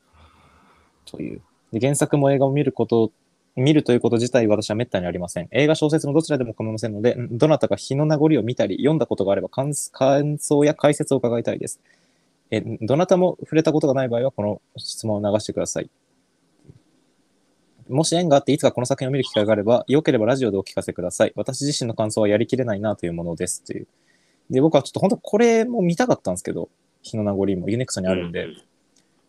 Speaker 1: という。で原作も映画を見ること見るということ自体私は滅多にありません。映画、小説のどちらでも構いませんので、んどなたか日の名残を見たり、読んだことがあれば感感想や解説を伺いたいです。え、んどなたも触れたことがない場合は、この質問を流してください。もし縁があって、いつかこの作品を見る機会があれば、良ければラジオでお聞かせください。私自身の感想はやりきれないなというものです。という。で、僕はちょっと本当これも見たかったんですけど、日の名残もユネクストにあるんで、
Speaker 2: う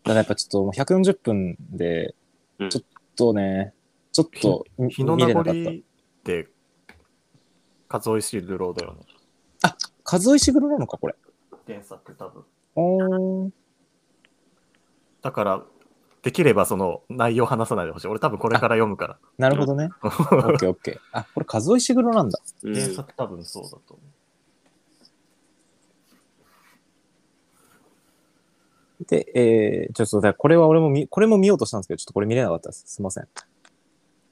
Speaker 1: ただやっぱちょっともう140分で
Speaker 2: うん、
Speaker 1: ちょっとね、ちょっとみ
Speaker 3: 日の
Speaker 1: 見
Speaker 3: 名
Speaker 1: れな
Speaker 3: 残
Speaker 1: かった。
Speaker 3: って、数え知るローだよね。
Speaker 1: 数石黒なのか、これ。
Speaker 3: 原作多分。
Speaker 1: おー
Speaker 3: だから、できればその内容話さないでほしい。俺多分これから読むから。
Speaker 1: なるほどね。オッケーオッケー。あ、これ数石黒なんだ。
Speaker 2: うん
Speaker 3: 原作多分そうだと思う。
Speaker 1: で、えー、ちょっとだからこれは俺も見、これも見ようとしたんですけど、ちょっとこれ見れなかったです。すいません。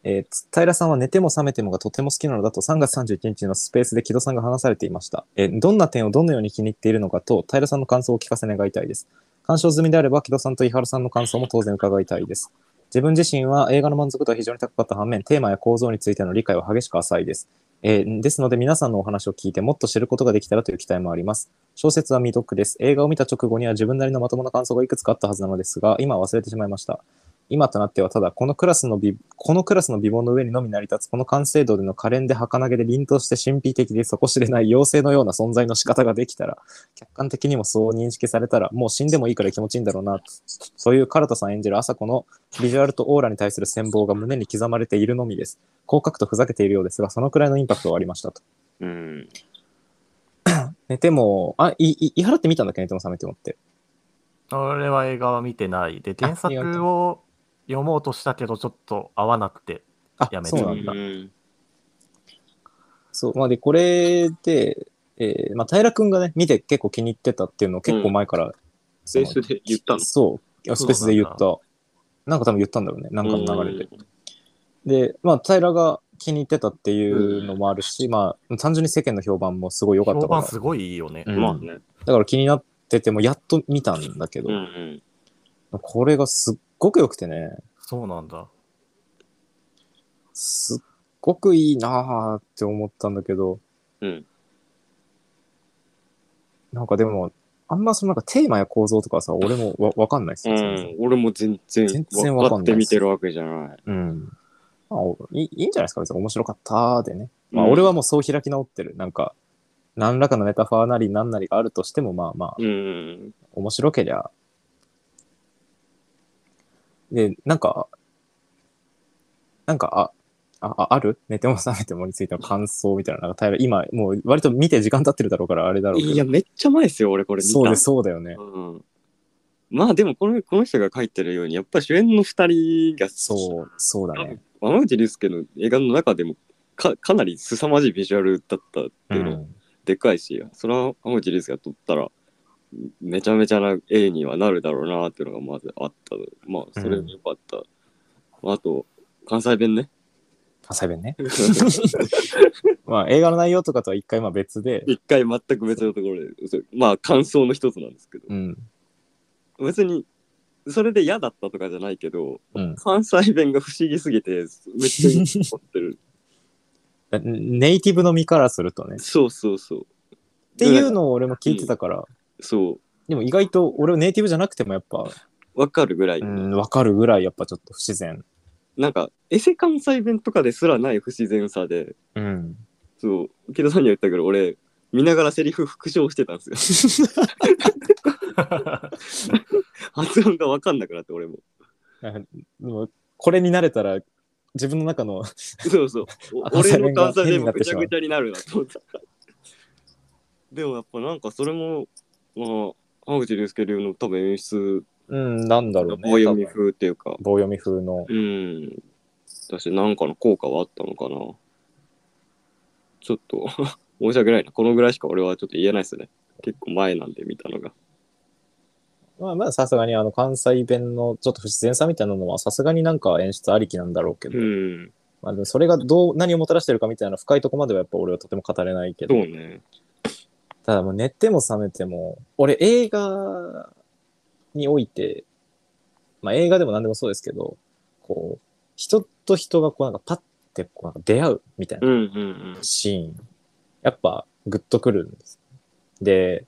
Speaker 1: えーつ平さんは寝ても覚めてもがとても好きなのだと3月31日のスペースで木戸さんが話されていました。えーどんな点をどのように気に入っているのかと、平さんの感想をお聞かせ願いたいです。鑑賞済みであれば、木戸さんと伊原さんの感想も当然伺いたいです。自分自身は映画の満足度は非常に高かった反面、テーマや構造についての理解は激しく浅いです。えーですので、皆さんのお話を聞いてもっと知ることができたらという期待もあります。小説は未読です。映画を見た直後には自分なりのまともな感想がいくつかあったはずなのですが、今は忘れてしまいました。今となってはただこのクラスの美、このクラスの美貌の上にのみ成り立つ、この完成度での可憐で儚げで凛として神秘的で底知れない妖精のような存在の仕方ができたら、客観的にもそう認識されたら、もう死んでもいいから気持ちいいんだろうな、そういう唐田さん演じる朝子のビジュアルとオーラに対する戦望が胸に刻まれているのみです。口角とふざけているようですが、そのくらいのインパクトはありましたと。
Speaker 2: うん。
Speaker 1: 寝ても、あ、い、い、言い払ってみたんだっけ寝ても覚めてもって。
Speaker 3: 俺は映画は見てない。で、原作
Speaker 1: 意外と
Speaker 3: を読もうとしたけど、ちょっと合わなくて。
Speaker 1: あ、
Speaker 3: やめて
Speaker 1: そうなんだ。
Speaker 2: うん
Speaker 1: そう、まあで、これで、えーまあ、平君がね、見て結構気に入ってたっていうのを結構前から、
Speaker 2: スペースで言ったの。
Speaker 1: そういや、スペースで言った。
Speaker 3: そ
Speaker 1: なんか多分言ったんだろうね、なんかの流れで。
Speaker 2: うん
Speaker 1: で、まあ、平が気に入ってたっていうのもあるし、まあ、単純に世間の評判もすごい良かった
Speaker 3: 評
Speaker 1: から、
Speaker 3: 判すごいいいよね。
Speaker 1: うん
Speaker 2: まあね。
Speaker 1: だから気になってても、やっと見たんだけど、
Speaker 2: うんうん。
Speaker 1: これがすっごく良くてね、
Speaker 3: そうなんだ。
Speaker 1: すっごくいいなーって思ったんだけど、
Speaker 2: うん
Speaker 1: なんかでも、あんまそのなんかテーマや構造とかさ、俺もわわかんないっす
Speaker 2: う
Speaker 1: よ。全然
Speaker 2: ん、俺も全然
Speaker 1: 全然わ
Speaker 2: 分
Speaker 1: か
Speaker 2: か
Speaker 1: ん
Speaker 2: っ
Speaker 1: な
Speaker 2: て
Speaker 1: いで
Speaker 2: 見
Speaker 1: す
Speaker 2: てるわけじゃない。
Speaker 1: うん。まあ、おいいいいんじゃないですか、別に面白かったーでね。まあ、
Speaker 2: うん
Speaker 1: 俺はもうそう開き直ってる。なんか、何らかのメタファーなり何なりがあるとしても、まあまあ、
Speaker 2: うん。
Speaker 1: 面白けりゃ。で、なんか、なんか、あ、あ、あある寝ても覚めてもについての感想みたいな、なんか平、今、もう割と見て時間経ってるだろうから、あれだろうけど。
Speaker 2: いや、めっちゃ前ですよ、俺これ見た。
Speaker 1: そうです、そうだよね。
Speaker 2: うん。まあでもこの、この人が書いてるように、やっぱり主演の2人が、
Speaker 1: そう、そうだね。
Speaker 2: 山口竜介の映画の中でもかかなり凄まじいビジュアルだったって
Speaker 1: う
Speaker 2: いうの、
Speaker 1: ん。
Speaker 2: でかいし、それは山口竜介が撮ったら、めちゃめちゃな絵にはなるだろうなっていうのがまずあったの。まあ、それもよかった。あと、関西弁ね。
Speaker 1: 関西弁ね。 まあ、映画の内容とかとは一回まあ別で、
Speaker 2: 一回全く別のところで、そうまあ感想の一つなんですけど、
Speaker 1: うん。
Speaker 2: 別にそれで嫌だったとかじゃないけど、
Speaker 1: うん
Speaker 2: 関西弁が不思議すぎてめっちゃいいと思っ てる。
Speaker 1: ネイティブの身からするとね。
Speaker 2: そうそうそう。っ
Speaker 1: っていうのを俺も聞いてたから、
Speaker 2: そ
Speaker 1: でも意外と俺はネイティブじゃなくてもやっぱ、
Speaker 2: う、わかるぐらい。
Speaker 1: うん、わかるぐらいやっぱちょっと不自然。
Speaker 2: なんか、エセ関西弁とかですらない不自然さで、
Speaker 1: うん。
Speaker 2: そう、池田さんには言ったけど、俺、見ながらセリフ復唱してたんですよ。発音がわかんなくなって、俺も。
Speaker 1: でもこれに慣れたら自分の中の
Speaker 2: そうそう。お
Speaker 1: 関西
Speaker 2: 俺
Speaker 1: 弁
Speaker 2: の
Speaker 1: が変
Speaker 2: 関西
Speaker 1: にな
Speaker 2: 弁も
Speaker 1: って
Speaker 2: ぐ
Speaker 1: し
Speaker 2: ちゃ
Speaker 1: まう
Speaker 2: ぐちゃになるなと思った。でもやっぱなんかそれも、まあ、浜口竜介流の多分演出、
Speaker 1: うんなんだろうね
Speaker 2: 棒読み風っていうか、
Speaker 1: 棒読み風の
Speaker 2: うん。だし、なんかの効果はあったのかな。ちょっと、 申し訳ないな。このぐらいしか俺はちょっと言えないですね。結構前なんで見たのが。
Speaker 1: まあまあさすがにあの関西弁のちょっと不自然さみたいなのはさすがになんか演出ありきなんだろうけど、
Speaker 2: うん。
Speaker 1: まあ、でもそれがどう何をもたらしてるかみたいな深いとこまではやっぱ俺はとても語れないけ
Speaker 2: そ
Speaker 1: ど
Speaker 2: うね。
Speaker 1: ただもう寝ても覚めても俺映画において、まあ、映画でも何でもそうですけどこう人と人がこうなんかパッてこうなんか出会うみたいな
Speaker 2: うんうんうん。
Speaker 1: シーン、やっぱグッとくるんです。で、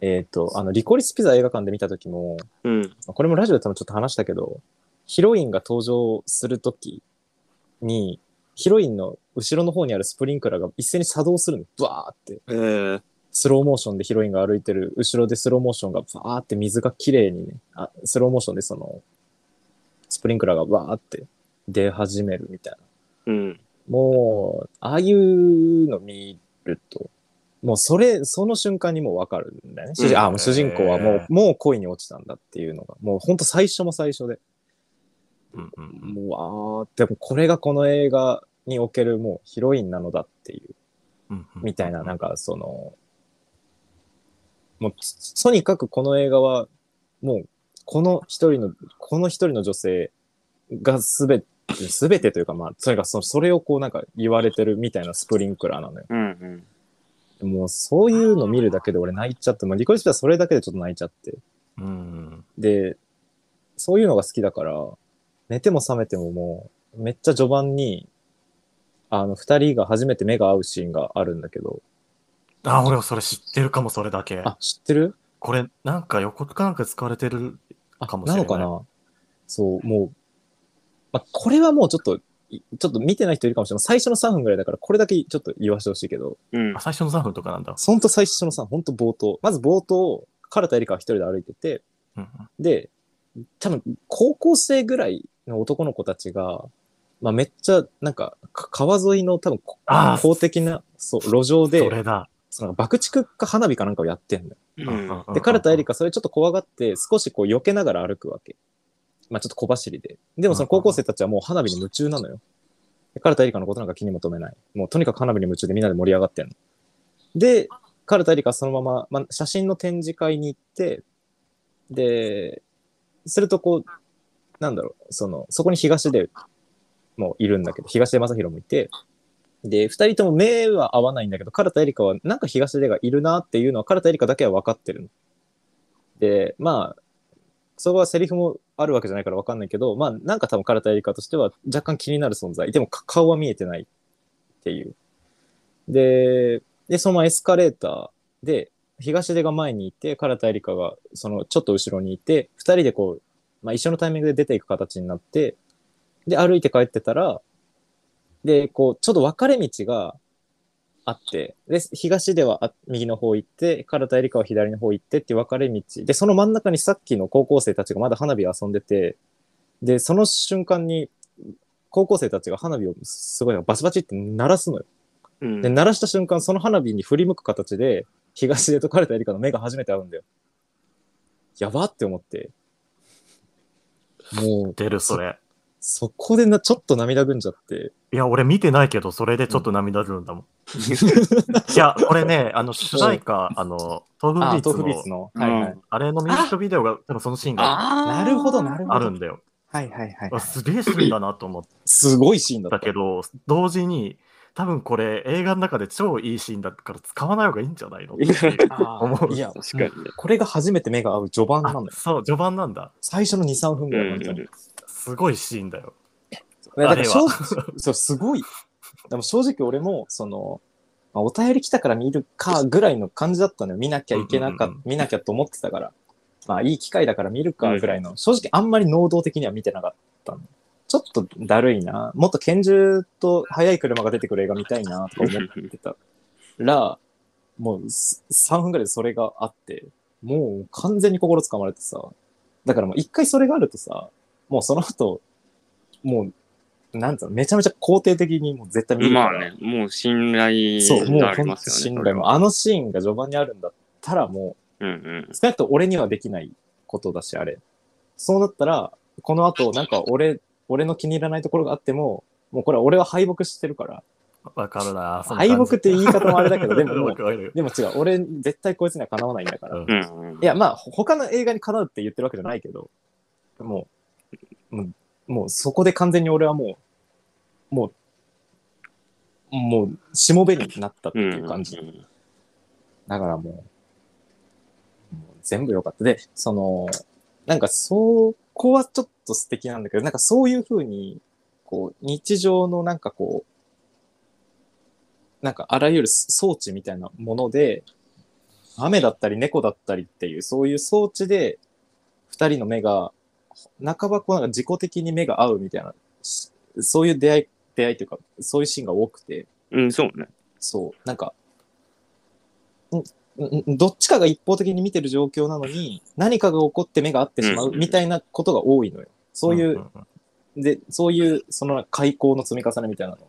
Speaker 1: えっ、と、あの、リコリスピザ映画館で見た時も、
Speaker 2: うん。
Speaker 1: これもラジオで多分ちょっと話したけど、ヒロインが登場する時に、ヒロインの後ろの方にあるスプリンクラーが一斉に作動するの。ブワーって。
Speaker 2: えー、
Speaker 1: スローモーションでヒロインが歩いてる、後ろでスローモーションがバーって水が綺麗にね、あスローモーションでその、スプリンクラーがバーって出始めるみたいな。
Speaker 2: うん。
Speaker 1: もう、ああいうの見ると、もうそれ、その瞬間にもうわかるんだよね。主人
Speaker 2: うん
Speaker 1: あもう主人公はもう、
Speaker 3: へー
Speaker 1: もう恋に落ちたんだっていうのが、もうほんと最初も最初で、
Speaker 3: うんうんうん
Speaker 1: もう、あー、でもこれがこの映画におけるもうヒロインなのだっていう、
Speaker 3: うんうん
Speaker 1: みたいな、なんかその、もう、つとにかくこの映画は、もう、この一人の、この一人の女性がすべて、すべてというか、まあ、とにかくそそれをこうなんか言われてるみたいなスプリンクラーなのよ。
Speaker 2: うんうん。
Speaker 1: もうそういうの見るだけで俺泣いちゃって、もうリコリスピはそれだけでちょっと泣いちゃって。
Speaker 3: うん
Speaker 1: で、そういうのが好きだから、寝ても覚めてももう、めっちゃ序盤に、あの、二人が初めて目が合うシーンがあるんだけど、
Speaker 3: あ、俺はそれ知ってるかも、それだけ。
Speaker 1: あ、知ってる
Speaker 3: これ、なんか予告かなんか使われてる。
Speaker 1: あ
Speaker 3: かもしれない
Speaker 1: のかなそう、もう、まあ、これはもうちょっと、いちょっと見てない人いるかもしれない。最初の3分ぐらいだから、これだけちょっと言わせてほしいけど、
Speaker 2: うん
Speaker 3: あ、最初の3分とかなんだ。
Speaker 1: ほんと最初の3、ほんと冒頭。まず冒頭、カルタエリカは一人で歩いてて、
Speaker 3: うん
Speaker 1: で、多分高校生ぐらいの男の子たちが、まあ、めっちゃなんかか川沿いの多分こ
Speaker 3: あー
Speaker 1: 公的なそう路上
Speaker 3: そ
Speaker 1: で
Speaker 3: れだ。
Speaker 1: その爆竹か花火かなんかをやってんのよ。
Speaker 2: うん
Speaker 1: で、カルタエリ
Speaker 3: カ。
Speaker 1: カそれちょっと怖がって少しこう避けながら歩くわけ。まあちょっと小走りで。でもその高校生たちはもう花火に夢中なのよ。でカルタエリカのことなんか気にも留めない。もうとにかく花火に夢中でみんなで盛り上がってんの。で、カルタエリカはそのまま、まあ、写真の展示会に行って、で、するとこう、なんだろう、その、そこに東出もいるんだけど、東出正宏もいて、で、二人とも目は合わないんだけど、唐田エリカは、なんか東出がいるなっていうのは、唐田エリカだけは分かってるの。で、まあ、そこはセリフもあるわけじゃないから分かんないけど、まあ、なんか多分カラタエリカとしては若干気になる存在。でもか顔は見えてないっていう。で、で、そのエスカレーターで、東出が前にいて、唐田エリカがそのちょっと後ろにいて、二人でこう、まあ、一緒のタイミングで出ていく形になって、で、歩いて帰ってたら、で、こう、ちょっと分かれ道があって、で、東出はあ右の方行って、唐田エリカは左の方行ってっていう分かれ道。で、その真ん中にさっきの高校生たちがまだ花火を遊んでて、で、その瞬間に、高校生たちが花火をすごいバチバチって鳴らすのよ。
Speaker 2: うん
Speaker 1: で、鳴らした瞬間、その花火に振り向く形で、東出と彼とエリカの目が初めて合うんだよ。やばって思って。もう、
Speaker 3: 出る、それ。
Speaker 1: そこでな、ちょっと涙ぐんじゃって。
Speaker 3: いや、俺見てないけど、それでちょっと涙ぐるん だもん。いや、これね、あの、主題歌、あの、豆
Speaker 1: あ、
Speaker 3: 腐
Speaker 1: 豆腐
Speaker 3: ビ
Speaker 1: ビ
Speaker 3: ー
Speaker 1: ー
Speaker 3: ツ
Speaker 1: ツ
Speaker 3: の、
Speaker 1: の。
Speaker 2: うん
Speaker 1: はいはい。
Speaker 3: あれのミュージックビデオが、多分そのシーンが
Speaker 1: な
Speaker 2: あ
Speaker 1: るほど、なるほど。
Speaker 3: あるんだよ。
Speaker 4: はいはいはい
Speaker 3: あすげえシーンだなと思っ
Speaker 1: すごいシーンだ
Speaker 3: た
Speaker 1: っ
Speaker 3: け
Speaker 1: た。
Speaker 3: ど、同時に、多分これ映画の中で超いいシーンだから使わない方がいいんじゃないのっていう思う。
Speaker 1: いや、
Speaker 2: 確かにね。
Speaker 1: これが初めて目が合う序盤な
Speaker 3: あ
Speaker 1: のよ。
Speaker 3: そう、序盤なんだ。
Speaker 1: 最初の2、3分ぐらいなんだよ。
Speaker 2: うん
Speaker 3: すごいシーンだよ。
Speaker 1: いやだ
Speaker 3: あ
Speaker 1: か
Speaker 3: れ
Speaker 1: ら
Speaker 3: は
Speaker 1: 正直そう、すごい。でも正直俺も、その、まあ、お便り来たから見るかぐらいの感じだったのよ。見なきゃいけなか
Speaker 3: う
Speaker 1: っ
Speaker 3: んうん
Speaker 1: 見なきゃと思ってたから。まあいい機会だから見るかぐらいの、
Speaker 2: う
Speaker 1: 正直あんまり能動的には見てなかったのちょっとだるいな。もっと拳銃と速い車が出てくる映画見たいなとか思ってたら、もうす3分ぐらいでそれがあって、もう完全に心つかまれてさ。だからもう一回それがあるとさ、もうその後、もう、なんつうの、めちゃめちゃ肯定的にもう絶対見るから
Speaker 2: まあね、もう信頼
Speaker 1: そう、もう
Speaker 2: があり
Speaker 1: 本
Speaker 2: ま
Speaker 1: 当
Speaker 2: すよ
Speaker 1: 信
Speaker 2: ね。
Speaker 1: 頼も。あのシーンが序盤にあるんだったらも
Speaker 2: うんうん
Speaker 1: う、。少なくとも俺にはできないことだし、あれ。そうなったら、この後、なんか俺、俺の気に入らないところがあっても、もうこれは俺は敗北してるから。
Speaker 3: わか るな。その
Speaker 1: 敗
Speaker 3: 感じ
Speaker 1: 北って言い方もあれだけど、でもも
Speaker 3: わ
Speaker 1: う、
Speaker 3: かる
Speaker 1: でも違う、俺絶対こいつにはかなわないんだから。
Speaker 3: うん
Speaker 2: うんうん
Speaker 1: いや、まあ、ほ他の映画にかなうって言ってるわけじゃないけど、もう、もう、もうそこで完全に俺はもう、もう、もう、しもべになったっていう感じ。
Speaker 2: うんうん
Speaker 1: だからもう、もう全部良かった。で、その、なんかそこはちょっと素敵なんだけど、なんかそういうふうに、こう、日常のなんかこう、なんかあらゆる装置みたいなもので、雨だったり猫だったりっていう、そういう装置で、二人の目が、半ばこうなんか自己的に目が合うみたいな、しそういう出会い、出会いというか、そういうシーンが多くて、
Speaker 2: うん。うん、そうね。
Speaker 1: そう、なんか、んんんどっちかが一方的に見てる状況なのに、何かが起こって目が合ってしま
Speaker 2: うん
Speaker 1: う
Speaker 2: うん
Speaker 1: みたいなことが多いのよ。そうい
Speaker 3: ん
Speaker 1: う、
Speaker 3: ん
Speaker 1: で、そういう、その開口の積み重ねみたいなのを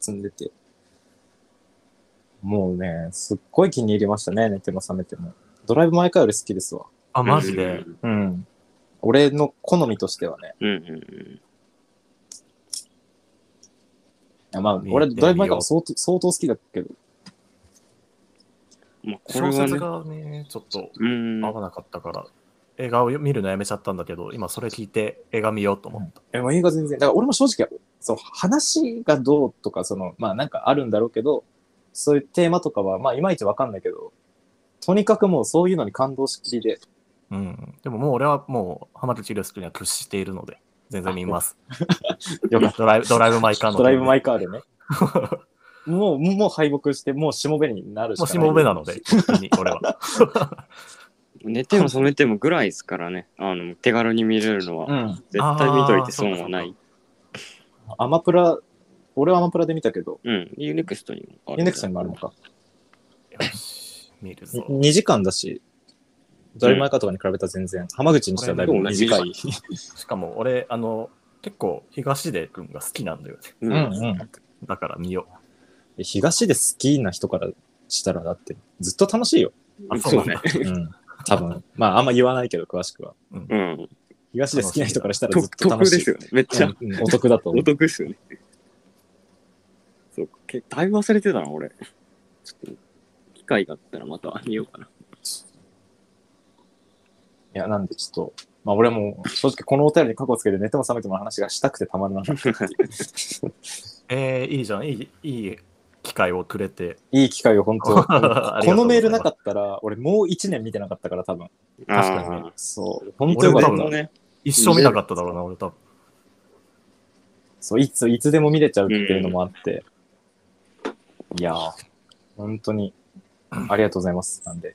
Speaker 1: 積んでて。もうね、すっごい気に入りましたね、寝ても覚めても。ドライブ・マイ・カーより好きですわ。
Speaker 3: あ、マジで。。
Speaker 1: うん。俺の好みとしてはね。
Speaker 2: うんうんうん。
Speaker 1: いやまあ
Speaker 3: 見、てみよう
Speaker 1: 俺、ドライブ・マイ・カーは相当相当好きだけど。
Speaker 2: まあ、これ
Speaker 3: 小
Speaker 2: は
Speaker 3: 説
Speaker 2: ね。
Speaker 3: がね、ちょっと
Speaker 2: うん。
Speaker 3: 合わなかったから、映画を見るのやめちゃったんだけど、今それ聞いて映画見ようと思った。
Speaker 1: え、まあ、映画全然、だから俺も正直、そう、話がどうとか、その、まあなんかあるんだろうけど、そういうテーマとかは、まあいまいちわかんないけど、とにかくもうそういうのに感動しきりで、
Speaker 3: うん。でももう俺はもう浜口竜介には屈しているので、全然見ます。
Speaker 1: よかっ
Speaker 3: ドライブ、ドライブマイカー
Speaker 1: た。
Speaker 3: の。
Speaker 1: ドライブ・マ
Speaker 3: イ
Speaker 1: イ・カー でね。もう、もう敗北して、もうしもべになるし
Speaker 3: も
Speaker 1: か
Speaker 3: う
Speaker 1: な
Speaker 3: し
Speaker 1: い。
Speaker 3: もべ なので、本当に俺は。
Speaker 2: 寝ても覚めてもぐらいですからね。あの、手軽に見れるのは
Speaker 1: う。ん。
Speaker 2: 絶対見といて損はな
Speaker 3: あー
Speaker 2: い。
Speaker 1: アマプラ、俺はアマプラで見たけど、
Speaker 2: うん。ユネクストにもあ
Speaker 1: ユネクストにもあるのか。
Speaker 3: よし、見るぞ。
Speaker 1: 2時間だし、ドライブ・マイ・カーとかに比べたら全然、浜口にしてはだいぶ短い。
Speaker 3: しかも俺、あの、結構東出君が好きなんだよ
Speaker 2: う
Speaker 3: ね。
Speaker 1: うん
Speaker 2: ん。
Speaker 1: うん。
Speaker 3: だから見よ
Speaker 1: 東で好きな人からしたらだってずっと楽しいよ。
Speaker 3: あそう
Speaker 2: そうん
Speaker 3: な
Speaker 2: ね
Speaker 3: だ。
Speaker 1: うん。多分。まああんま言わないけど詳しくは。
Speaker 2: うん。
Speaker 1: 東で好きな人からしたらずっ
Speaker 2: 得
Speaker 1: と
Speaker 2: 得
Speaker 1: 楽
Speaker 2: で
Speaker 1: しい。
Speaker 2: すよね。めっちゃ。
Speaker 1: うんうんお得だと思
Speaker 2: お
Speaker 1: う。
Speaker 2: 得ですよね。そうか。けだいぶ忘れてたな、俺。ちょっと、機会があったらまた見よう かな。
Speaker 1: いや、なんでちょっと、まあ俺はもう正直このお便りに過去つけて寝ても 覚めても話がしたくてたまらなかった。
Speaker 3: う。えー、いいじゃん。いい、いい企機会をくれて。
Speaker 1: いい機会を本当。
Speaker 3: あり
Speaker 1: こ
Speaker 3: がとうございます
Speaker 1: のメールなかったら、俺もう1年見てなかったから、多分。
Speaker 2: あ
Speaker 3: 確かに
Speaker 2: ー
Speaker 1: そう。本当
Speaker 2: 俺
Speaker 1: よか
Speaker 2: 多
Speaker 1: っ
Speaker 2: 分
Speaker 1: た。
Speaker 2: ね、
Speaker 3: 一生見なかっただろうな、俺多分。
Speaker 1: そういつ、いつでも見れちゃうっていうのもあって。いやー、本当 に、ありがとうございます。なんで。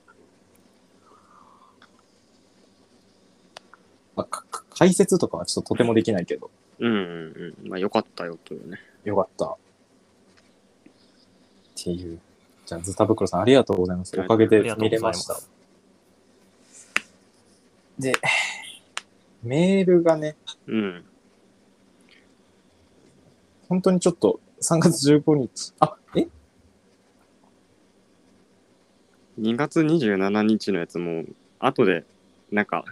Speaker 1: まあ、かか解説とかはちょっととてもできないけど、
Speaker 2: うんうんうん。まあよかったよというね。
Speaker 1: よかった。っていう。じゃあ、ズタブクロさん、ありがとうございます。おかげ
Speaker 3: あ
Speaker 1: で
Speaker 3: りがと
Speaker 1: 見
Speaker 3: うご
Speaker 1: れ
Speaker 3: ざいま
Speaker 1: ました。
Speaker 3: す。
Speaker 1: で、メールがね、
Speaker 2: うん。
Speaker 1: 本当にちょっと3月15日、あ、え
Speaker 2: 2月27日のやつも、後で、なんか、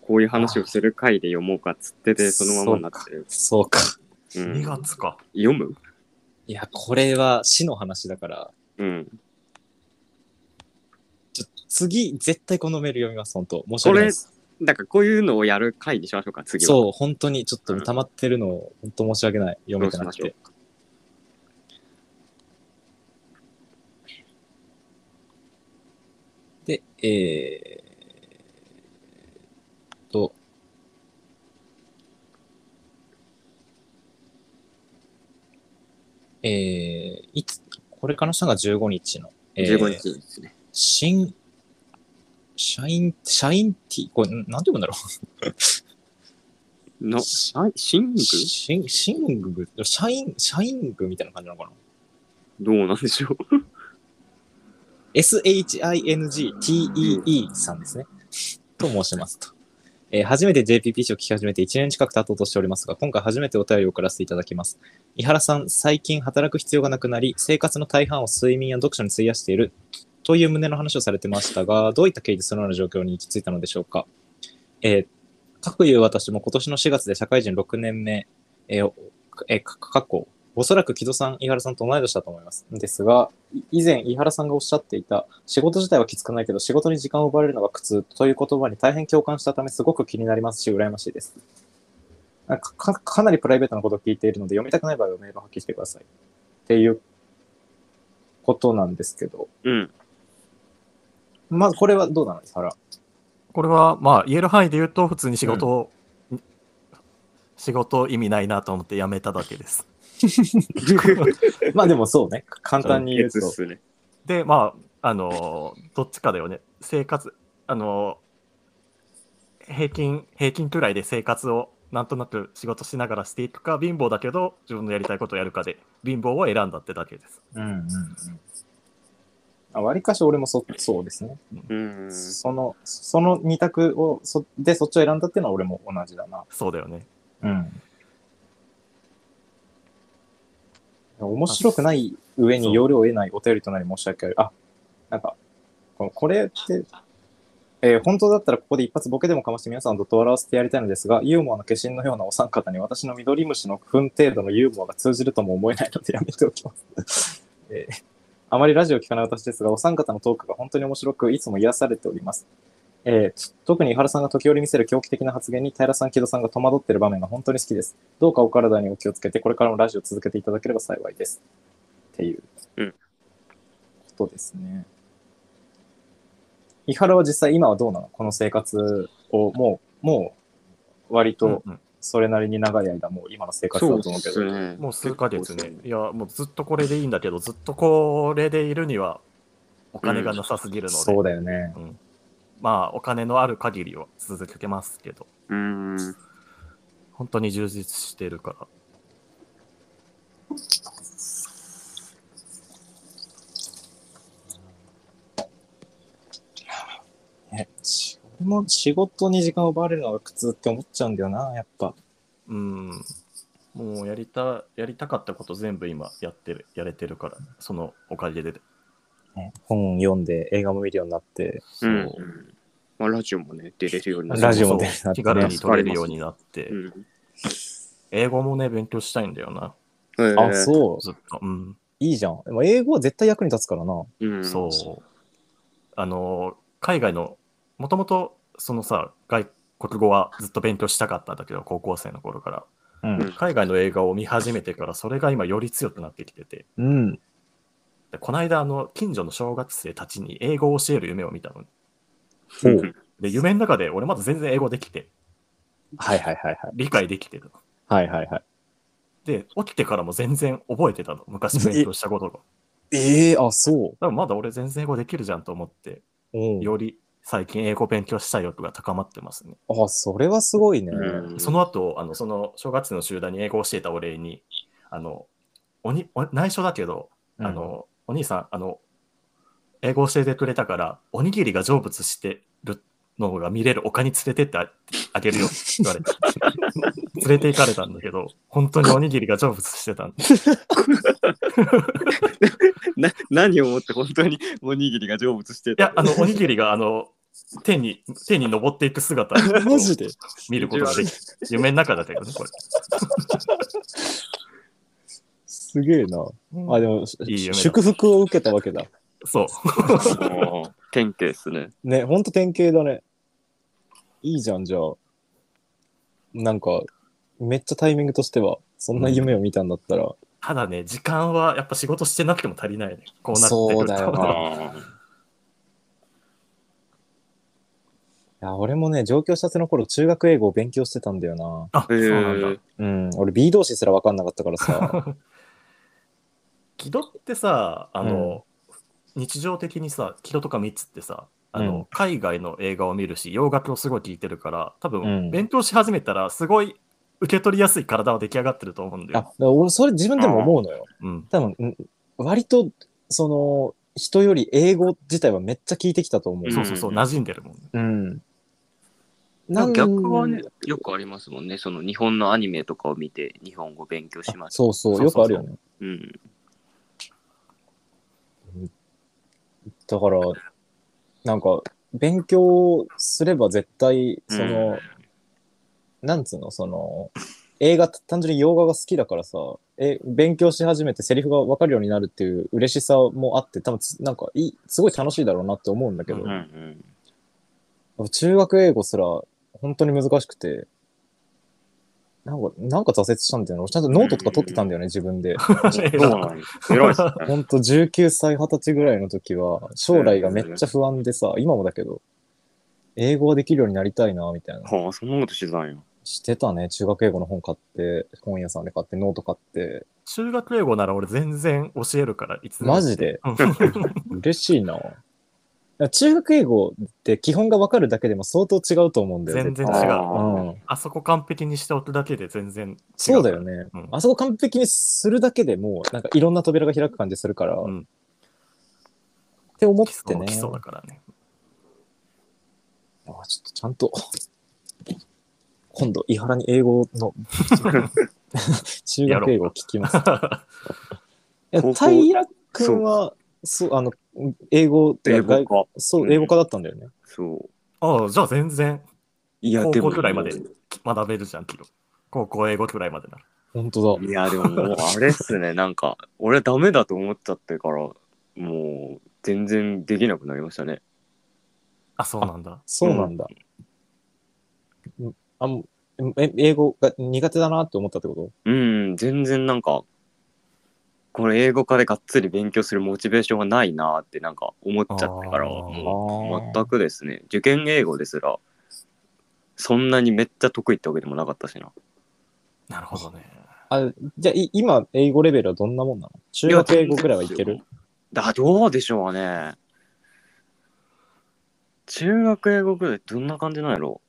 Speaker 2: こういう話をする回で読もうかっつってて、そのままになってる。
Speaker 1: そうか。
Speaker 2: う
Speaker 3: 2
Speaker 2: ん、
Speaker 3: 月か。
Speaker 2: 読む
Speaker 1: いや、これは死の話だから、
Speaker 2: うん。
Speaker 1: ちょ次、絶対このメール読みます、本当申し訳ないです。
Speaker 2: だからこういうのをやる回にしましょうか、次は。
Speaker 1: そう、本当にちょっと
Speaker 2: うん
Speaker 1: 溜まってるのを、本当申し訳ない。読めてなく
Speaker 2: どう
Speaker 1: て
Speaker 2: し。
Speaker 1: で、えー、と、えー、いつ、これかな下が15日の。えー
Speaker 2: 15日ですね。
Speaker 1: 新、社員、社員ティー、これ、んなんて読むんだろう
Speaker 2: の、シャイシング
Speaker 1: シンシング、社員、社員具みたいな感じなのかな
Speaker 2: どうなんでしょう。
Speaker 1: ?SHINGTEE さんですね。と申しますと。えー初めて JPP 誌を聞き始めて1年近く経とうとしておりますが、今回初めてお便りを送らせていただきます。井原さん、最近働く必要がなくなり、生活の大半を睡眠や読書に費やしているという胸の話をされてましたが、どういった経緯でそのような状況に行き着いたのでしょうか。えー、かくいう私も今年の4月で社会人6年目、えーおえー、か過去、おそらく木戸さん、井原さんと同い年だと思います。ですが、い以前、井原さんがおっしゃっていた、仕事自体はきつくないけど、仕事に時間を奪われるのが苦痛という言葉に大変共感したため、すごく気になりますし、羨ましいです。かかかなりプライベートなことを聞いているので、読みたくない場合はメールを破棄してください。っていうことなんですけど、
Speaker 2: うん。
Speaker 1: まずこれはどうなの井原。
Speaker 3: これは、まあ、言える範囲で言うと、普通に仕事を、仕事意味ないなと思って辞めただけです。
Speaker 1: まあでも そうね、簡単に言う
Speaker 2: 決っ
Speaker 1: と。
Speaker 2: すね。
Speaker 3: で、まあ、あのーどっちかだよね。生活、あのー平均、平均くらいで生活をなんとなく仕事しながらしていくか、貧乏だけど、自分のやりたいことをやるかで、貧乏を選んだってだけです。
Speaker 1: うんうんうん。あ割かし俺もそそうですね。
Speaker 2: うん。
Speaker 1: その、その二択をそ、で、そっちを選んだっていうのは俺も同じだな。
Speaker 3: そうだよね。
Speaker 1: うん。面白くない上に要領を得ないお便りとなり申し訳ある。あ、なんか、このこれって、えー本当だったらここで一発ボケでもかまして皆さんをどっと笑わせてやりたいのですが、ユーモアの化身のようなお三方に私の緑虫の糞程度のユーモアが通じるとも思えないのでやめておきます。えーあまりラジオを聞かない私ですが、お三方のトークが本当に面白く、いつも癒されております。えー特に井原さんが時折見せる狂気的な発言に平さん、木戸さんが戸惑っている場面が本当に好きです。どうかお体にお気をつけて、これからもラジオを続けていただければ幸いです。っていう、
Speaker 2: うん
Speaker 1: ことですね。井原は実際今はどうなのこの生活をもう、もう割と
Speaker 3: うん
Speaker 1: それなりに長い間もう今の生活
Speaker 2: そ
Speaker 1: だ
Speaker 2: う
Speaker 1: と
Speaker 2: で
Speaker 1: 思うけど。
Speaker 2: すね。
Speaker 3: もう数ヶ月
Speaker 2: 結構
Speaker 3: ね
Speaker 2: で。す
Speaker 3: いや、もうずっとこれでいいんだけど、ずっとこれでいるにはお金がなさすぎるので、
Speaker 1: そうだよね。
Speaker 3: うんまあ、お金のある限りは続けてますけど、
Speaker 2: うん。
Speaker 3: 本当に充実してるから。
Speaker 1: ねし俺も仕事に時間を奪われるのが苦痛って思っちゃうんだよな、やっぱ。
Speaker 3: うん。もうやりた、やりたかったこと全部今やってる、やれてるから、そのおかげで。
Speaker 1: ね本読んで映画も見るようになって、
Speaker 2: う
Speaker 3: そ
Speaker 2: ん。まあ、ラジオもね、出れるようにな
Speaker 1: ラジオも出るようになって
Speaker 3: 気軽に取れるようになって、
Speaker 2: うん。
Speaker 3: 英語もね、勉強したいんだよな、
Speaker 2: えー
Speaker 1: あ、そう。
Speaker 3: ずっと。うん。
Speaker 1: いいじゃん。でも英語は絶対役に立つからな。
Speaker 2: うん。
Speaker 3: そう。あの、海外の、もともと、そのさ、外国語はずっと勉強したかったんだけど、高校生の頃から。
Speaker 1: うんん。
Speaker 3: 海外の映画を見始めてから、それが今より強くなってきてて、
Speaker 1: うん。
Speaker 3: でこの間あの近所の小学生たちに英語を教える夢を見たの
Speaker 4: ほう
Speaker 2: うん
Speaker 3: で夢の中で俺まだ全然英語できて
Speaker 1: はいはいはいはい。
Speaker 3: 理解できてるの
Speaker 1: はいはいはい。
Speaker 3: で起きてからも全然覚えてたの昔勉強したことが
Speaker 1: ええあ、そ
Speaker 3: 多分まだ俺全然英語できるじゃんと思って
Speaker 1: う。うん。
Speaker 3: より最近英語勉強したい欲が高まってますね
Speaker 1: あ、それはすごいね。
Speaker 2: うん
Speaker 3: その後あのその小学生の集団に英語を教えたお礼に、あのおにお内緒だけど、
Speaker 1: うん
Speaker 3: あのお兄さんあの、英語を教えてくれたから、おにぎりが成仏してるのが見れる丘に連れてってああげるよって言わ れて、連れて行かれたんだけど、本当におにぎりが成仏してたんで、
Speaker 2: な何をもって本当におにぎりが成仏して
Speaker 3: いや、あ
Speaker 2: の
Speaker 3: のおにぎりがあの手に手に登っていく姿を
Speaker 1: マジで
Speaker 3: 見ることができ夢の中だけどね、これ。
Speaker 1: すげえな。あ、でも、
Speaker 3: いい夢だ
Speaker 1: 祝福を受けたわけだ。
Speaker 3: そう。
Speaker 2: 典型ですね。
Speaker 1: ね、ほんと典型だね。いいじゃん、じゃあ。なんか、めっちゃタイミングとしては、そんな夢を見たんだったら、
Speaker 3: ただね、時間はやっぱ仕事してなくても足りないね。こうなってくると
Speaker 1: そうだよな
Speaker 2: あ
Speaker 1: いや、俺もね、上京したての頃、中学英語を勉強してたんだよな。
Speaker 3: あ、
Speaker 2: へ
Speaker 3: そう
Speaker 2: ー
Speaker 3: なんだ。
Speaker 1: うん、俺 B 動詞すら分かんなかったからさ。
Speaker 3: 木戸ってさ、あの、日常的にさ、木戸とか三つってさ、あの、
Speaker 1: うん
Speaker 3: 海外の映画を見るし、洋楽をすごい聴いてるから、多分、
Speaker 1: うん
Speaker 3: 勉強し始めたら、すごい受け取りやすい体は出来上がってると思うんだ
Speaker 1: あ、だ
Speaker 3: よ
Speaker 1: か。ら俺、それ自分でも思うのよ。
Speaker 3: うん。
Speaker 1: 多分、うん割と、その、人より英語自体はめっちゃ聞いてきたと思う。
Speaker 3: そうそうそう、
Speaker 2: うん
Speaker 3: 馴染んでるもん、ね。
Speaker 1: うん。
Speaker 2: ー逆はね、よくありますもんね。その日本のアニメとかを見て、日本語勉強します。
Speaker 1: そうそう、よくあるよね。
Speaker 2: うん。
Speaker 1: だから、なんか、勉強すれば絶対、その、なんつうの、その、映画、単純に洋画が好きだからさ、え、勉強し始めてセリフがわかるようになるっていう嬉しさもあって、多分つなんかいい、すごい楽しいだろうなって思うんだけど、
Speaker 3: うん
Speaker 2: うんうん。
Speaker 1: 中学英語すら本当に難しくて、なんか、なんか挫折したんだよね。俺ちゃんとノートとか取ってたんだよね、自分で。
Speaker 2: そうなんです。 偉いっすね。
Speaker 1: ほんと19歳、20歳ぐらいの時は、将来がめっちゃ不安でさ、今もだけど、英語ができるようになりたいな、みたいな。
Speaker 2: はあ、そんなことしてたんや。
Speaker 1: してたね。中学英語の本買って、本屋さんで買って、ノート買って。
Speaker 3: 中学英語なら俺全然教えるから、いつでも
Speaker 1: マジで
Speaker 3: うん
Speaker 1: 嬉しいな。中学英語って基本がわかるだけでも相当違うと思うんだよね。
Speaker 3: 全然違
Speaker 1: 絶対
Speaker 2: あ
Speaker 3: う。
Speaker 1: うん。
Speaker 3: あそこ完璧にしておくだけで全然違うから
Speaker 1: そうだよね。
Speaker 3: うん
Speaker 1: あそこ完璧にするだけでもう、なんかいろんな扉が開く感じするから、
Speaker 3: うん
Speaker 1: って思っ
Speaker 3: 基礎
Speaker 1: て
Speaker 3: の
Speaker 1: ね。
Speaker 3: 基礎だからね。
Speaker 1: あちょっとちゃんと、今度、伊原に英語の、中学英語を聞きます。いや
Speaker 2: 高校
Speaker 1: 平君は、そう、あの、英語って
Speaker 2: 英
Speaker 1: か
Speaker 2: 語
Speaker 1: 外
Speaker 2: か。
Speaker 1: そうう、
Speaker 2: ん
Speaker 1: 英語科だったんだよね。
Speaker 2: そう。
Speaker 3: ああ、じゃあ全然
Speaker 2: いや、
Speaker 3: 高
Speaker 2: で
Speaker 3: 校
Speaker 2: も。
Speaker 3: くらいまで学べるじゃん、キロ。高校英語くらいまでなら。
Speaker 1: 本当だ。
Speaker 2: いや、でももうあれっすね。なんか、俺ダメだと思っちゃってから、もう、全然できなくなりましたね。
Speaker 3: あ、そうなんだ。
Speaker 1: そうなんだ。うんあもうえ英語が苦手だなって思ったってこと
Speaker 2: うん、全然なんか、これ英語科でがっつり勉強するモチベーションがないなーってなんか思っちゃったから、
Speaker 3: あー
Speaker 2: も
Speaker 1: あー
Speaker 2: う全くですね、受験英語ですら、そんなにめっちゃ得意ってわけでもなかったしな。
Speaker 3: なるほどね。
Speaker 1: あじゃあ、い今、英語レベルはどんなもんなの中学英語くらいはいける
Speaker 2: だ、どうでしょうね。中学英語ぐらいどんな感じなんやろ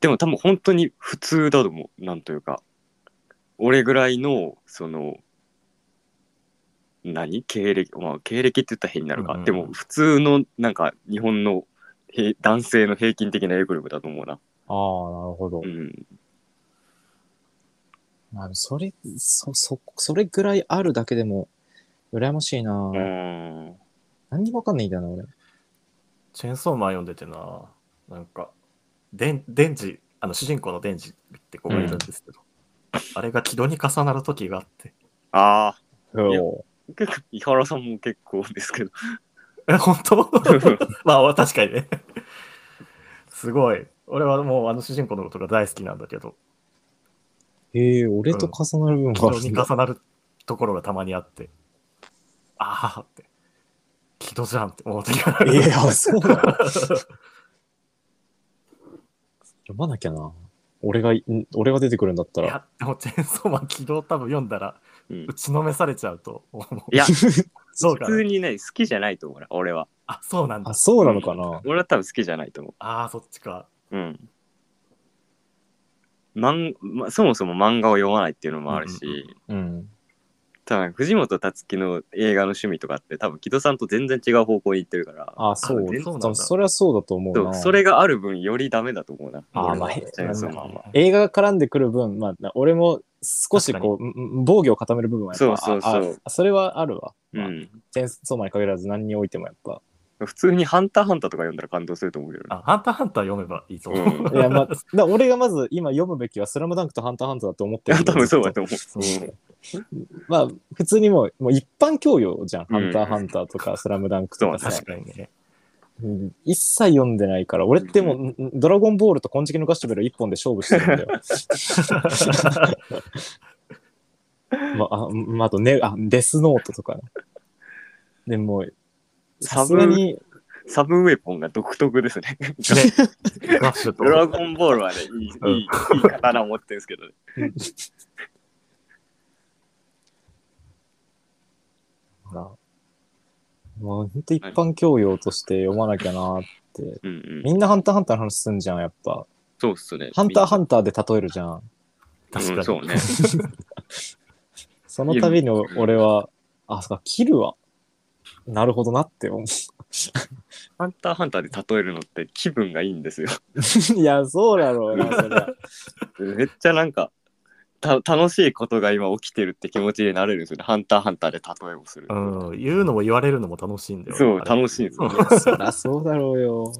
Speaker 2: でも多分本当に普通だと思う。なんというか。俺ぐらいの、その、何経歴、まあ経歴って言ったら変になるか。
Speaker 3: うんうん
Speaker 2: でも普通の、なんか日本のへ男性の平均的な英語力だと思う
Speaker 1: ああ、
Speaker 2: な。
Speaker 1: なるほど
Speaker 2: う。ん。
Speaker 1: まあ、それ、そ、そ、それぐらいあるだけでも、羨ましいな、
Speaker 2: うん。
Speaker 1: 何にもわかんないんだよな、俺。
Speaker 3: チェーンソーマン読んでてな、なんか、でんデンジ、あの主人公のデンジって子がいるんですけど、あれが軌道に重なる時があって、
Speaker 2: ああ。
Speaker 1: そ
Speaker 2: 結構、伊原さんも結構で すけど。
Speaker 3: え、本当 まあ確かにね。すごい。俺はもうあの主人公のことが大好きなんだけど、
Speaker 1: う。へえ、俺と重なる部分
Speaker 3: 軌
Speaker 1: があ
Speaker 3: 道
Speaker 1: る
Speaker 3: に
Speaker 1: んだ。
Speaker 3: 重なるところがたまにあって、ああって、木戸じゃんって思ってた。
Speaker 1: いや、そう なの読まなきゃな。俺がい、ん俺が出てくるんだった
Speaker 3: い
Speaker 1: ら。
Speaker 3: や、でもチェーンソーマン起動多分読んだら
Speaker 2: うん
Speaker 3: 打ちのめされちゃうと思う。
Speaker 2: いや
Speaker 3: そう
Speaker 2: 普
Speaker 3: か。
Speaker 2: 通にね好きじゃないと思うな俺は
Speaker 3: あ、そうなん だ
Speaker 1: あ、。そうなのかな。
Speaker 2: 俺は多分好きじゃないと思
Speaker 3: ああ、そっちか。
Speaker 2: ううん漫まそもそも漫画を読まないっていうのもあるし、
Speaker 3: うんうん
Speaker 1: うん。
Speaker 2: 多分藤本達樹の映画の趣味とかって多分木戸さんと全然違う方向に行ってるから
Speaker 1: あ、そう。
Speaker 2: あ全然
Speaker 3: そうなん
Speaker 1: 多
Speaker 3: だ
Speaker 1: 分それはそうだと思う
Speaker 2: そう
Speaker 1: な。
Speaker 2: それがある分よりダメだと思うな
Speaker 1: あ
Speaker 2: 俺
Speaker 1: まあ
Speaker 2: は
Speaker 1: へ
Speaker 2: チェーンソーマンは
Speaker 1: 映画が絡んでくる分、まあ、な俺も少しこう、んん防御を固める部分はやっぱ
Speaker 2: そうそうそう
Speaker 1: ああそれはあるわ。まあ
Speaker 2: うん
Speaker 1: チェーンソーマンに限らず何においてもやっぱ。
Speaker 2: 普通に「ハンターハンター」とか読んだら感動すると思うけどね
Speaker 3: あ、ハンターハンター読めばいいと思
Speaker 2: うん
Speaker 3: う。
Speaker 1: いや、まあ、だから俺がまず今読むべきは、スラムダンクとハンターハンターだと思ってるんだ
Speaker 2: 多
Speaker 1: よ
Speaker 2: 分そうだと思う
Speaker 1: そうまあ、普通にもう、もう一般教養じゃん。
Speaker 2: うん
Speaker 1: ハンターハンターとか、スラムダンクとかさ。
Speaker 3: 確かに ね。
Speaker 1: うん一切読んでないから、俺ってもう、んドラゴンボールと金色のガッシュベル一本で勝負してるんだよ。 まあ、あまああとね、あ、デスノートとかね。でもう、さすがに、
Speaker 2: サブウェポンが独特です ね
Speaker 3: ガッシュ
Speaker 2: ド。
Speaker 3: と
Speaker 2: ラゴンボールはねいい
Speaker 3: うん
Speaker 2: いいいい刀を持ってるんですけどね
Speaker 1: ほら、もう本当一般教養として読まなきゃなって。
Speaker 2: うんうん
Speaker 1: みんなハンターハンターの話すんじゃん、やっぱ。
Speaker 2: そうっすね
Speaker 1: ハンターハ
Speaker 2: ン
Speaker 1: ンターで例えるじゃん。
Speaker 3: 確か
Speaker 2: うん
Speaker 3: に。
Speaker 2: そうね
Speaker 1: その度にお俺は、あ、そうか、切るわ。なるほどなって思
Speaker 2: ハンターハンターで例えるのって気分がいいんですよ。
Speaker 1: う。 いや、そうだろうな、そりゃ。
Speaker 2: めっちゃなんか、た楽しいことが今起きてるって気持ちになれるんですよね。ハンターハンターで例えをする。
Speaker 3: うん、言うのも言われるのも楽しいんだよ。
Speaker 2: そう、
Speaker 3: あれ
Speaker 2: 楽しいんですよね。
Speaker 1: そりゃそうだろうよ。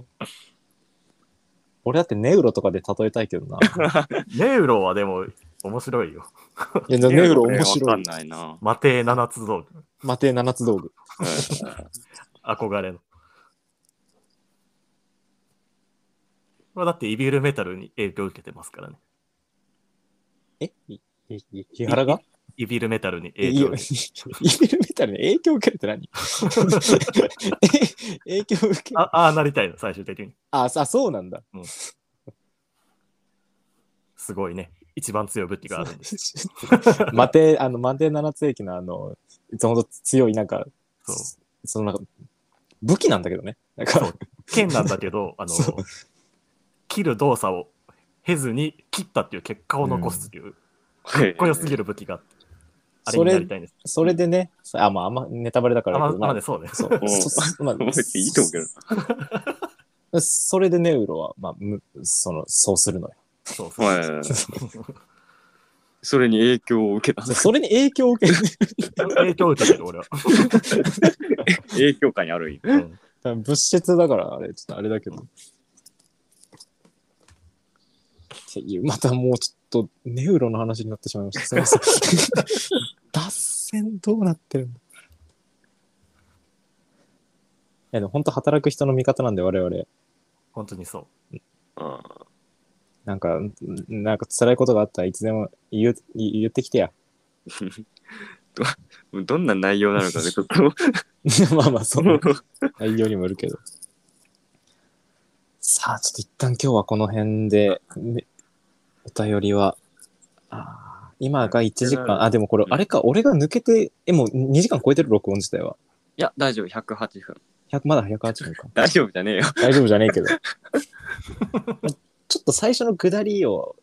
Speaker 1: 俺だってネウロとかで例えたいけどな。
Speaker 3: ネウロはでも面白いよ。
Speaker 1: いや、でもネウロ
Speaker 2: ね
Speaker 1: 面
Speaker 2: わ
Speaker 1: 白
Speaker 2: かん
Speaker 1: い。
Speaker 2: ないな。
Speaker 3: マテー七つ道具。
Speaker 1: マテ七つ道具。
Speaker 3: 憧れの。これはだってイビュールメタルに影響を受けてますからね。
Speaker 1: えいいい木原が
Speaker 3: イビュールメタルに
Speaker 1: い
Speaker 3: 影
Speaker 1: い
Speaker 3: 響を
Speaker 1: よ
Speaker 3: 受けて。
Speaker 1: イベルメタルに影響受けるって何え影響受ける
Speaker 3: あああ、なりたいの、最終的に。
Speaker 1: あ、さそうなんだ。
Speaker 3: すごいね。一番強い武器があるんです。
Speaker 1: マテ、あの、マテ七つ駅のあの、いつもほど強い、なんか、
Speaker 3: そう。
Speaker 1: そのなんか、武器なんだけどね。なんか、
Speaker 3: そう剣なんだけど、あの
Speaker 1: そう、
Speaker 3: 切る動作を経ずに切ったっていう結果を残すっていう、
Speaker 2: かっ
Speaker 3: こよすぎる武器があって、あれ
Speaker 1: そ
Speaker 3: にな
Speaker 1: れ
Speaker 3: り、たいんです。
Speaker 1: それでね、あ、まあ、あんまネタバレだからだ
Speaker 3: あま
Speaker 1: けど、
Speaker 3: あまあね、
Speaker 1: あ、
Speaker 3: そうね。
Speaker 1: そう
Speaker 2: うん
Speaker 1: そ、まあ
Speaker 2: 別にいいと思うけど。
Speaker 1: そそれでネウロは、まあ、むその、そうするのよ。
Speaker 3: そうそう
Speaker 2: はいはいはいそれに影響を受けた。
Speaker 1: それに影響を受ける、
Speaker 3: 影響を受けてる、俺は。
Speaker 2: 影響下にある意味。
Speaker 3: うん
Speaker 1: 物質だから、あれ、ちょっとあれだけど。っていう、またもうちょっと、ネウロの話になってしまいました。すみません。脱線どうなってるのいや、でも本当働く人の味方なんで、我々。
Speaker 3: 本当にそう。
Speaker 2: ああ
Speaker 1: なんか、んなんか辛いことがあったらいつでも言う言言ってきてや。
Speaker 2: どんな内容なのかね、ちょっと。
Speaker 1: まあまあ、その内容にもよるけど。さあ、ちょっと一旦今日はこの辺で、めお便りは、あー今が1時間、あ、でもこれ、あれか、俺が抜けて、え、もう2時間超えてる、録音自体は。
Speaker 2: いや、大丈夫、108分。
Speaker 1: 100まだ108分か。
Speaker 2: 大丈夫じゃねえよ。
Speaker 1: 大丈夫じゃねえけど。ちょっと最初の下りを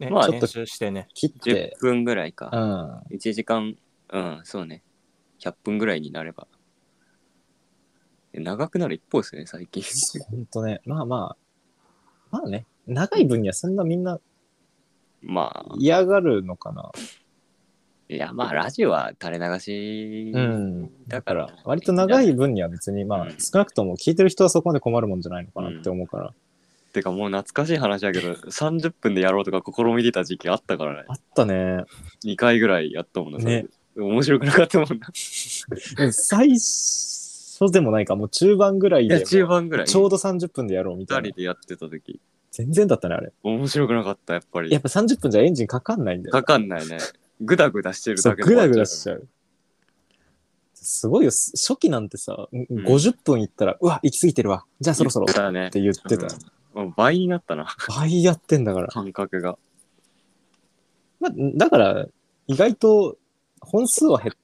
Speaker 3: ね、
Speaker 2: まあ
Speaker 1: ね
Speaker 3: 練習してね。
Speaker 1: 切って
Speaker 2: 10、分ぐらいか
Speaker 1: う。ん。
Speaker 2: 1時間うんそうね100分ぐらいになれば長くなる一方ですね最近
Speaker 1: ほんとね、まあまあ、まあね、長い分にはそんなみんな
Speaker 2: まあ
Speaker 1: 嫌がるのかな。
Speaker 2: いやまあラジオは垂れ流し、
Speaker 1: うん。だか
Speaker 2: だから
Speaker 1: ら、割と長い
Speaker 2: っ
Speaker 1: 分には別に、まあ
Speaker 2: うん、
Speaker 1: 少なくとも聞いてる人はそこまで困るもんじゃないのかなって思うから。
Speaker 2: てかもう懐かしい話だけど30分でやろうとか試みてた時期あったからね
Speaker 1: あったね。
Speaker 2: 2回ぐらいやったもんなそれ
Speaker 1: ね
Speaker 2: 面白くなかったもんな
Speaker 1: うん最初でもないか、もう中盤ぐらい
Speaker 2: い
Speaker 1: で、
Speaker 2: や中盤ぐらい
Speaker 1: ちょうど30分でやろうみた
Speaker 2: 2
Speaker 1: いな
Speaker 2: 人。でやってた時
Speaker 1: 全然だったね、あれ。
Speaker 2: 面白くなかったやっぱり
Speaker 1: やっぱ30分じゃエンジンかかんないんだよ。
Speaker 2: かかんないねグダグダしてる
Speaker 1: そう、
Speaker 2: だけ
Speaker 1: グダグダしちゃう。すごいよ。す初期なんてさ、
Speaker 2: ん
Speaker 1: 50分行ったら、うわ、行き過ぎてるわ。じゃあそろそろ。
Speaker 2: 言って
Speaker 1: った
Speaker 2: ね
Speaker 1: て言ってた。
Speaker 2: うん倍になったな
Speaker 1: 倍やってんだから。
Speaker 2: 感覚が
Speaker 1: まあ、だから、意外と本数は減っ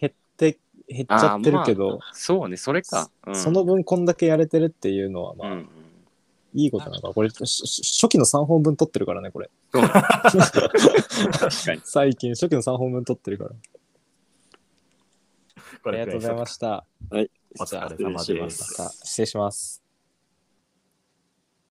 Speaker 1: 減って、減っちゃってるけど、
Speaker 2: そうねそれか、うん、
Speaker 1: その分こんだけやれてるっていうのは、ま
Speaker 2: う
Speaker 1: あ、
Speaker 2: ん
Speaker 1: いいことなのかな。これ、しし初期の3本分取ってるからね、こ れ。
Speaker 2: そう確かに
Speaker 1: 最近、初期の3本分取ってるから。あ
Speaker 3: こ
Speaker 1: りがとうございま
Speaker 3: し
Speaker 1: した。
Speaker 3: た。お疲れ
Speaker 2: じゃあ
Speaker 3: 様
Speaker 2: 失礼し
Speaker 3: で。
Speaker 2: ます
Speaker 1: また、失礼します。